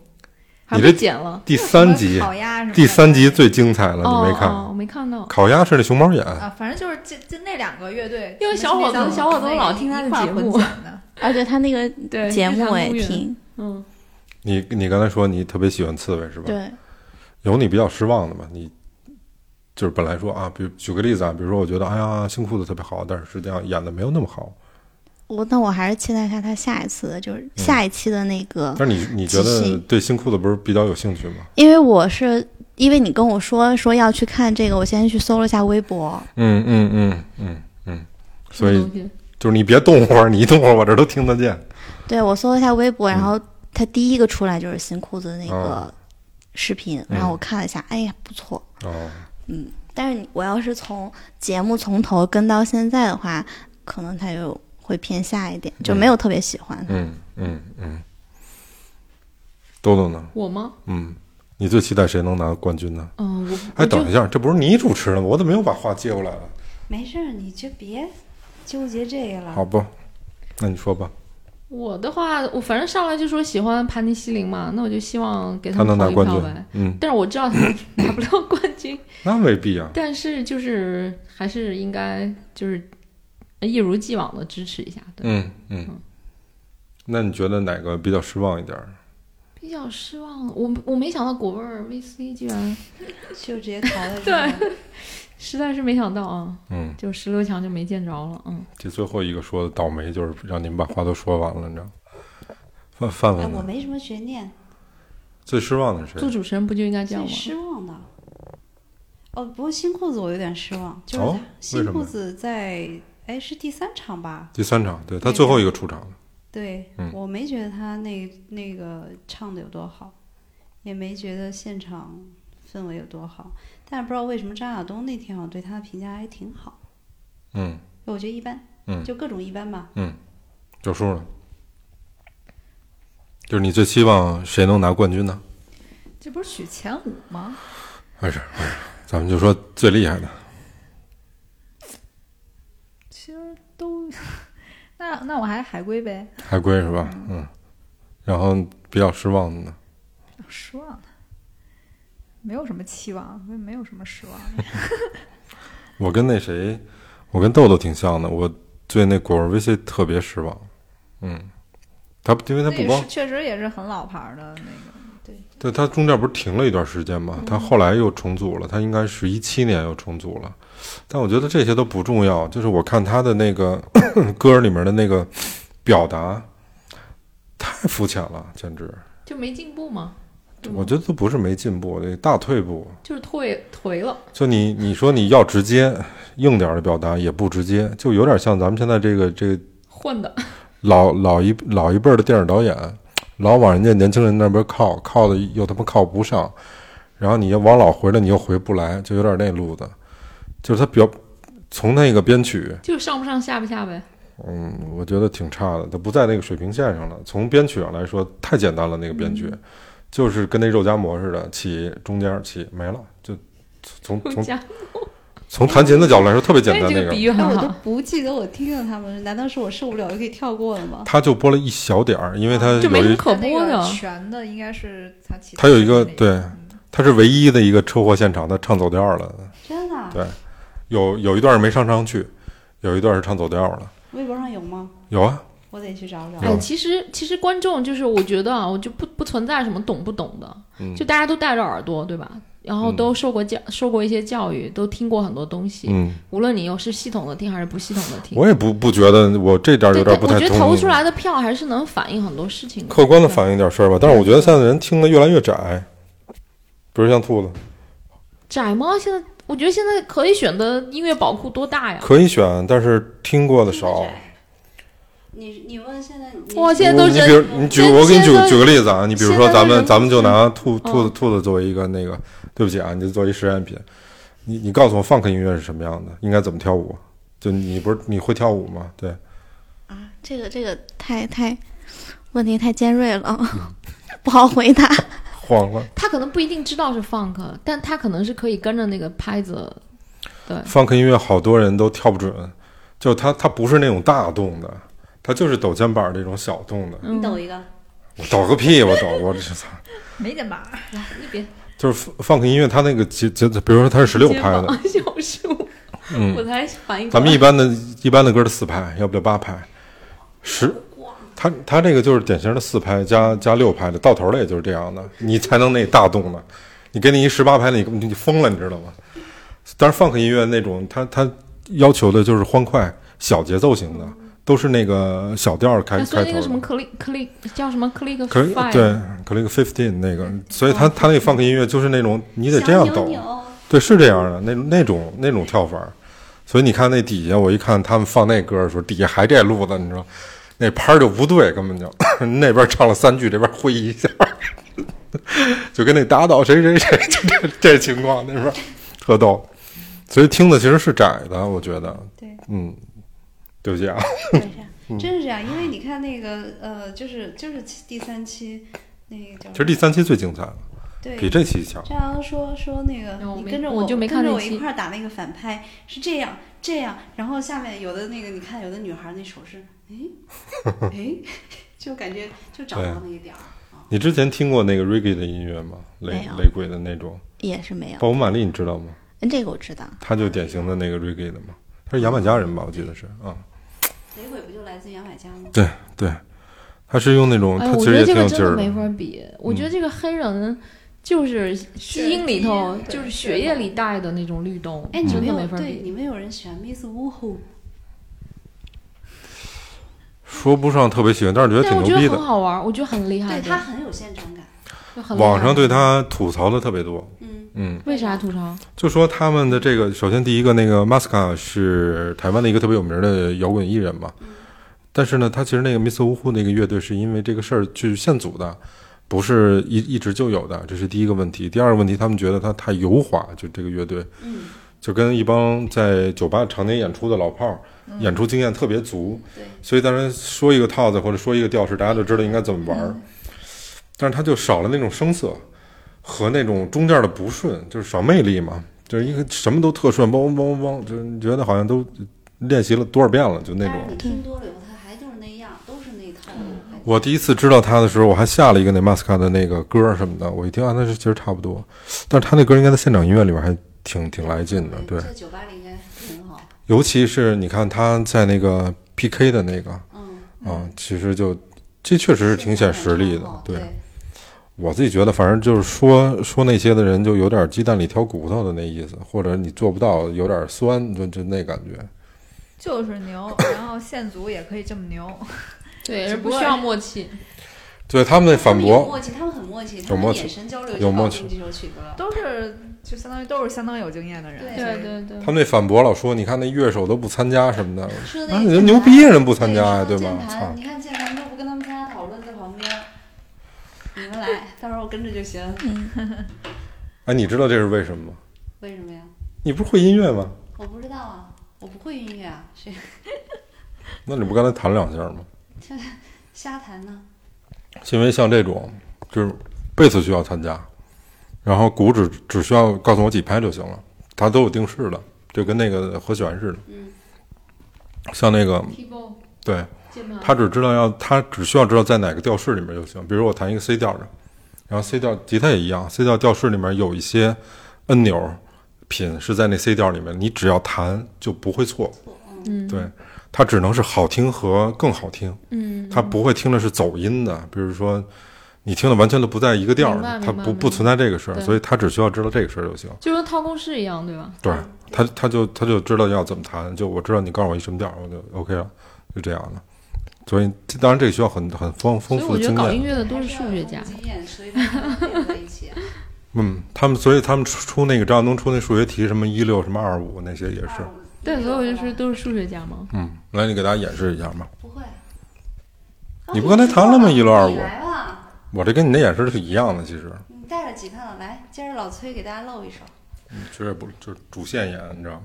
Speaker 3: 还
Speaker 1: 你
Speaker 3: 被
Speaker 1: 这
Speaker 3: 剪了。
Speaker 1: 第三集，
Speaker 8: 烤鸭什么的
Speaker 1: 第三集最精彩了，
Speaker 3: 哦
Speaker 1: 啊你没
Speaker 3: 哦，
Speaker 1: 看？
Speaker 3: 我没看到。
Speaker 1: 烤鸭是那熊猫眼，
Speaker 8: 啊，反正就是这这那两个乐队，
Speaker 3: 因为小伙子
Speaker 8: 什么
Speaker 3: 小伙子
Speaker 8: 那个
Speaker 3: 老听他的
Speaker 8: 一块儿
Speaker 3: 节
Speaker 8: 混
Speaker 3: 目
Speaker 8: 剪的，
Speaker 6: 而且他那个
Speaker 3: 对，
Speaker 6: 节目我
Speaker 3: 日
Speaker 6: 也
Speaker 3: 常公园。
Speaker 6: 听，
Speaker 3: 嗯，
Speaker 1: 你你刚才说你特别喜欢刺猬是吧？
Speaker 6: 对，
Speaker 1: 有你比较失望的吗？你就是本来说啊，比如举个例子啊，比如说我觉得哎呀新裤子特别好，但是实际上演的没有那么好。
Speaker 6: 我那我还是期待一下他下一次的，就是
Speaker 1: 嗯
Speaker 6: 下一期的那个，
Speaker 1: 但是你你觉
Speaker 6: 其
Speaker 1: 得
Speaker 6: 实
Speaker 1: 对新裤子不是比较有兴趣吗？
Speaker 6: 因为我是因为你跟我说说要去看这个，我先去搜了一下微博，
Speaker 1: 嗯嗯嗯嗯嗯，所
Speaker 3: 什
Speaker 1: 以
Speaker 3: 么东西
Speaker 1: 就是你别动会儿，你一动会儿我这儿都听得见。
Speaker 6: 对我搜了一下微博，然后他第一个出来就是新裤子那
Speaker 1: 嗯哦嗯
Speaker 6: 个视频，然后我看了一下，哎呀不错，
Speaker 1: 哦，
Speaker 6: 但是你我要是从节目从头跟到现在的话，可能他就会偏下一点，就没有特别喜欢他。
Speaker 1: 嗯嗯嗯，豆豆呢？
Speaker 3: 我吗？
Speaker 1: 嗯，你最期待谁能拿冠军呢？
Speaker 3: 嗯，我
Speaker 1: 哎，等一下，这不是你主持的吗？我怎么又把话接过来了？
Speaker 4: 没事儿，你就别纠结这个了。
Speaker 1: 好吧，那你说吧，
Speaker 3: 我的话，我反正上来就说喜欢盘尼西林嘛，那我就希望给
Speaker 1: 他
Speaker 3: 们
Speaker 1: 能拿
Speaker 3: 投一
Speaker 1: 冠
Speaker 3: 票呗
Speaker 1: 军。？嗯，
Speaker 3: 但是我知道他们 拿不了冠军，
Speaker 1: 那未必啊。
Speaker 3: 但是就是还是应该就是一如既往的支持一下。对，
Speaker 1: 嗯嗯，那你觉得哪个比较失望一点儿？
Speaker 3: 比较失望，我我没想到果味儿 VC 居然
Speaker 4: 就直接逃了。
Speaker 3: 对，实在是没想到啊，
Speaker 1: 嗯，
Speaker 3: 就十六强就没见着了。嗯，
Speaker 1: 这最后一个说的倒霉，就是让你们把话都说完了，你知道吗？范范
Speaker 4: 哎，
Speaker 1: 范
Speaker 4: 我
Speaker 1: 呢？
Speaker 4: 没什么悬念，
Speaker 1: 最失望的是
Speaker 3: 做
Speaker 1: 谁？
Speaker 3: 主持人不就应该这样
Speaker 4: 最
Speaker 3: 吗？
Speaker 4: 失望的。哦，不过新裤子我有点失望，就是
Speaker 1: 哦
Speaker 4: 他
Speaker 1: 为
Speaker 4: 新
Speaker 1: 什么
Speaker 4: 裤
Speaker 1: 呀
Speaker 4: 子在哎是第三场吧？
Speaker 1: 第三场，对他最后一个出场的，
Speaker 4: 对，
Speaker 1: 嗯
Speaker 4: 我没觉得他那那个唱的有多好，也没觉得现场氛围有多好，但是不知道为什么张亚东那天我对他的评价还挺好，
Speaker 1: 嗯，
Speaker 4: 我觉得一般，
Speaker 1: 嗯
Speaker 4: 就各种一 般吧。
Speaker 1: 九叔呢？就是你最希望谁能拿冠军呢？
Speaker 8: 这不是许前五吗？
Speaker 1: 没事没事，咱们就说最厉害的。
Speaker 8: 其实都， 那那我还海归呗，
Speaker 1: 海龟是吧？嗯，然后比较失望的呢，
Speaker 8: 失望的，没有什么期望，没没有什么失望。
Speaker 1: 我跟那谁，我跟豆豆挺像的，我对那果儿 VC 特别失望。嗯，他因为他
Speaker 8: 那
Speaker 1: 不
Speaker 8: 也
Speaker 1: 光
Speaker 8: 是确实也是很老牌儿的那个，
Speaker 1: 对他中间不是停了一段时间嘛，他后来又重组了，他应该是一七年又重组了，但我觉得这些都不重要，就是我看他的那个 歌里面的那个表达太肤浅了，简直，
Speaker 3: 就没进步嘛，对吗
Speaker 1: 我觉得都不是没进步，那大退步。
Speaker 3: 就是退颓了。
Speaker 1: 就你你说你要直接硬点儿的表达也不直接，就有点像咱们现在这个这个
Speaker 3: 混的，
Speaker 1: 老老一老一辈儿的电影导演，老往人家年轻人那边靠，靠的又他妈靠不上，然后你要往老回来，你又回不来，就有点那路子。就是他表从那个编曲，
Speaker 3: 就上不上下不下呗。
Speaker 1: 嗯，我觉得挺差的，他不在那个水平线上了。从编曲上来说，太简单了，那个编
Speaker 3: 嗯
Speaker 1: 曲、就是跟那肉夹馍似的，起中间起没了，就从从从
Speaker 3: 家
Speaker 1: 从弹琴的角度来说特别简
Speaker 3: 哎
Speaker 1: 单
Speaker 3: 这
Speaker 1: 那
Speaker 3: 个
Speaker 1: 个
Speaker 3: 比，喻
Speaker 4: 哎，
Speaker 3: 很
Speaker 4: 我都
Speaker 3: 好，
Speaker 4: 不记得我听了他们，难道是我受不了就可以跳过 了吗？
Speaker 1: 他就播了一小点儿，因为他
Speaker 3: 哦就没
Speaker 1: 有
Speaker 3: 什么
Speaker 1: 一
Speaker 3: 可播的。
Speaker 8: 全的应该是他起
Speaker 1: 他有一个对，
Speaker 8: 嗯
Speaker 1: 他是唯一的一个车祸现场，他唱走调了，
Speaker 4: 真的啊，
Speaker 1: 对有有一段没上上去，有一段是唱走调了，
Speaker 4: 微博上有吗？
Speaker 1: 有啊，
Speaker 4: 我得去找找。
Speaker 3: 哎，其实其实观众就是，我觉得啊，我就不不存在什么懂不懂的，
Speaker 1: 嗯
Speaker 3: 就大家都戴着耳朵，对吧？然后
Speaker 1: 嗯
Speaker 3: 都受过教，受过一些教育，都听过很多东西。
Speaker 1: 嗯，
Speaker 3: 无论你又是系统的听还是不系统的听，
Speaker 1: 我也不不觉得我这点儿有点
Speaker 3: 对对，
Speaker 1: 儿不
Speaker 3: 我
Speaker 1: 太
Speaker 3: 觉得
Speaker 1: 同
Speaker 3: 投
Speaker 1: 意
Speaker 3: 出来的票还是能反映很多事情的。
Speaker 1: 客观的反映点事儿吧。但是我觉得现在的人听的越来越窄，比如像兔子，
Speaker 3: 窄吗？现在我觉得现在可以选的音乐宝库多大呀？
Speaker 1: 可以选，但是听过的少。
Speaker 4: 你你问现在你
Speaker 3: 哇，现在都
Speaker 1: 你
Speaker 3: 是
Speaker 1: 比
Speaker 3: 人
Speaker 1: 如你举，
Speaker 3: 人
Speaker 1: 我给你举
Speaker 3: 现在
Speaker 1: 举个例子啊，你比如说咱
Speaker 3: 现在的
Speaker 1: 们
Speaker 3: 人
Speaker 1: 咱们就拿兔兔子
Speaker 3: 嗯
Speaker 1: 兔子作为一个那个，对不起啊，你就作为实验品，你你告诉我 funk 音乐是什么样的，应该怎么跳舞？就你不是你会跳舞吗？对，
Speaker 6: 啊这个这个太太问题太尖锐了，
Speaker 1: 嗯
Speaker 6: 不好回答。
Speaker 1: 晃了。
Speaker 3: 他可能不一定知道是 funk，但他可能是可以跟着那个拍子。对，
Speaker 1: funk 音乐好多人都跳不准，就它它不是那种大动的，它就是抖肩膀这种小动的。
Speaker 3: 嗯
Speaker 4: 你抖一
Speaker 1: 嗯
Speaker 4: 个，
Speaker 1: 我抖个屁！我抖，我这操！
Speaker 8: 没肩膀，
Speaker 1: 就是 funk 音乐，它那个节节，比如说它是十六拍的，
Speaker 3: 小树，我
Speaker 1: 嗯，
Speaker 3: 才反应过
Speaker 1: 咱
Speaker 3: 来。
Speaker 1: 们一般的一般的歌是四拍，要不就八拍，十，它它这个就是典型的四拍加加六拍的，到头了也就是这样的，你才能那大动的，你给你一十八拍的，你根本就你疯了，你知道吗？但是 funk 音乐那种，它它要求的就是欢快、小节奏型的，都是那个小调儿开
Speaker 3: 他说
Speaker 1: 开
Speaker 3: 那
Speaker 1: 头
Speaker 3: 个什
Speaker 1: 的
Speaker 3: 么。click click 叫什么 click
Speaker 1: 可以
Speaker 3: five，哦
Speaker 1: 对，可那个 fifteen 那个，所以它它那个 funk 音乐就是那种你
Speaker 4: 你
Speaker 1: 得这样
Speaker 4: 扭
Speaker 1: 抖，啊
Speaker 4: 扭。
Speaker 1: 对，是这样的，那那种那种跳法儿，所以你看那底下，我一看他们放那歌的时候，底下还这路子，你知道，那拍儿就不对，根本就 那边唱了三句，这边挥一下， 就跟那打倒谁谁 谁就这这情况，那边儿特逗，所以听的其实是窄的，我觉得，
Speaker 4: 对，
Speaker 1: 嗯，对不起啊，
Speaker 4: 真是这样，因为你看那个呃，就是就是第三期那个
Speaker 1: 其
Speaker 4: 叫什
Speaker 1: 实
Speaker 4: 么
Speaker 1: 第三期最精彩了，
Speaker 4: 对
Speaker 1: 比这期强。
Speaker 4: 张扬说说那个，
Speaker 3: 我
Speaker 4: 你
Speaker 3: 没
Speaker 4: 跟着
Speaker 3: 我就没看
Speaker 4: 跟着
Speaker 3: 那
Speaker 4: 我一
Speaker 3: 期
Speaker 4: 块儿打那个反拍，是这样这样，然后下面有的那个你看有的女孩儿那手势， 哎哎， 就感觉就找到那一点儿。
Speaker 1: 你之前听过那个 reggae 的音乐吗？雷
Speaker 6: 没有
Speaker 1: 雷鬼的那种，
Speaker 6: 也是没有，
Speaker 1: 鲍勃·马利你知道吗？
Speaker 6: 嗯这个我知道。
Speaker 1: 他就典型的那个 reggae 的嘛，他是牙买加人吧？我记得是啊，
Speaker 4: 雷鬼不就来自牙买加
Speaker 3: 嗯
Speaker 4: 吗？
Speaker 1: 对对，他是用那种，
Speaker 3: 哎，
Speaker 1: 他
Speaker 3: 我
Speaker 1: 其
Speaker 3: 觉
Speaker 1: 实
Speaker 3: 得
Speaker 1: 也挺
Speaker 3: 这个
Speaker 1: 有
Speaker 3: 真
Speaker 1: 劲
Speaker 3: 的
Speaker 1: 儿
Speaker 3: 没
Speaker 1: 的。嗯
Speaker 3: 法比。我觉得这个黑人就是基因里头，
Speaker 8: 对
Speaker 3: 就是血液里带的那种律动，
Speaker 4: 哎，你
Speaker 3: 真
Speaker 4: 们
Speaker 3: 的
Speaker 4: 有
Speaker 3: 没法
Speaker 4: 对
Speaker 3: 比。
Speaker 4: 你们有人喜欢 Miss Wuhu，
Speaker 1: 说不上特别喜欢，但是觉得
Speaker 3: 但
Speaker 1: 挺
Speaker 3: 我
Speaker 1: 牛
Speaker 3: 觉
Speaker 1: 逼
Speaker 3: 得
Speaker 1: 的
Speaker 3: 很。好玩，我觉得很厉害
Speaker 4: 对
Speaker 3: 的。
Speaker 4: 她很有现场感。
Speaker 3: 就很厉害
Speaker 1: 网上对他吐槽的特别多，
Speaker 4: 嗯，
Speaker 1: 嗯，
Speaker 3: 为啥吐槽？
Speaker 1: 就说他们的这个，首先第一个那个 Masca 是台湾的一个特别有名的摇滚艺人嘛，但是呢，他其实那个 Miss 芜湖那个乐队是因为这个事儿去现组的，不是一一直就有的，这是第一个问题。第二个问题，他们觉得他太油滑，就这个乐队，
Speaker 4: 嗯，
Speaker 1: 就跟一帮在酒吧常年演出的老炮儿，演出经验特别足，
Speaker 4: 对
Speaker 1: 所以当然说一个套子或者说一个调式，大家就知道应该怎么玩儿，
Speaker 4: 嗯
Speaker 1: 但是他就少了那种生涩和那种中间的不顺，就是少魅力嘛，就是一个什么都特顺，嗡嗡嗡嗡，就是你觉得好像都练习了多少遍了，就那
Speaker 4: 但
Speaker 1: 种
Speaker 4: 是。你听多了以后，她还就是那样，都是那一套
Speaker 3: 嗯
Speaker 4: 路。感觉
Speaker 1: 我第一次知道他的时候，我还下了一个那马斯卡的那个歌什么的，我一听啊，那是其实差不多，但是他那歌应该在现场音乐里边还挺挺来劲的，对。
Speaker 4: 这酒吧里应该很好。
Speaker 1: 尤其是你看他在那个 PK 的那个
Speaker 4: 嗯，
Speaker 1: 啊，其实就这确实是挺显实力的
Speaker 4: 现场感很好。
Speaker 1: 对
Speaker 4: 对
Speaker 1: 我自己觉得，反正就是说说那些的人，就有点鸡蛋里挑骨头的那意思，或者你做不到，有点酸，就就那感觉。
Speaker 8: 就是牛，然后线组也可以这么牛，
Speaker 3: 对，
Speaker 8: 只
Speaker 3: 而
Speaker 8: 不
Speaker 3: 不
Speaker 8: 过
Speaker 3: 需要默契。
Speaker 1: 对他们那
Speaker 4: 他
Speaker 1: 反
Speaker 4: 们有
Speaker 1: 驳
Speaker 4: 默契，他们很默契，
Speaker 1: 有
Speaker 4: 他
Speaker 1: 默
Speaker 4: 们
Speaker 1: 契
Speaker 4: 眼神交流
Speaker 1: 有默
Speaker 4: 就搞
Speaker 1: 契
Speaker 4: 定这首曲子了。
Speaker 8: 都是就相当于都是相当有经验的人。
Speaker 3: 对对对，
Speaker 1: 他们那反驳老说，你看那乐手都不参加什么的，
Speaker 4: 说
Speaker 1: 那啊你这牛逼人不参加呀，对
Speaker 4: 对
Speaker 1: 吧
Speaker 4: 键？
Speaker 1: 操
Speaker 4: 盘，！你看键盘都不跟他们参加讨论，在旁边，你们来，到时候我跟着就行。
Speaker 1: 哎，你知道这是为什么吗？
Speaker 4: 为什么呀？
Speaker 1: 你不是会音乐吗？
Speaker 4: 我不知道啊，我不会音乐啊，谁
Speaker 1: 那你不刚才弹了两下吗？
Speaker 4: 瞎弹呢？
Speaker 1: 是因为像这种，就是贝斯需要参加，然后鼓只只需要告诉我几拍就行了，它都有定式的，就跟那个和弦似的。像那个
Speaker 3: keyboard
Speaker 1: 对，
Speaker 3: 键盘
Speaker 1: 他只知道要，他只需要知道在哪个调式里面就行。比如我弹一个 C 调的，然后 C 调吉他也一样，C 调调式里面有一些按钮品是在那 C 调里面，你只要弹就不会错。
Speaker 3: 嗯
Speaker 1: 对，它只能是好听和更好听，
Speaker 3: 嗯，
Speaker 1: 它不会听的是走音的。比如说，你听的完全都不在一个调
Speaker 3: 明白
Speaker 1: 上，它
Speaker 3: 明白
Speaker 1: 不
Speaker 3: 明白
Speaker 1: 不存在这个事儿，
Speaker 3: 对
Speaker 1: 所以他只需要知道这个事儿就行。
Speaker 3: 就跟掏公式一样，对吧？
Speaker 1: 对，他他就他就知道要怎么弹，就我知道你告诉我一什么调，我就 OK 了，就这样了。所以这当然这个需要很很丰
Speaker 3: 所
Speaker 1: 丰
Speaker 3: 以
Speaker 1: 富
Speaker 3: 我
Speaker 1: 的
Speaker 3: 觉得
Speaker 1: 经
Speaker 3: 搞音
Speaker 1: 验，
Speaker 3: 乐的都是数学家
Speaker 4: 还，是要有经验，所以他们才能配合一起啊。
Speaker 1: 嗯，他们所以他们出出那个张亚东出那数学题什么一六什么二五那些也是，
Speaker 3: 对，所以我就说都是数学家嘛。
Speaker 1: 嗯，来你给大家演示一下嘛，
Speaker 4: 不会，哦
Speaker 1: 你不刚才弹了吗一六二五
Speaker 4: 你来吧，
Speaker 1: 我这跟你那演示是一样的，其实
Speaker 4: 你带着吉他了，来，今儿老崔给大家露一手，
Speaker 3: 嗯
Speaker 1: 其实也不就是主线演，你知道吗？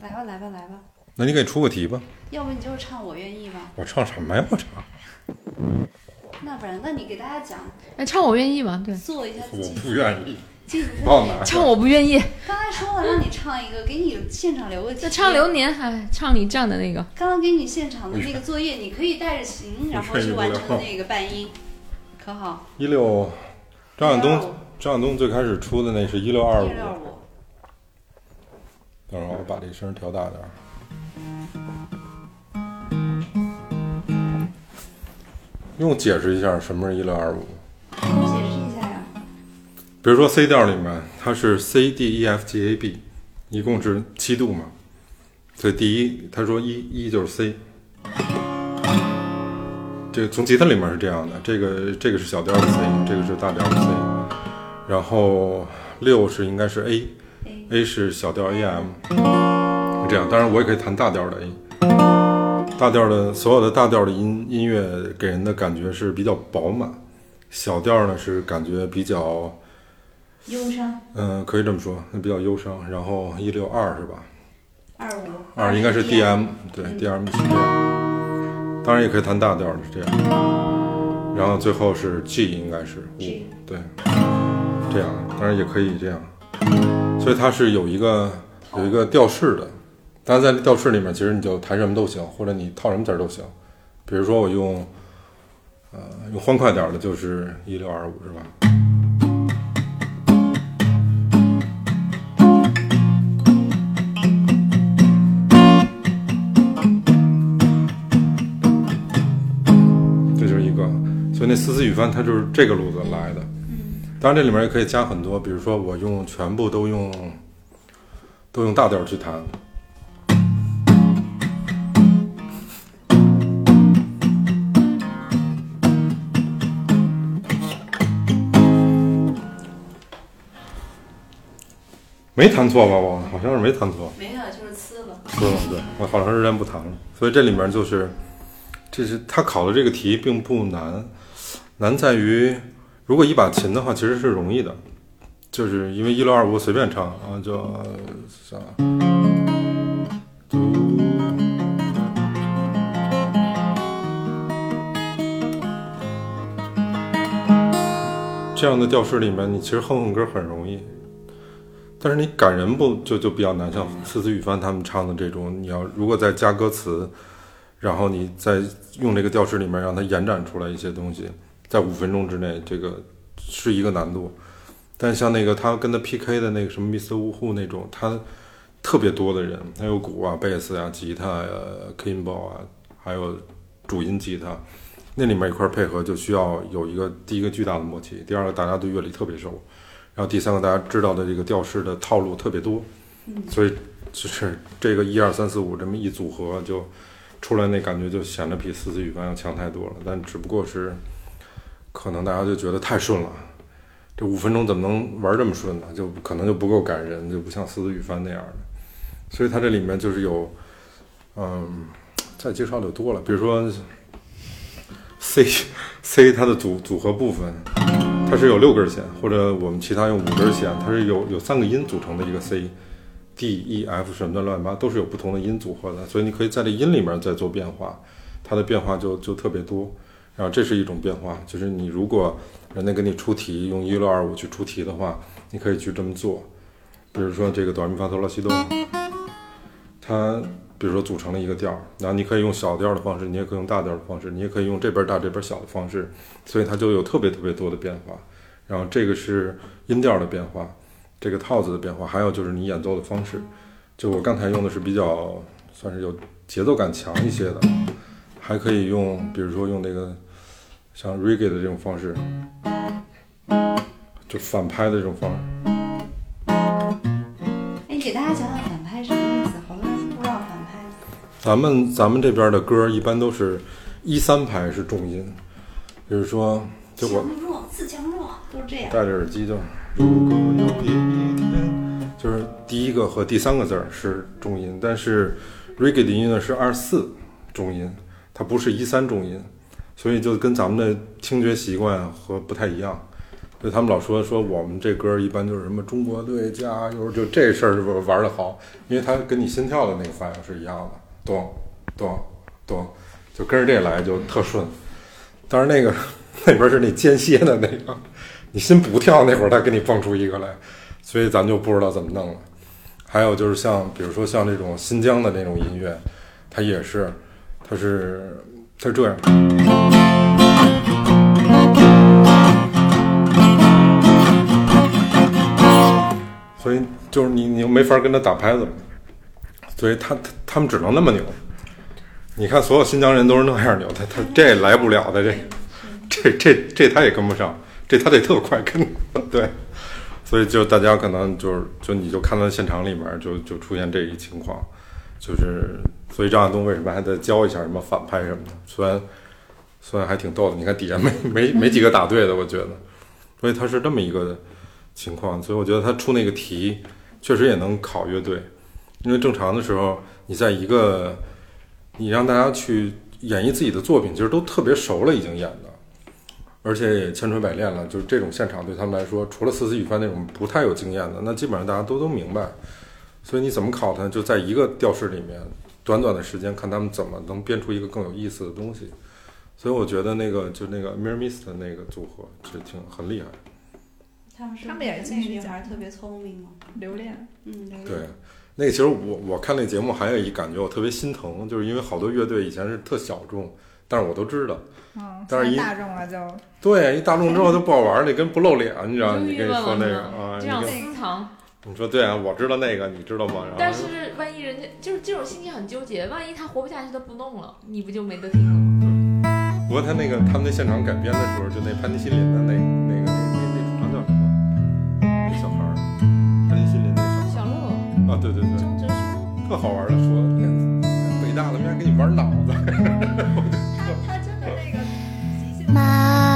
Speaker 4: 来吧，来吧，来吧，
Speaker 1: 那你给出个题吧，
Speaker 4: 要不你就唱我愿意吧，
Speaker 1: 我唱什么呀？我唱，
Speaker 4: 那不然，那你给大家讲，
Speaker 3: 哎，唱我愿意吧，对，
Speaker 4: 做一下自
Speaker 1: 我
Speaker 4: 己
Speaker 1: 不愿意，
Speaker 4: 技术
Speaker 1: 到
Speaker 4: 分
Speaker 1: 哪
Speaker 4: 析。
Speaker 1: 儿
Speaker 3: 唱我不 愿意，
Speaker 4: 刚才说了让你唱一个，给你现场留个题
Speaker 3: 就唱流。年，哎，唱李站的那个。
Speaker 4: 刚刚给你现场的那个作业，你可以带着琴，然后去完成那个半音，可好？
Speaker 1: 一六，张亚
Speaker 4: 125
Speaker 1: 东张亚东最开始出的那是一六二
Speaker 4: 一
Speaker 1: 五。
Speaker 4: 六二五，
Speaker 1: 等会儿我把这声儿调大点儿。用解释一下什么是一六二五？
Speaker 4: 你解释一下呀。
Speaker 1: 比如说 C 调里面，它是 C D E F G A B，一共是七度嘛。所以第一，他说一一就是 C。这个从吉他里面是这样的，这个这个是小调的 C，这个是大调的 C，然后六是应该是 A。
Speaker 4: 哎，
Speaker 1: A 是小调 A M，这样，当然我也可以弹大调的 A，大调的所有的大调的音音乐给人的感觉是比较饱满，小调呢是感觉比较，
Speaker 4: 忧伤
Speaker 1: 嗯、可以这么说，比较忧伤。然后一六二是吧？
Speaker 4: 二五，
Speaker 1: 二啊应该是 D M，对，D M 是这样，当然也可以弹大调的，是这样。然后最后是 G 应该是五
Speaker 4: G，
Speaker 1: 对，这样，当然也可以这样。所以它是有一个有一个调式的，但是在调式里面，其实你就弹什么都行，或者你套什么词儿都行。比如说我用，呃，用欢快点儿的，就是一六二五是吧？这就是一个，所以那丝丝雨帆它就是这个路子来的。当然这里面也可以加很多，比如说我用全部都用都用大调去弹。没弹错吧？我好像是没弹错。
Speaker 4: 没有，就是呲了。
Speaker 1: 对对，我好长时间不弹了，所以这里面就是，这是他考的这个题并不难，难在于如果一把琴的话，其实是容易的，就是因为一六二五随便唱啊，就啥，嘟这样的调式里面，你其实哼哼歌很容易，但是你感人不就就比较难，像思思雨帆他们唱的这种，你要如果再加歌词，然后你再用这个调式里面让它延展出来一些东西，在五分钟之内，这个是一个难度。但像那个他跟他 PK 的那个什么 Mr. 呜呼那种，他特别多的人，他有鼓啊、贝斯啊、吉他呀、k i m b a l 啊，还有主音吉他，那里面一块儿配合就需要有一个第一个巨大的默契，第二个大家对乐理特别熟，然后第三个大家知道的这个调式的套路特别多，所以就是这个一二三四五这么一组合就出来那感觉就显得比四四雨帆要强太多了，但只不过是可能大家就觉得太顺了，这五分钟怎么能玩这么顺呢？就可能就不够感人，就不像《私自雨帆》那样的。所以它这里面就是有，嗯，再介绍的多了，比如说 C C 它的组组合部分，它是有六根弦，或者我们其他用五根弦，它是有有三个音组成的一个 C。D、E、F 什么的乱七八都是有不同的音组合的，所以你可以在这音里面再做变化，它的变化就就特别多。然后这是一种变化，就是你如果人家给你出题，用一六二五去出题的话，你可以去这么做。比如说这个哆来咪发嗦拉西哆，它比如说组成了一个调儿，然后你可以用小调的方式，你也可以用大调的方式，你也可以用这边大这边小的方式，所以它就有特别特别多的变化。然后这个是音调的变化，这个套子的变化，还有就是你演奏的方式。就我刚才用的是比较算是有节奏感强一些的，还可以用，比如说用那个像 reggae 的这种方式，就反拍的这种方式。
Speaker 4: 哎，你给大家讲讲反拍什么意思？好多人不知道反拍。
Speaker 1: 咱们咱们这边的歌一般都是一三拍是重音，就是说，就我
Speaker 4: 弱嗯自强弱都是这样。
Speaker 1: 戴着耳机就，如果有一天，就是第一个和第三个字儿是重音，但是 reggae 的音呢是二四重音，它不是一三重音，所以就跟咱们的听觉习惯和不太一样。所以他们老说说我们这歌儿一般就是什么中国队加油，就这事儿是不是玩的好？因为它跟你心跳的那个反应是一样的，咚咚咚，就跟着这来就特顺。但是那个 那边是那间歇的那个，你心不跳那会儿，他给你蹦出一个来，所以咱就不知道怎么弄了。还有就是像比如说像这种新疆的那种音乐，它也是，它是它是这样，所以就是你你又没法跟他打拍子了，所以他他他们只能那么扭。你看，所有新疆人都是那样扭，他他这来不了的，这 这这这他也跟不上，这他得特快跟， 对，所以就大家可能就是就你就看到现场里面就就出现这一情况，就是所以张亚东为什么还在教一下什么反拍什么的，虽然虽然还挺逗的，你看底下没没没几个答对的，我觉得，所以他是这么一个情况，所以我觉得他出那个题确实也能考乐队，因为正常的时候你在一个。你让大家去演绎自己的作品，其实都特别熟了，已经演的，而且也千锤百炼了。就是这种现场对他们来说，除了四四雨帆那种不太有经验的，那基本上大家都都明白。所以你怎么考他，就在一个调式里面，短短的时间看他们怎么能编出一个更有意思的东西。所以我觉得那个就那个 Mir Mist 的那个组合是挺很厉害。
Speaker 3: 哎
Speaker 4: 他们是
Speaker 8: 他们也是
Speaker 4: 那个
Speaker 8: 进去
Speaker 4: 女孩特别聪明吗？
Speaker 8: 留恋，
Speaker 4: 嗯，对
Speaker 1: 对，那个其实我我看那节目还有一感觉，我特别心疼，就是因为好多乐队以前是特小众，但是我都知道。
Speaker 8: 嗯，
Speaker 1: 但是
Speaker 8: 太
Speaker 1: 一
Speaker 8: 大众了就
Speaker 1: 对，一大众之后就不好玩儿了，跟不露脸，你知道？你
Speaker 3: 郁
Speaker 1: 跟
Speaker 3: 闷
Speaker 1: 你说
Speaker 3: 了
Speaker 1: 那
Speaker 3: 是
Speaker 1: 个
Speaker 3: 吗
Speaker 1: 啊，
Speaker 3: 这
Speaker 1: 你
Speaker 3: 样
Speaker 1: 跟
Speaker 3: 私藏。
Speaker 1: 你说对啊，我知道那个，你知道吗？然
Speaker 3: 但
Speaker 1: 后
Speaker 3: 是万一人家就是这种心情很纠结，万一他活不下去，他不弄了，你不就没得听了吗？
Speaker 1: 不过他那个他们那现场改编的时候，就那潘迪西林的那那个那那那主唱叫什么？那小孩儿，潘迪西林那小
Speaker 3: 小鹿，
Speaker 1: 孩儿啊，对对对，
Speaker 3: 真是
Speaker 1: 特好玩儿的说的，你看北大的，明儿给你玩脑子。
Speaker 8: 他真的那个
Speaker 2: 妈
Speaker 6: 啊